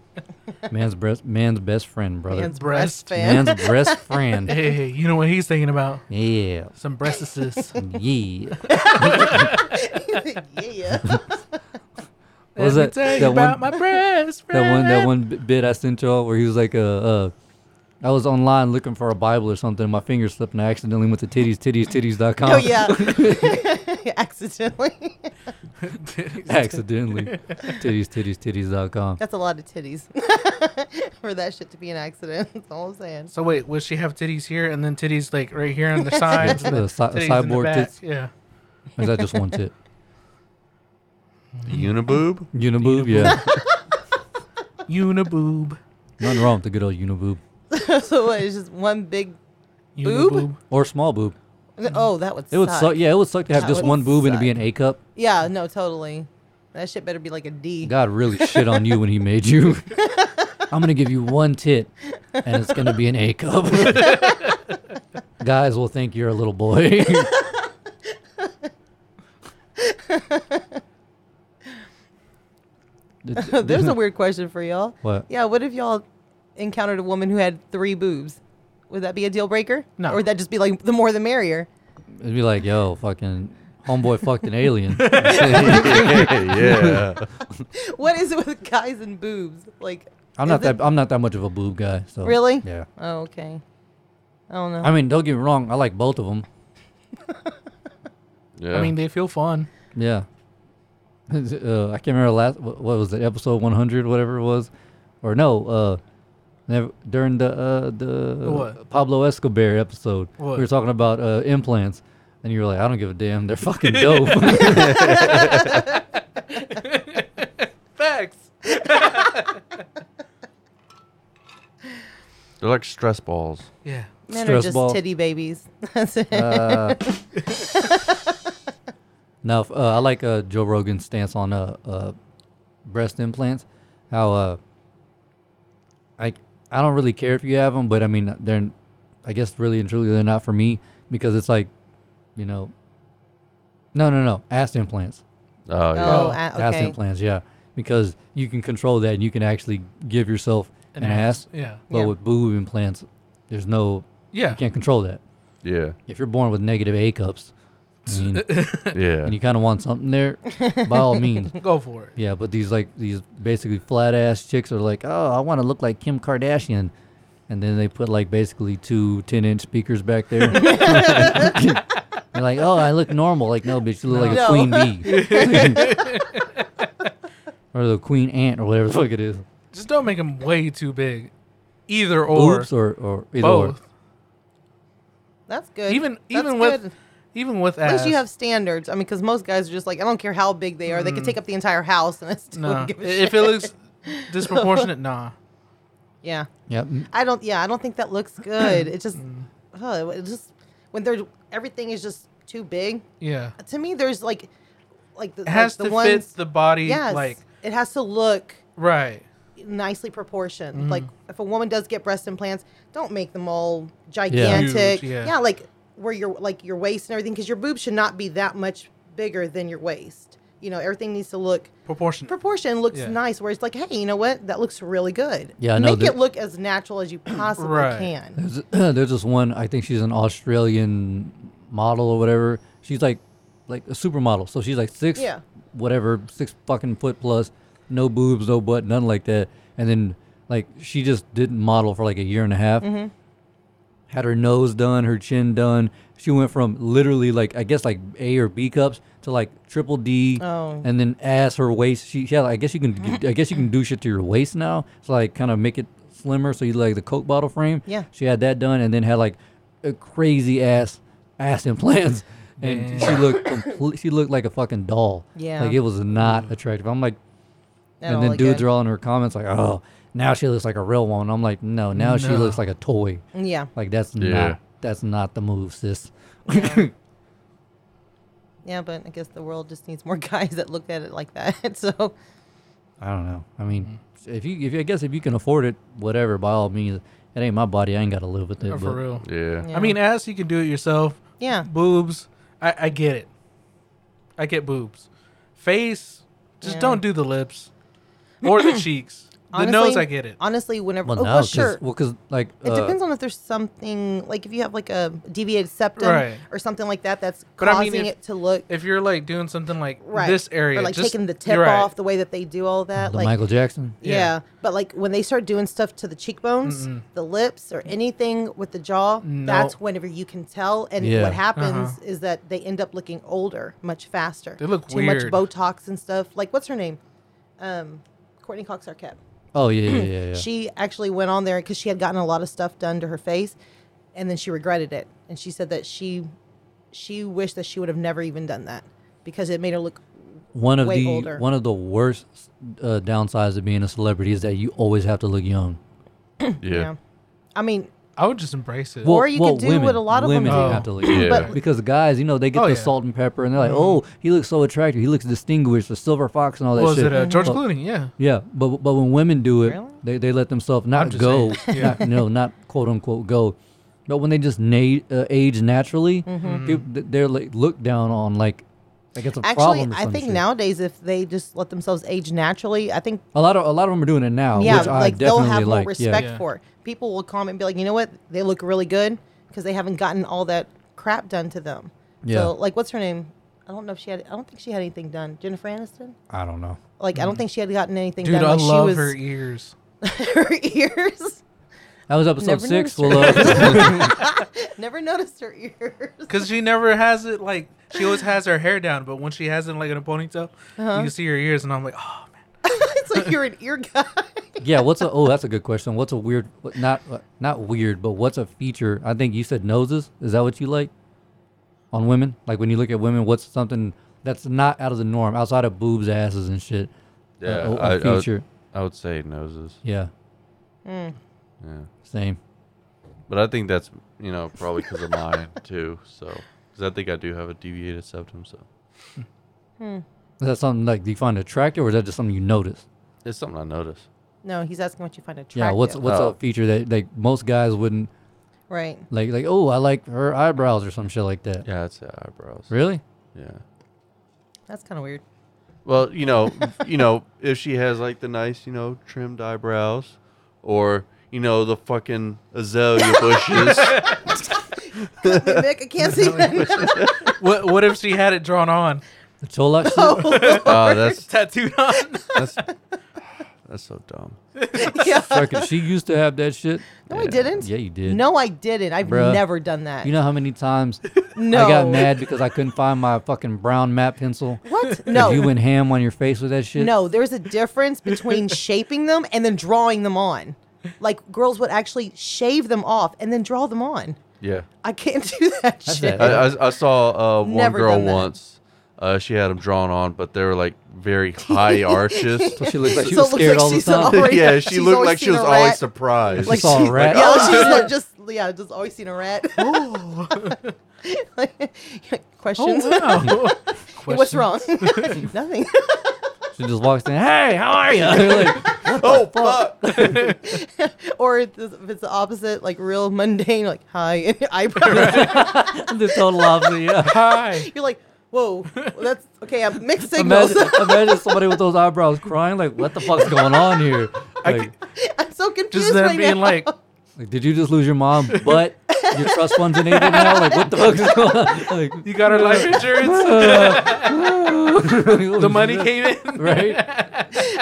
Speaker 1: Man's breast, man's best friend, brother.
Speaker 3: Man's
Speaker 1: Man's,
Speaker 2: breast.
Speaker 3: breast fan.
Speaker 1: breast friend.
Speaker 2: hey, you know what he's thinking about?
Speaker 1: Yeah,
Speaker 2: Some breast assists.
Speaker 1: yeah.
Speaker 3: yeah.
Speaker 1: What was
Speaker 2: Let
Speaker 1: that?
Speaker 2: me tell you
Speaker 1: That
Speaker 2: about
Speaker 1: one,
Speaker 2: my breast
Speaker 1: that one, that
Speaker 2: friend.
Speaker 1: one bi- bit I sent y'all where he was like, uh, uh, I was online looking for a Bible or something. My finger slipped and I accidentally went to titties, titties, titties.com.
Speaker 3: Oh yeah. Accidentally.
Speaker 1: accidentally. titties, titties, titties.com.
Speaker 3: That's a lot of titties for that shit to be an accident. That's all I'm saying.
Speaker 2: So wait, will she have titties here and then titties like right here on the sides? and
Speaker 1: Uh,
Speaker 2: then
Speaker 1: si-
Speaker 2: titties in the
Speaker 1: cyborg
Speaker 2: back?
Speaker 1: tits.
Speaker 2: Yeah.
Speaker 1: Or Is that just one tit?
Speaker 4: Uniboob?
Speaker 1: Uniboob, yeah.
Speaker 2: Uniboob.
Speaker 1: Nothing wrong with the good old uniboob.
Speaker 3: so what, it's just one big. Boob?
Speaker 2: Uniboob.
Speaker 1: Or small boob.
Speaker 3: Oh, that would.
Speaker 1: It would
Speaker 3: suck.
Speaker 1: suck. Yeah, it would suck to have
Speaker 3: That
Speaker 1: just
Speaker 3: would
Speaker 1: one boob and it be an A cup.
Speaker 3: Yeah, no, totally. That shit better be like a D.
Speaker 1: God really shit on you when he made you. I'm gonna give you one tit, and it's gonna be an A cup. Guys will think you're a little boy.
Speaker 3: There's a weird question for y'all.
Speaker 1: What?
Speaker 3: Yeah, what if y'all encountered a woman who had three boobs? Would that be a deal breaker?
Speaker 2: No.
Speaker 3: Or would that just be like the more the merrier?
Speaker 1: It'd be like, yo, fucking homeboy fucked an alien.
Speaker 4: yeah.
Speaker 3: What is it with guys and boobs? Like,
Speaker 1: I'm
Speaker 3: is
Speaker 1: not
Speaker 3: it-
Speaker 1: that I'm not that much of a boob guy. So
Speaker 3: Really?
Speaker 1: Yeah.
Speaker 3: Oh, okay. I don't know.
Speaker 1: I mean, don't get me wrong. I like both of them.
Speaker 4: yeah.
Speaker 2: I mean, they feel fun.
Speaker 1: Yeah. Uh, I can't remember last. What, what was it? Episode 100, whatever it was, or no? Uh, never, during the uh, the
Speaker 2: what?
Speaker 1: Pablo Escobar episode,
Speaker 2: What?
Speaker 1: we were talking about uh, implants, and you were like, "I don't give a damn. They're fucking dope."
Speaker 2: Facts.
Speaker 4: they're like stress balls.
Speaker 2: Yeah.
Speaker 3: Men are
Speaker 1: stress
Speaker 3: just
Speaker 1: ball.
Speaker 3: titty babies. That's it.
Speaker 1: uh, now, f- uh, I like uh, Joe Rogan's stance on uh, uh, breast implants. How uh, I I don't really care if you have them, but I mean they're, n- I guess really and truly they're not for me because it's like, you know. No, no, no, ass implants.
Speaker 4: Oh, yeah.
Speaker 3: oh,
Speaker 2: yeah.
Speaker 3: ah,
Speaker 1: Ass
Speaker 3: okay.
Speaker 1: implants, yeah, because you can control that and you can actually give yourself an, ass.
Speaker 2: Yeah.
Speaker 1: But
Speaker 3: Yeah.
Speaker 1: with boob implants, there's no,
Speaker 2: Yeah.
Speaker 1: you can't control that.
Speaker 4: Yeah.
Speaker 1: If you're born with negative A cups, I mean,
Speaker 4: Yeah.
Speaker 1: and you kind of want something there, by all means.
Speaker 2: Go for it.
Speaker 1: Yeah, but these like these basically flat ass chicks are like, oh, I want to look like Kim Kardashian, and then they put like basically two 10 inch speakers back there. They're like, oh, I look normal. Like, no, bitch, you look like
Speaker 3: No.
Speaker 1: a queen bee, or the queen ant, or whatever the fuck it is.
Speaker 2: Just don't make them way too big. Either or.
Speaker 1: Oops, or or either or.
Speaker 2: both.
Speaker 3: That's good.
Speaker 2: Even
Speaker 3: That's
Speaker 2: even with
Speaker 3: good.
Speaker 2: even with
Speaker 3: At
Speaker 2: ass.
Speaker 3: least you have standards. I mean, because most guys are just like, I don't care how big they are. They could take up the entire house and I still
Speaker 2: nah.
Speaker 3: give a
Speaker 2: Mm. If
Speaker 3: shit.
Speaker 2: it looks disproportionate, nah.
Speaker 3: Yeah.
Speaker 1: Yeah, m-
Speaker 3: I don't. Yeah, I don't think that looks good. It just,
Speaker 2: Mm.
Speaker 3: uh, it just when there's everything is just too big.
Speaker 2: Yeah.
Speaker 3: To me, there's like, like the,
Speaker 2: It has
Speaker 3: like the
Speaker 2: to fit
Speaker 3: ones.
Speaker 2: the body.
Speaker 3: yes,
Speaker 2: Like
Speaker 3: it has to look
Speaker 2: right.
Speaker 3: nicely proportioned.
Speaker 2: Mm-hmm.
Speaker 3: Like if a woman does get breast implants, don't make them all gigantic.
Speaker 2: Huge, yeah.
Speaker 3: like where your like your waist and everything, because your boobs should not be that much bigger than your waist. You know, everything needs to look
Speaker 2: Proportionate.
Speaker 3: proportion looks
Speaker 2: Yeah.
Speaker 3: nice where it's like hey you know what that looks really good
Speaker 1: Yeah, I know
Speaker 3: make
Speaker 1: that-
Speaker 3: it look as natural as you possibly
Speaker 2: Right.
Speaker 3: can
Speaker 1: there's, there's this one i think she's an australian model or whatever she's like like a supermodel so she's like six
Speaker 3: Yeah.
Speaker 1: whatever six fucking foot plus no boobs no butt nothing like that and then like she just didn't model for like a year and a half had her nose done, her chin done. She went from literally like I guess like A or B cups to like triple D,
Speaker 3: Oh.
Speaker 1: and then ass her waist. She yeah, I guess you can I guess you can do shit to your waist now. So like kind of make it slimmer so you like the Coke bottle frame.
Speaker 3: Yeah.
Speaker 1: she had that done, and then had like a crazy ass ass implants. And she looked, complete, she looked like a fucking doll.
Speaker 3: Yeah.
Speaker 1: like it was not attractive. I'm like,
Speaker 3: That
Speaker 1: and
Speaker 3: don't
Speaker 1: then
Speaker 3: look
Speaker 1: dudes
Speaker 3: good.
Speaker 1: are all in her comments like, "Oh, now she looks like a real one." I'm like, "No, now she
Speaker 2: No.
Speaker 1: looks like a toy.
Speaker 3: Yeah.
Speaker 1: Like that's
Speaker 4: Yeah.
Speaker 1: not that's not the move, sis."
Speaker 3: Yeah, but I guess the world just needs more guys that look at it like that. So,
Speaker 1: I don't know. I mean,
Speaker 4: Mm-hmm.
Speaker 1: if you if you- I guess if you can afford it, whatever. By all means, it ain't my body. I ain't got to live with it.
Speaker 2: for
Speaker 1: but
Speaker 2: real.
Speaker 4: Yeah.
Speaker 3: yeah.
Speaker 2: I mean, ass you can do it yourself.
Speaker 3: yeah.
Speaker 2: Boobs, I, I get it. I get boobs. Face, just
Speaker 3: Yeah.
Speaker 2: don't do the lips or the cheeks. The nose, I get it.
Speaker 3: Honestly, whenever.
Speaker 1: Well,
Speaker 3: oh,
Speaker 1: no,
Speaker 3: well,
Speaker 1: 'cause-
Speaker 3: sure.
Speaker 1: well, 'cause, like
Speaker 3: It
Speaker 1: uh,
Speaker 3: depends on if there's something like if you have like a deviated septum
Speaker 2: Right.
Speaker 3: or something like that that's
Speaker 2: But I mean,
Speaker 3: causing
Speaker 2: if-
Speaker 3: it to look
Speaker 2: If you're like doing something like
Speaker 3: right.
Speaker 2: this area,
Speaker 3: or like
Speaker 2: just-
Speaker 3: taking the
Speaker 2: you're
Speaker 3: tip
Speaker 2: right.
Speaker 3: off the way that they do all that,
Speaker 1: the
Speaker 3: like
Speaker 1: Michael Jackson.
Speaker 3: yeah.
Speaker 2: Yeah.
Speaker 3: But like when they start doing stuff to the cheekbones, the lips, or anything with the jaw, that's whenever you can tell. And
Speaker 1: Yeah.
Speaker 3: what happens is that they end up looking older much faster.
Speaker 2: Uh-huh. They look
Speaker 3: too
Speaker 2: weird.
Speaker 3: much Botox and stuff. Like what's her name? Um, Courtney Cox Arquette.
Speaker 1: Oh yeah, yeah, yeah. yeah.
Speaker 3: She actually went on there because she had gotten a lot of stuff done to her face, and then she regretted it. And she said that she she wished that she would have never even done that because it made her look
Speaker 1: one of
Speaker 3: way
Speaker 1: the
Speaker 3: older.
Speaker 1: one of the worst uh, downsides of being a celebrity is that you always have to look young.
Speaker 4: Yeah.
Speaker 3: I mean,
Speaker 2: I would just embrace it.
Speaker 3: Or you could do what a lot of them
Speaker 1: women
Speaker 2: do.
Speaker 1: have to look
Speaker 4: Oh. Yeah.
Speaker 1: But because guys, you know, they get
Speaker 2: Oh,
Speaker 1: the
Speaker 2: yeah.
Speaker 1: salt and pepper, and they're
Speaker 3: Mm-hmm.
Speaker 1: like, "Oh, he looks so attractive. He looks distinguished. The silver fox and all that
Speaker 2: was
Speaker 1: shit."
Speaker 2: it uh, George
Speaker 1: But-
Speaker 2: Clooney? Yeah.
Speaker 1: Yeah, but but when women do it,
Speaker 3: Really?
Speaker 1: they, they let themselves not
Speaker 2: just
Speaker 1: go,
Speaker 2: saying.
Speaker 1: not, no, not quote unquote go, but when they just na- uh, age naturally, peop- th- they're like looked down on like like it's a
Speaker 3: Mm-hmm. actually,
Speaker 1: problem. or
Speaker 3: I
Speaker 1: some
Speaker 3: think
Speaker 1: shit.
Speaker 3: nowadays if they just let themselves age naturally, I think
Speaker 1: a lot of a lot of them are doing it now,
Speaker 3: yeah,
Speaker 1: Uh, which I
Speaker 3: like they'll
Speaker 1: definitely
Speaker 3: have
Speaker 1: like.
Speaker 3: more respect
Speaker 2: Yeah.
Speaker 3: for. it. People will comment and be like, you know what, they look really good because they haven't gotten all that crap done to them.
Speaker 1: Yeah.
Speaker 3: So, like, what's her name? I don't know if she had. I don't think she had anything done. Jennifer Aniston.
Speaker 1: Yeah, I don't know.
Speaker 3: Like, I
Speaker 1: Mm.
Speaker 3: don't think she had gotten anything
Speaker 2: Dude,
Speaker 3: done.
Speaker 2: I
Speaker 3: Like,
Speaker 2: love
Speaker 3: she was,
Speaker 2: her ears.
Speaker 3: her ears.
Speaker 1: That was episode
Speaker 3: Never
Speaker 1: six.
Speaker 3: noticed
Speaker 1: Well, uh,
Speaker 3: Never noticed her ears.
Speaker 2: Because she never has it like, she always has her hair down, but when she has it like in a ponytail,
Speaker 3: Uh-huh.
Speaker 2: you can see her ears, and I'm like, oh, man.
Speaker 3: it's like you're an ear guy.
Speaker 1: yeah, what's a oh that's a good question. What's a weird what- not uh, not weird, but what's a feature? I think you said noses. Is that what you like on women? Like when you look at women, what's something that's not out of the norm outside of boobs, asses, and shit?
Speaker 4: Yeah.
Speaker 1: a, Oh, a
Speaker 4: I, I
Speaker 1: feature.
Speaker 4: would, I would say noses.
Speaker 1: Yeah. Same.
Speaker 4: But I think that's, you know, probably because of mine too. So, because I think I do have a deviated septum. So,
Speaker 1: Is that something like do you find attractive, or is that just something you notice?
Speaker 4: it's something I notice.
Speaker 3: No, he's asking what you find attractive.
Speaker 1: Yeah. What's what's
Speaker 4: Oh.
Speaker 1: a feature that like most guys wouldn't
Speaker 3: right?
Speaker 1: like? Like oh, I like her eyebrows or some shit like that.
Speaker 4: Yeah, I'd say eyebrows.
Speaker 1: Really?
Speaker 4: Yeah.
Speaker 3: That's kind of weird.
Speaker 4: Well, you know, you know, if she has like the nice, you know, trimmed eyebrows, or you know, the fucking azalea bushes.
Speaker 3: Mick, I can't see that.
Speaker 2: What, what if she had it drawn on?
Speaker 1: The Cholak.
Speaker 4: oh, that's
Speaker 2: Tattooed on?
Speaker 4: that's that's so dumb.
Speaker 3: yeah.
Speaker 1: shit? She used to have that shit.
Speaker 3: No, I didn't.
Speaker 1: Yeah, you did.
Speaker 3: No, I didn't. I've
Speaker 1: Bruh.
Speaker 3: never done that.
Speaker 1: You know how many times
Speaker 3: no.
Speaker 1: I got mad because I couldn't find my fucking brown map pencil? 'Cause
Speaker 3: What? No.
Speaker 1: You went ham on your face with that shit?
Speaker 3: No, there's a difference between shaping them and then drawing them on. Like girls would actually shave them off and then draw them on.
Speaker 4: Yeah,
Speaker 3: I can't do that shit.
Speaker 4: I, I, I saw uh, one
Speaker 3: Never
Speaker 4: girl
Speaker 3: done that.
Speaker 4: once. Uh, she had them drawn on, but they were like very high arches.
Speaker 1: So she looked like she
Speaker 3: So
Speaker 1: was
Speaker 3: it looks
Speaker 1: scared
Speaker 3: like
Speaker 1: all the
Speaker 3: she's
Speaker 1: time.
Speaker 3: already-
Speaker 4: yeah, she
Speaker 3: she's
Speaker 4: looked
Speaker 3: always
Speaker 4: like she
Speaker 3: seen
Speaker 4: was
Speaker 3: a
Speaker 4: always
Speaker 3: rat.
Speaker 4: surprised.
Speaker 1: Like saw a rat.
Speaker 3: Yeah, like, she's like just yeah, just always seen a rat. questions?
Speaker 2: Oh, wow.
Speaker 3: What's wrong? Nothing.
Speaker 1: She just walks in, hey, how are you? like,
Speaker 4: oh fuck!
Speaker 3: or if it's if it's the opposite, like real mundane, like hi and eyebrows.
Speaker 1: the total opposite, yeah.
Speaker 2: Hi.
Speaker 3: You're like, whoa, well, that's okay. I'm mixed signals.
Speaker 1: Imagine, imagine somebody with those eyebrows crying, like, what the fuck's going on here? Like,
Speaker 3: I'm so confused
Speaker 2: Just them
Speaker 3: right
Speaker 2: being
Speaker 3: now.
Speaker 2: like,
Speaker 1: like, did you just lose your mom, but your trust fund's in Aiden now? Like, what the fuck's going on? Like,
Speaker 2: you got her life insurance? the money came in.
Speaker 1: right?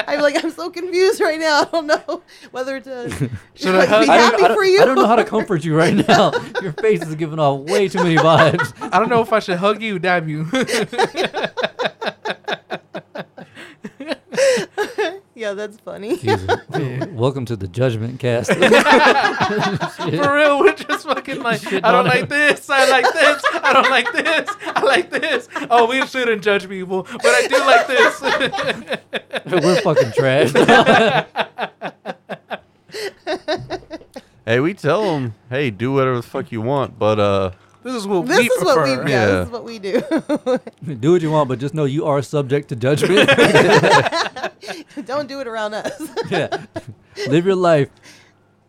Speaker 3: I'm like, I'm so confused right now. I don't know whether to
Speaker 2: Should I
Speaker 3: like,
Speaker 2: hug-
Speaker 3: be
Speaker 2: I
Speaker 1: don't-
Speaker 3: happy
Speaker 1: I, don't,
Speaker 3: for you.
Speaker 1: I don't know how to comfort you right now. Your face is giving off way too many vibes.
Speaker 2: I don't know if I should hug you, dab you.
Speaker 3: yeah, that's funny.
Speaker 1: Jesus. Welcome to the judgment cast.
Speaker 2: For real, we're just fucking like, I
Speaker 1: on
Speaker 2: don't like this, I like this, I don't like this, I like this. Oh, we shouldn't judge people, but I do like this.
Speaker 1: We're fucking trash.
Speaker 4: Hey, we tell them, hey, do whatever the fuck you want, but uh,
Speaker 2: this is what
Speaker 3: This
Speaker 2: we
Speaker 3: is what we yeah,
Speaker 2: prefer.
Speaker 4: Yeah.
Speaker 3: this is what we do.
Speaker 1: Do what you want, but just know you are subject to judgment.
Speaker 3: don't do it around us.
Speaker 1: yeah. Live your life,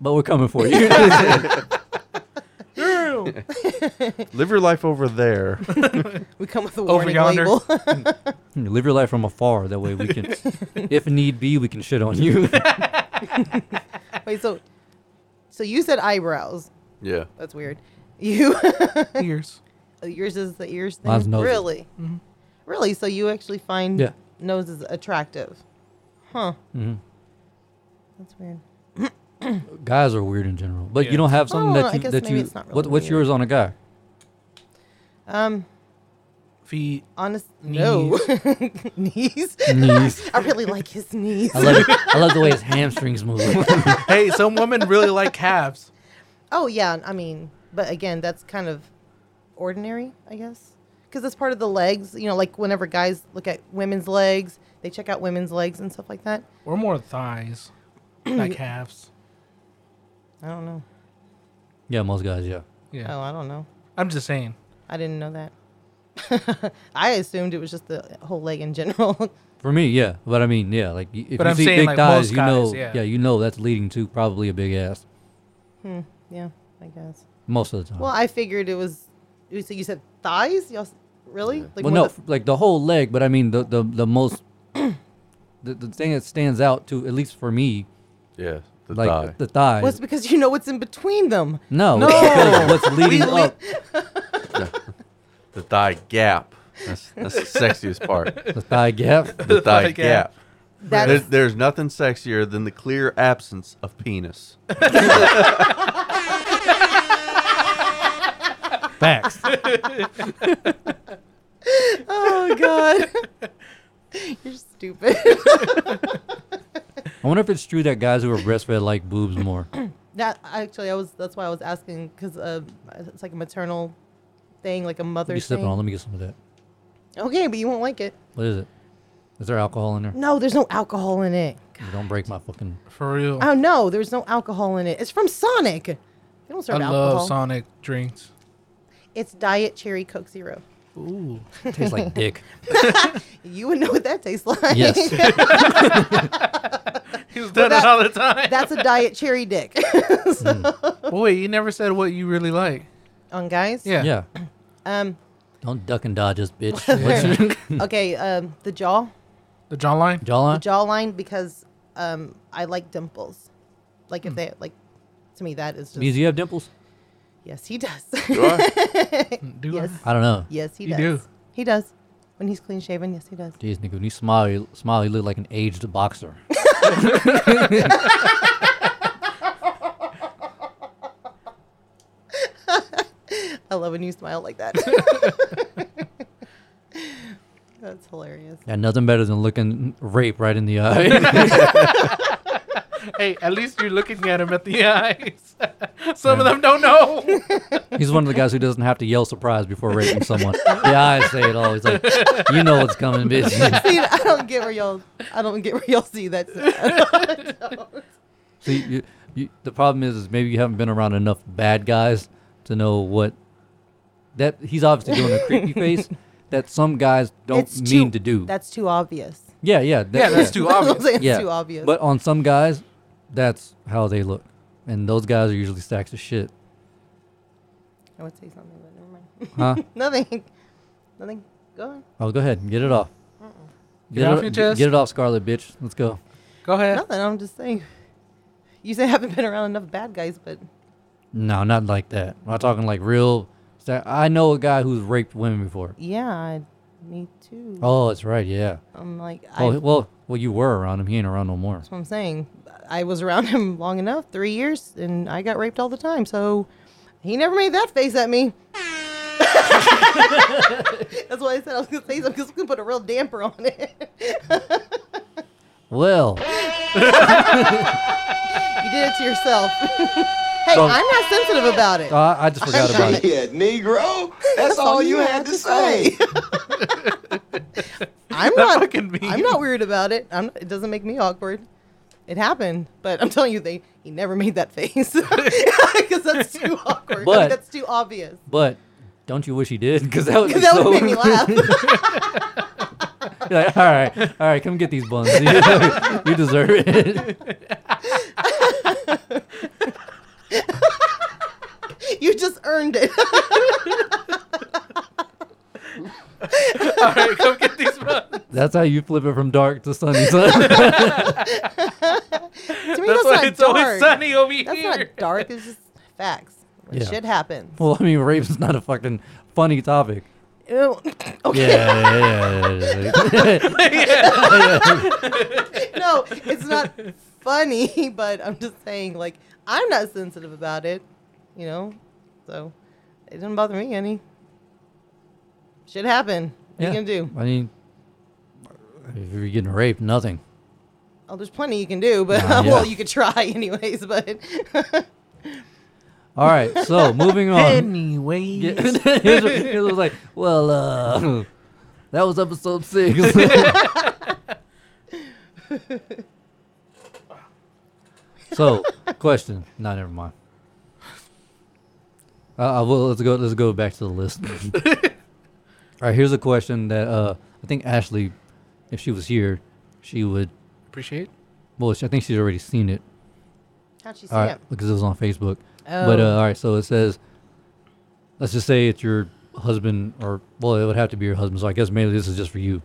Speaker 1: but we're coming for you.
Speaker 4: live your life over there.
Speaker 3: we come with a
Speaker 2: Over
Speaker 3: warning
Speaker 2: yonder.
Speaker 3: label.
Speaker 1: Live your life from afar. That way we can, if need be, we can shit on you.
Speaker 3: Wait, so so you said eyebrows.
Speaker 4: yeah.
Speaker 3: That's weird. You
Speaker 2: Ears.
Speaker 3: yours is the ears thing.
Speaker 1: Mine's noses.
Speaker 3: Really? Really? So you actually find
Speaker 1: Yeah.
Speaker 3: noses attractive? Huh.
Speaker 1: Mhm.
Speaker 3: That's weird.
Speaker 1: Guys are weird in general, but you
Speaker 2: Yeah.
Speaker 1: don't have something
Speaker 3: Well,
Speaker 1: that
Speaker 3: Oh, I
Speaker 1: you
Speaker 3: guess
Speaker 1: that
Speaker 3: maybe
Speaker 1: you.
Speaker 3: it's not
Speaker 1: what,
Speaker 3: really
Speaker 1: what's
Speaker 3: weird.
Speaker 1: yours on a guy?
Speaker 3: Um,
Speaker 2: Feet.
Speaker 3: honest, no knees.
Speaker 1: Knees.
Speaker 3: I really like his knees.
Speaker 1: I love, I love the way his hamstrings move.
Speaker 2: Hey, some women really like calves.
Speaker 3: Oh yeah, I mean, but again, that's kind of ordinary, I guess, because it's part of the legs. You know, like whenever guys look at women's legs, they check out women's legs and stuff like that.
Speaker 2: Or more thighs, not calves.
Speaker 3: I don't know.
Speaker 1: yeah, most guys. Yeah.
Speaker 2: Yeah.
Speaker 3: Oh, I don't know.
Speaker 2: I'm just saying.
Speaker 3: I didn't know that. I assumed it was just the whole leg in general.
Speaker 1: For me, yeah, but I mean, yeah, like y- if
Speaker 2: But
Speaker 1: you
Speaker 2: I'm
Speaker 1: see
Speaker 2: saying,
Speaker 1: big
Speaker 2: like,
Speaker 1: thighs,
Speaker 2: most
Speaker 1: you know,
Speaker 2: guys, yeah.
Speaker 1: you know that's leading to probably a big ass
Speaker 3: yeah, I guess.
Speaker 1: most of the time.
Speaker 3: Well, I figured it was. You said you said thighs. Y'all s- really? Like
Speaker 1: well,
Speaker 3: more
Speaker 1: no,
Speaker 3: the-
Speaker 1: f- like the whole leg, but I mean the the, the most the, the thing that stands out to at least for me,
Speaker 4: Yeah. The
Speaker 1: like
Speaker 4: thigh.
Speaker 1: the thighs.
Speaker 3: well, it's because you know what's in between them.
Speaker 1: no, it's because what's leading up
Speaker 4: The thigh gap. That's, that's the sexiest part.
Speaker 1: the thigh gap?
Speaker 4: The thigh
Speaker 2: thigh gap.
Speaker 4: gap.
Speaker 3: That
Speaker 4: There's,
Speaker 3: is,
Speaker 4: there's nothing sexier than the clear absence of penis.
Speaker 1: Facts.
Speaker 3: oh god, you're stupid.
Speaker 1: I wonder if it's true that guys who are breastfed like boobs more.
Speaker 3: That actually, I was. That's why I was asking because uh, it's like a maternal thing, like a
Speaker 1: you
Speaker 3: mother's
Speaker 1: sipping
Speaker 3: thing.
Speaker 1: on? Let me get some of that.
Speaker 3: Okay, but you won't like it.
Speaker 1: What is it? Is there alcohol in there?
Speaker 3: No, there's no alcohol in it.
Speaker 1: Don't break my fucking.
Speaker 2: For real.
Speaker 3: Oh no, there's no alcohol in it. It's from Sonic. They don't
Speaker 2: I
Speaker 3: serve alcohol.
Speaker 2: love Sonic drinks.
Speaker 3: It's Diet Cherry Coke Zero.
Speaker 2: Ooh.
Speaker 1: It tastes like dick.
Speaker 3: You would know what that tastes like.
Speaker 1: Yes.
Speaker 2: He's done
Speaker 3: that-
Speaker 2: it all the time.
Speaker 3: that's a Diet Cherry dick.
Speaker 2: But wait, you never said what you really like.
Speaker 3: on guys.
Speaker 2: Yeah.
Speaker 1: Yeah.
Speaker 3: Um.
Speaker 1: Don't duck and dodge us, bitch.
Speaker 3: Okay. Um. The jaw,
Speaker 2: The jawline?
Speaker 1: Jawline.
Speaker 3: jawline, because um, I like dimples. Like if they like, to me that is just.
Speaker 1: Means you have dimples?
Speaker 3: Yes, he does.
Speaker 2: Do
Speaker 3: yes.
Speaker 1: I don't know.
Speaker 3: Yes, he
Speaker 2: You
Speaker 3: does.
Speaker 2: do.
Speaker 3: He does. When he's clean shaven, yes, he does.
Speaker 1: Jeez, nigga, when you smile, you smile, you look like an aged boxer.
Speaker 3: I love when you smile like that. That's hilarious.
Speaker 1: Yeah, nothing better than looking rape right in the eye.
Speaker 2: Hey, at least you're looking at him at the eyes. Some of them don't know.
Speaker 1: He's one of the guys who doesn't have to yell surprise before raping someone. The eyes say it all. He's like, you know what's coming, bitch.
Speaker 3: See, I don't get where y'all. I don't get where y'all see that. I don't.
Speaker 1: See, you, you, the problem is, is maybe you haven't been around enough bad guys to know what that he's obviously doing a creepy face that some guys don't
Speaker 3: It's
Speaker 1: mean to
Speaker 3: too-
Speaker 1: do.
Speaker 3: That's too obvious.
Speaker 1: yeah, yeah, that-
Speaker 2: Yeah, that's too obvious.
Speaker 3: It's too obvious.
Speaker 1: But on some guys, that's how they look, and those guys are usually stacks of shit.
Speaker 3: I would say something, but never
Speaker 1: Huh?
Speaker 3: mind. Nothing. Nothing. Go on.
Speaker 1: oh, go ahead, get it off.
Speaker 2: Get it off your
Speaker 1: g-
Speaker 2: chest.
Speaker 1: Get it off, Scarlet, bitch. Let's go.
Speaker 2: Go ahead.
Speaker 3: Nothing. I'm just saying. You say I haven't been around enough bad guys, but
Speaker 1: No, not like that. I'm not talking like real. sta- I know a guy who's raped women before.
Speaker 3: yeah, I- me too.
Speaker 1: Oh, that's right. Yeah.
Speaker 3: I'm like, I,
Speaker 1: Oh, well, well, you were around him. He ain't around no more.
Speaker 3: that's what I'm saying. I was around him long enough, three years, and I got raped all the time. So he never made that face at me. That's why I said I was gonna say something because I'm gonna put a real damper on it.
Speaker 1: Well,
Speaker 3: You did it to yourself. hey,
Speaker 1: So-
Speaker 3: I'm not sensitive about it.
Speaker 1: I, I just forgot about it.
Speaker 9: Yeah, Negro. That's all you had to say.
Speaker 3: I'm
Speaker 2: That
Speaker 3: not.
Speaker 2: fucking meme.
Speaker 3: I'm not weird about it. I'm, it doesn't make me awkward. It happened, but I'm telling you, they he never made that face because that's too awkward. I mean,
Speaker 1: But-
Speaker 3: that's too obvious.
Speaker 1: But don't you wish he did? Because that was
Speaker 3: That would
Speaker 1: so.
Speaker 3: make me laugh.
Speaker 1: You're like, all right, all right, come get these buns. you deserve it.
Speaker 3: you just earned it.
Speaker 2: All right, come get these buns.
Speaker 1: That's how you flip it from dark to sunny. Son.
Speaker 3: to me,
Speaker 2: That's
Speaker 3: that's,
Speaker 2: why
Speaker 3: not
Speaker 2: it's always
Speaker 3: dark.
Speaker 2: sunny over here.
Speaker 3: That's not dark. It's just facts. When
Speaker 1: Yeah.
Speaker 3: Shit happens.
Speaker 1: well, I mean, rape's not a fucking funny topic.
Speaker 3: Ew.
Speaker 1: Yeah,
Speaker 3: okay.
Speaker 1: yeah, yeah, yeah, yeah.
Speaker 3: No, it's not funny, but I'm just saying, like, I'm not sensitive about it, you know? So it doesn't bother me any. Shit happened. What
Speaker 1: Yeah.
Speaker 3: you can do?
Speaker 1: I mean, if you're getting raped, nothing.
Speaker 3: Oh, there's plenty you can do, but
Speaker 1: Nah, yeah.
Speaker 3: well, you could try anyways, but
Speaker 1: All right, so moving on.
Speaker 2: Anyways,
Speaker 1: Yeah, it was- it was like, well, uh, that was episode six. so, question. No, never mind. Uh, uh, well, let's go. Let's go back to the list. All right, here's a question that uh, I think Ashley, if she was here, she would.
Speaker 2: appreciate.
Speaker 1: Well, she- I think she's already seen it.
Speaker 3: how'd she see
Speaker 1: All right,
Speaker 3: it?
Speaker 1: because it was on Facebook. But uh,
Speaker 3: Oh.
Speaker 1: all right, so it says, let's just say it's your husband, or well, it would have to be your husband. So I guess maybe this is just for you.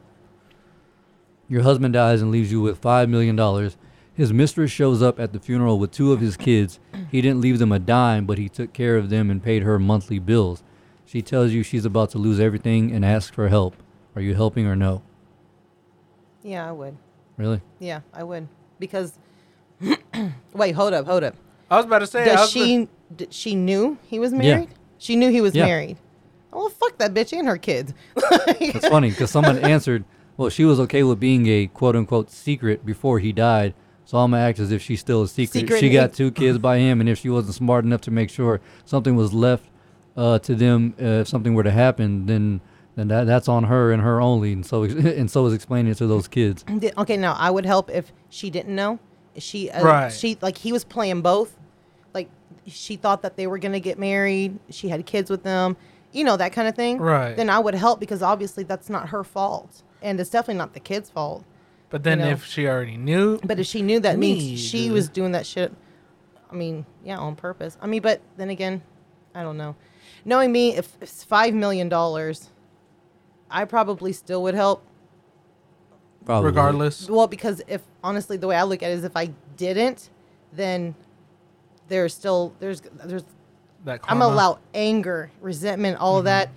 Speaker 1: Your husband dies and leaves you with five million dollars. His mistress shows up at the funeral with two of his kids. He didn't leave them a dime, but he took care of them and paid her monthly bills. She tells you she's about to lose everything and asks for help. Are you helping or no?
Speaker 3: Yeah, I would.
Speaker 1: Really?
Speaker 3: Yeah, I would. Because, wait, hold up, hold up.
Speaker 2: I was about to say. I
Speaker 3: Does
Speaker 2: was
Speaker 3: she, d- she knew he was married? She knew he was
Speaker 1: Yeah.
Speaker 3: married. Oh, well, fuck that bitch and her kids.
Speaker 1: It's funny because someone answered, "Well, she was okay with being a quote unquote secret before he died, so I'm gonna act as if she's still a secret.
Speaker 3: Secret
Speaker 1: she got
Speaker 3: is-
Speaker 1: two kids by him, and if she wasn't smart enough to make sure something was left uh, to them, uh, if something were to happen, then then that, that's on her and her only, and so and so is explaining it to those kids.
Speaker 3: Th- Okay, now I would help if she didn't know. She, uh,
Speaker 2: Right.
Speaker 3: she like he was playing both. Like she thought that they were gonna get married. She had kids with them, you know that kind of thing.
Speaker 2: Right.
Speaker 3: Then I would help because obviously that's not her fault, and it's definitely not the kid's fault.
Speaker 2: But then
Speaker 3: you know.
Speaker 2: if she already knew,
Speaker 3: But if she knew that means she
Speaker 2: Need.
Speaker 3: was doing that shit, I mean, yeah, on purpose. I mean, but then again, I don't know. Knowing me, if it's five million dollars, I probably still would help
Speaker 1: Probably.
Speaker 2: regardless,
Speaker 3: Well, because if honestly, the way I look at it is, if I didn't, then there's still there's there's
Speaker 2: that
Speaker 3: I'm
Speaker 2: karma.
Speaker 3: gonna allow anger, resentment, all
Speaker 1: Mm-hmm.
Speaker 3: of that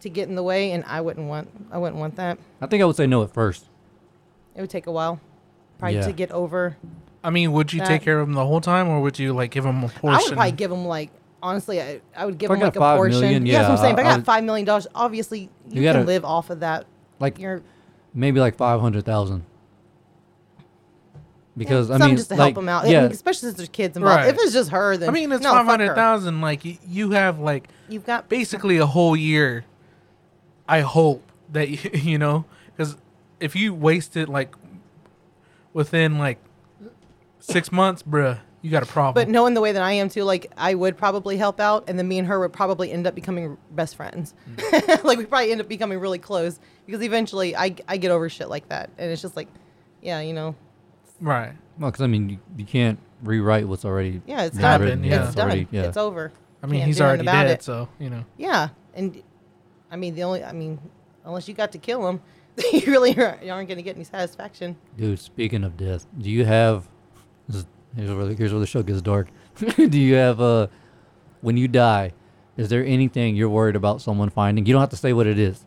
Speaker 3: to get in the way, and I wouldn't want I wouldn't want that.
Speaker 1: I think I would say no at first.
Speaker 3: It would take a while, probably
Speaker 1: Yeah.
Speaker 3: to get over.
Speaker 2: I mean, would you
Speaker 3: that.
Speaker 2: take care of him the whole time, or would you like give him a portion?
Speaker 3: I would probably give him like honestly, I, I would give
Speaker 1: If I
Speaker 3: him
Speaker 1: got
Speaker 3: like a
Speaker 1: five
Speaker 3: portion.
Speaker 1: million,
Speaker 3: that's what I'm
Speaker 1: yeah,
Speaker 3: saying. If I
Speaker 1: I- I
Speaker 3: got
Speaker 1: would-
Speaker 3: five million dollars, obviously you,
Speaker 1: gotta-
Speaker 3: can live off of that.
Speaker 1: Like
Speaker 3: You're
Speaker 1: maybe like five hundred thousand. Because I
Speaker 3: something
Speaker 1: mean,
Speaker 3: just to
Speaker 1: like,
Speaker 3: help him out, I
Speaker 1: Yeah,
Speaker 3: mean, especially since there's kids involved.
Speaker 2: Right.
Speaker 3: If it's just her, then
Speaker 2: I mean, it's
Speaker 3: no,
Speaker 2: five
Speaker 3: fuck her.
Speaker 2: hundred thousand. Like you, you have like
Speaker 3: You've got
Speaker 2: basically a whole year. I hope that you, you know, because if you waste it like within like six months, bruh, you got a problem.
Speaker 3: But knowing the way that I am too, like I would probably help out, and then me and her would probably end up becoming best friends. like we probably end up becoming really close because eventually I I get over shit like that, and it's just like, yeah, you know,
Speaker 2: right.
Speaker 1: Well, because I mean, you, you can't rewrite what's already
Speaker 3: yeah, it's
Speaker 1: been
Speaker 3: done,
Speaker 1: written.
Speaker 2: Happened, yeah.
Speaker 3: it's,
Speaker 1: it's
Speaker 3: done,
Speaker 1: already- yeah.
Speaker 3: it's over.
Speaker 2: I mean,
Speaker 3: Can't
Speaker 2: he's
Speaker 3: do nothing
Speaker 2: already
Speaker 3: about
Speaker 2: dead,
Speaker 3: it.
Speaker 2: so you know.
Speaker 3: Yeah, and I mean the only I mean, unless you got to kill him, you really aren't, you aren't gonna get any satisfaction.
Speaker 1: Dude, speaking of death, do you have? This is, here's, where the, here's where the show gets dark. do you have uh, when you die, is there anything you're worried about someone finding? You don't have to say what it is.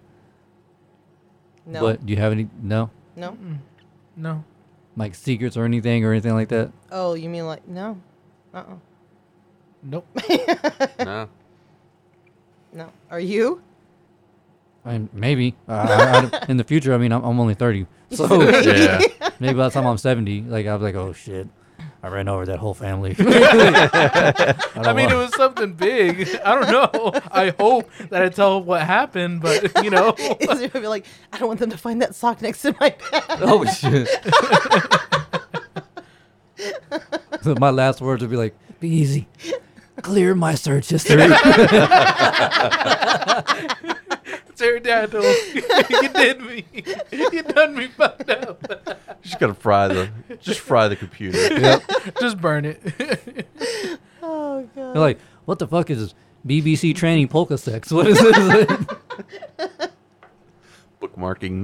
Speaker 3: No.
Speaker 1: But do you have any? No,
Speaker 3: No.
Speaker 2: No.
Speaker 1: like secrets or anything or anything like that.
Speaker 3: Oh, you mean like no? Uh uh
Speaker 2: Nope.
Speaker 4: no.
Speaker 3: No. Are you?
Speaker 1: And maybe I, I- I don't- in the future. I mean, I'm, I'm only thirty, so
Speaker 4: Yeah.
Speaker 1: maybe by the time I'm seventy, like I was like, oh shit, I ran over that whole family. I,
Speaker 2: I
Speaker 1: don't
Speaker 2: mean, it
Speaker 1: wa-
Speaker 2: was something big. I don't know. I hope that I tell what happened, but you know,
Speaker 3: Is it gonna be like I don't want them to find that sock next to my bed?
Speaker 1: Oh shit. so my last words would be like, "Be easy, clear my search history."
Speaker 2: pterodactyl, you did me. You done me fucked up.
Speaker 4: Just gotta fry the just fry the computer.
Speaker 2: Just burn it.
Speaker 3: Oh god.
Speaker 1: They're like, "What the fuck is this BBC tranny polka sex? What is this?"
Speaker 4: Bookmarking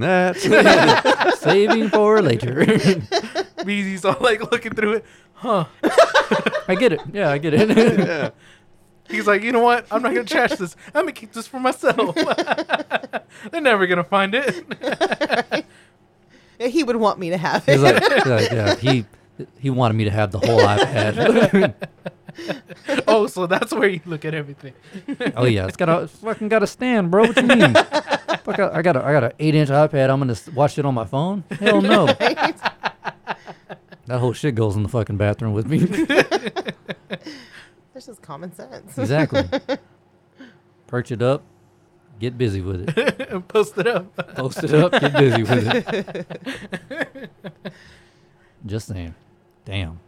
Speaker 4: that.
Speaker 1: Saving for later.
Speaker 2: Beezy's all like looking through it. Huh.
Speaker 1: I get it. Yeah, I get it.
Speaker 4: yeah.
Speaker 2: He's like, you know what? I'm not gonna trash this. I'm gonna keep this for myself. They're never gonna find it.
Speaker 3: Yeah, He would want me to have it.
Speaker 1: he's like, he's like, yeah, he he wanted me to have the whole iPad.
Speaker 2: oh, so that's where you look at everything.
Speaker 1: oh yeah, it's got a it's fucking got a stand, bro. What you mean? Fuck, I I got a I got an eight inch iPad. I'm gonna s- watch it on my phone. Hell no. That whole shit goes in the fucking bathroom with me.
Speaker 3: This is common sense.
Speaker 1: exactly. Perch it up. Get busy with it.
Speaker 2: and post it up.
Speaker 1: Post it up. Get busy with it. Just saying. Damn.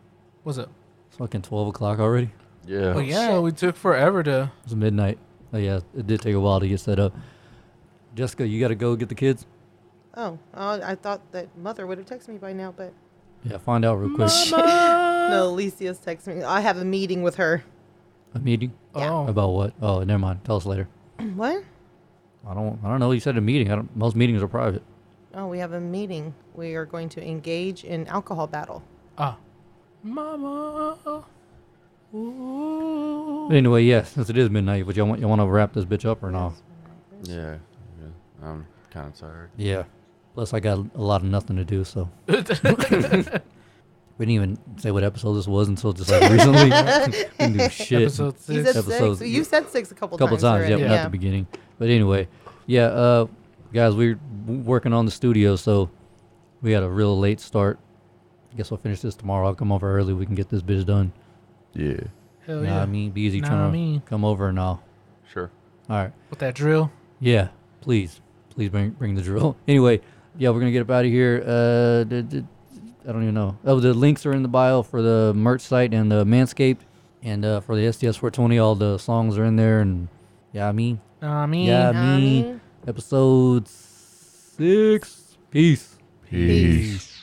Speaker 2: What's up?
Speaker 1: It's fucking 12 o'clock already.
Speaker 2: Oh yeah, we took forever to.
Speaker 1: It's midnight. Oh, yeah. It did take a while to get set up. Jessica, you got to go get the kids?
Speaker 3: Oh, uh, I thought that mother would have texted me by now, but
Speaker 1: Yeah, find out real quick.
Speaker 3: no, Alicia's texting me. I have a meeting with her.
Speaker 1: A meeting?
Speaker 2: Oh,
Speaker 1: About what? Oh, never mind. Tell us later.
Speaker 3: What?
Speaker 1: I don't I don't know. You said a meeting. I don't, most meetings are private.
Speaker 3: Oh, we have a meeting. We are going to engage in alcohol battle.
Speaker 2: ah, mama. Ooh.
Speaker 1: But anyway, yes, since it is midnight, but y'all want, y'all want to wrap this bitch up or not?
Speaker 4: Yeah. yeah. I'm kind of tired.
Speaker 1: Yeah. Plus, I got a lot of nothing to do, so. we didn't even say what episode this was until just like recently. we didn't do shit.
Speaker 2: Episode
Speaker 3: He
Speaker 2: six.
Speaker 3: said
Speaker 1: Episodes.
Speaker 3: six. You said six a couple,
Speaker 1: a couple times, yep,
Speaker 3: already.
Speaker 1: yeah, at the beginning. But anyway, yeah, uh, guys, we're w- working on the studio, so we had a real late start. I guess we'll finish this tomorrow. I'll come over early. We can get this bitch done.
Speaker 4: Yeah.
Speaker 2: Hell
Speaker 1: Nah,
Speaker 2: yeah.
Speaker 1: I mean, be easy
Speaker 2: Nah,
Speaker 1: trying
Speaker 2: I mean.
Speaker 1: to come over and all.
Speaker 4: Sure.
Speaker 1: All right.
Speaker 2: With that drill.
Speaker 1: Yeah, please, please bring bring the drill. Anyway, yeah, we're gonna get up out of here. Uh, d- d- I don't even know. Oh, the links are in the bio for the merch site and the Manscaped, and uh, for the SDS 420. All the songs are in there, and yeah, I mean,
Speaker 2: Nah, I mean.
Speaker 1: yeah, I mean, episode six. Peace.
Speaker 4: Peace.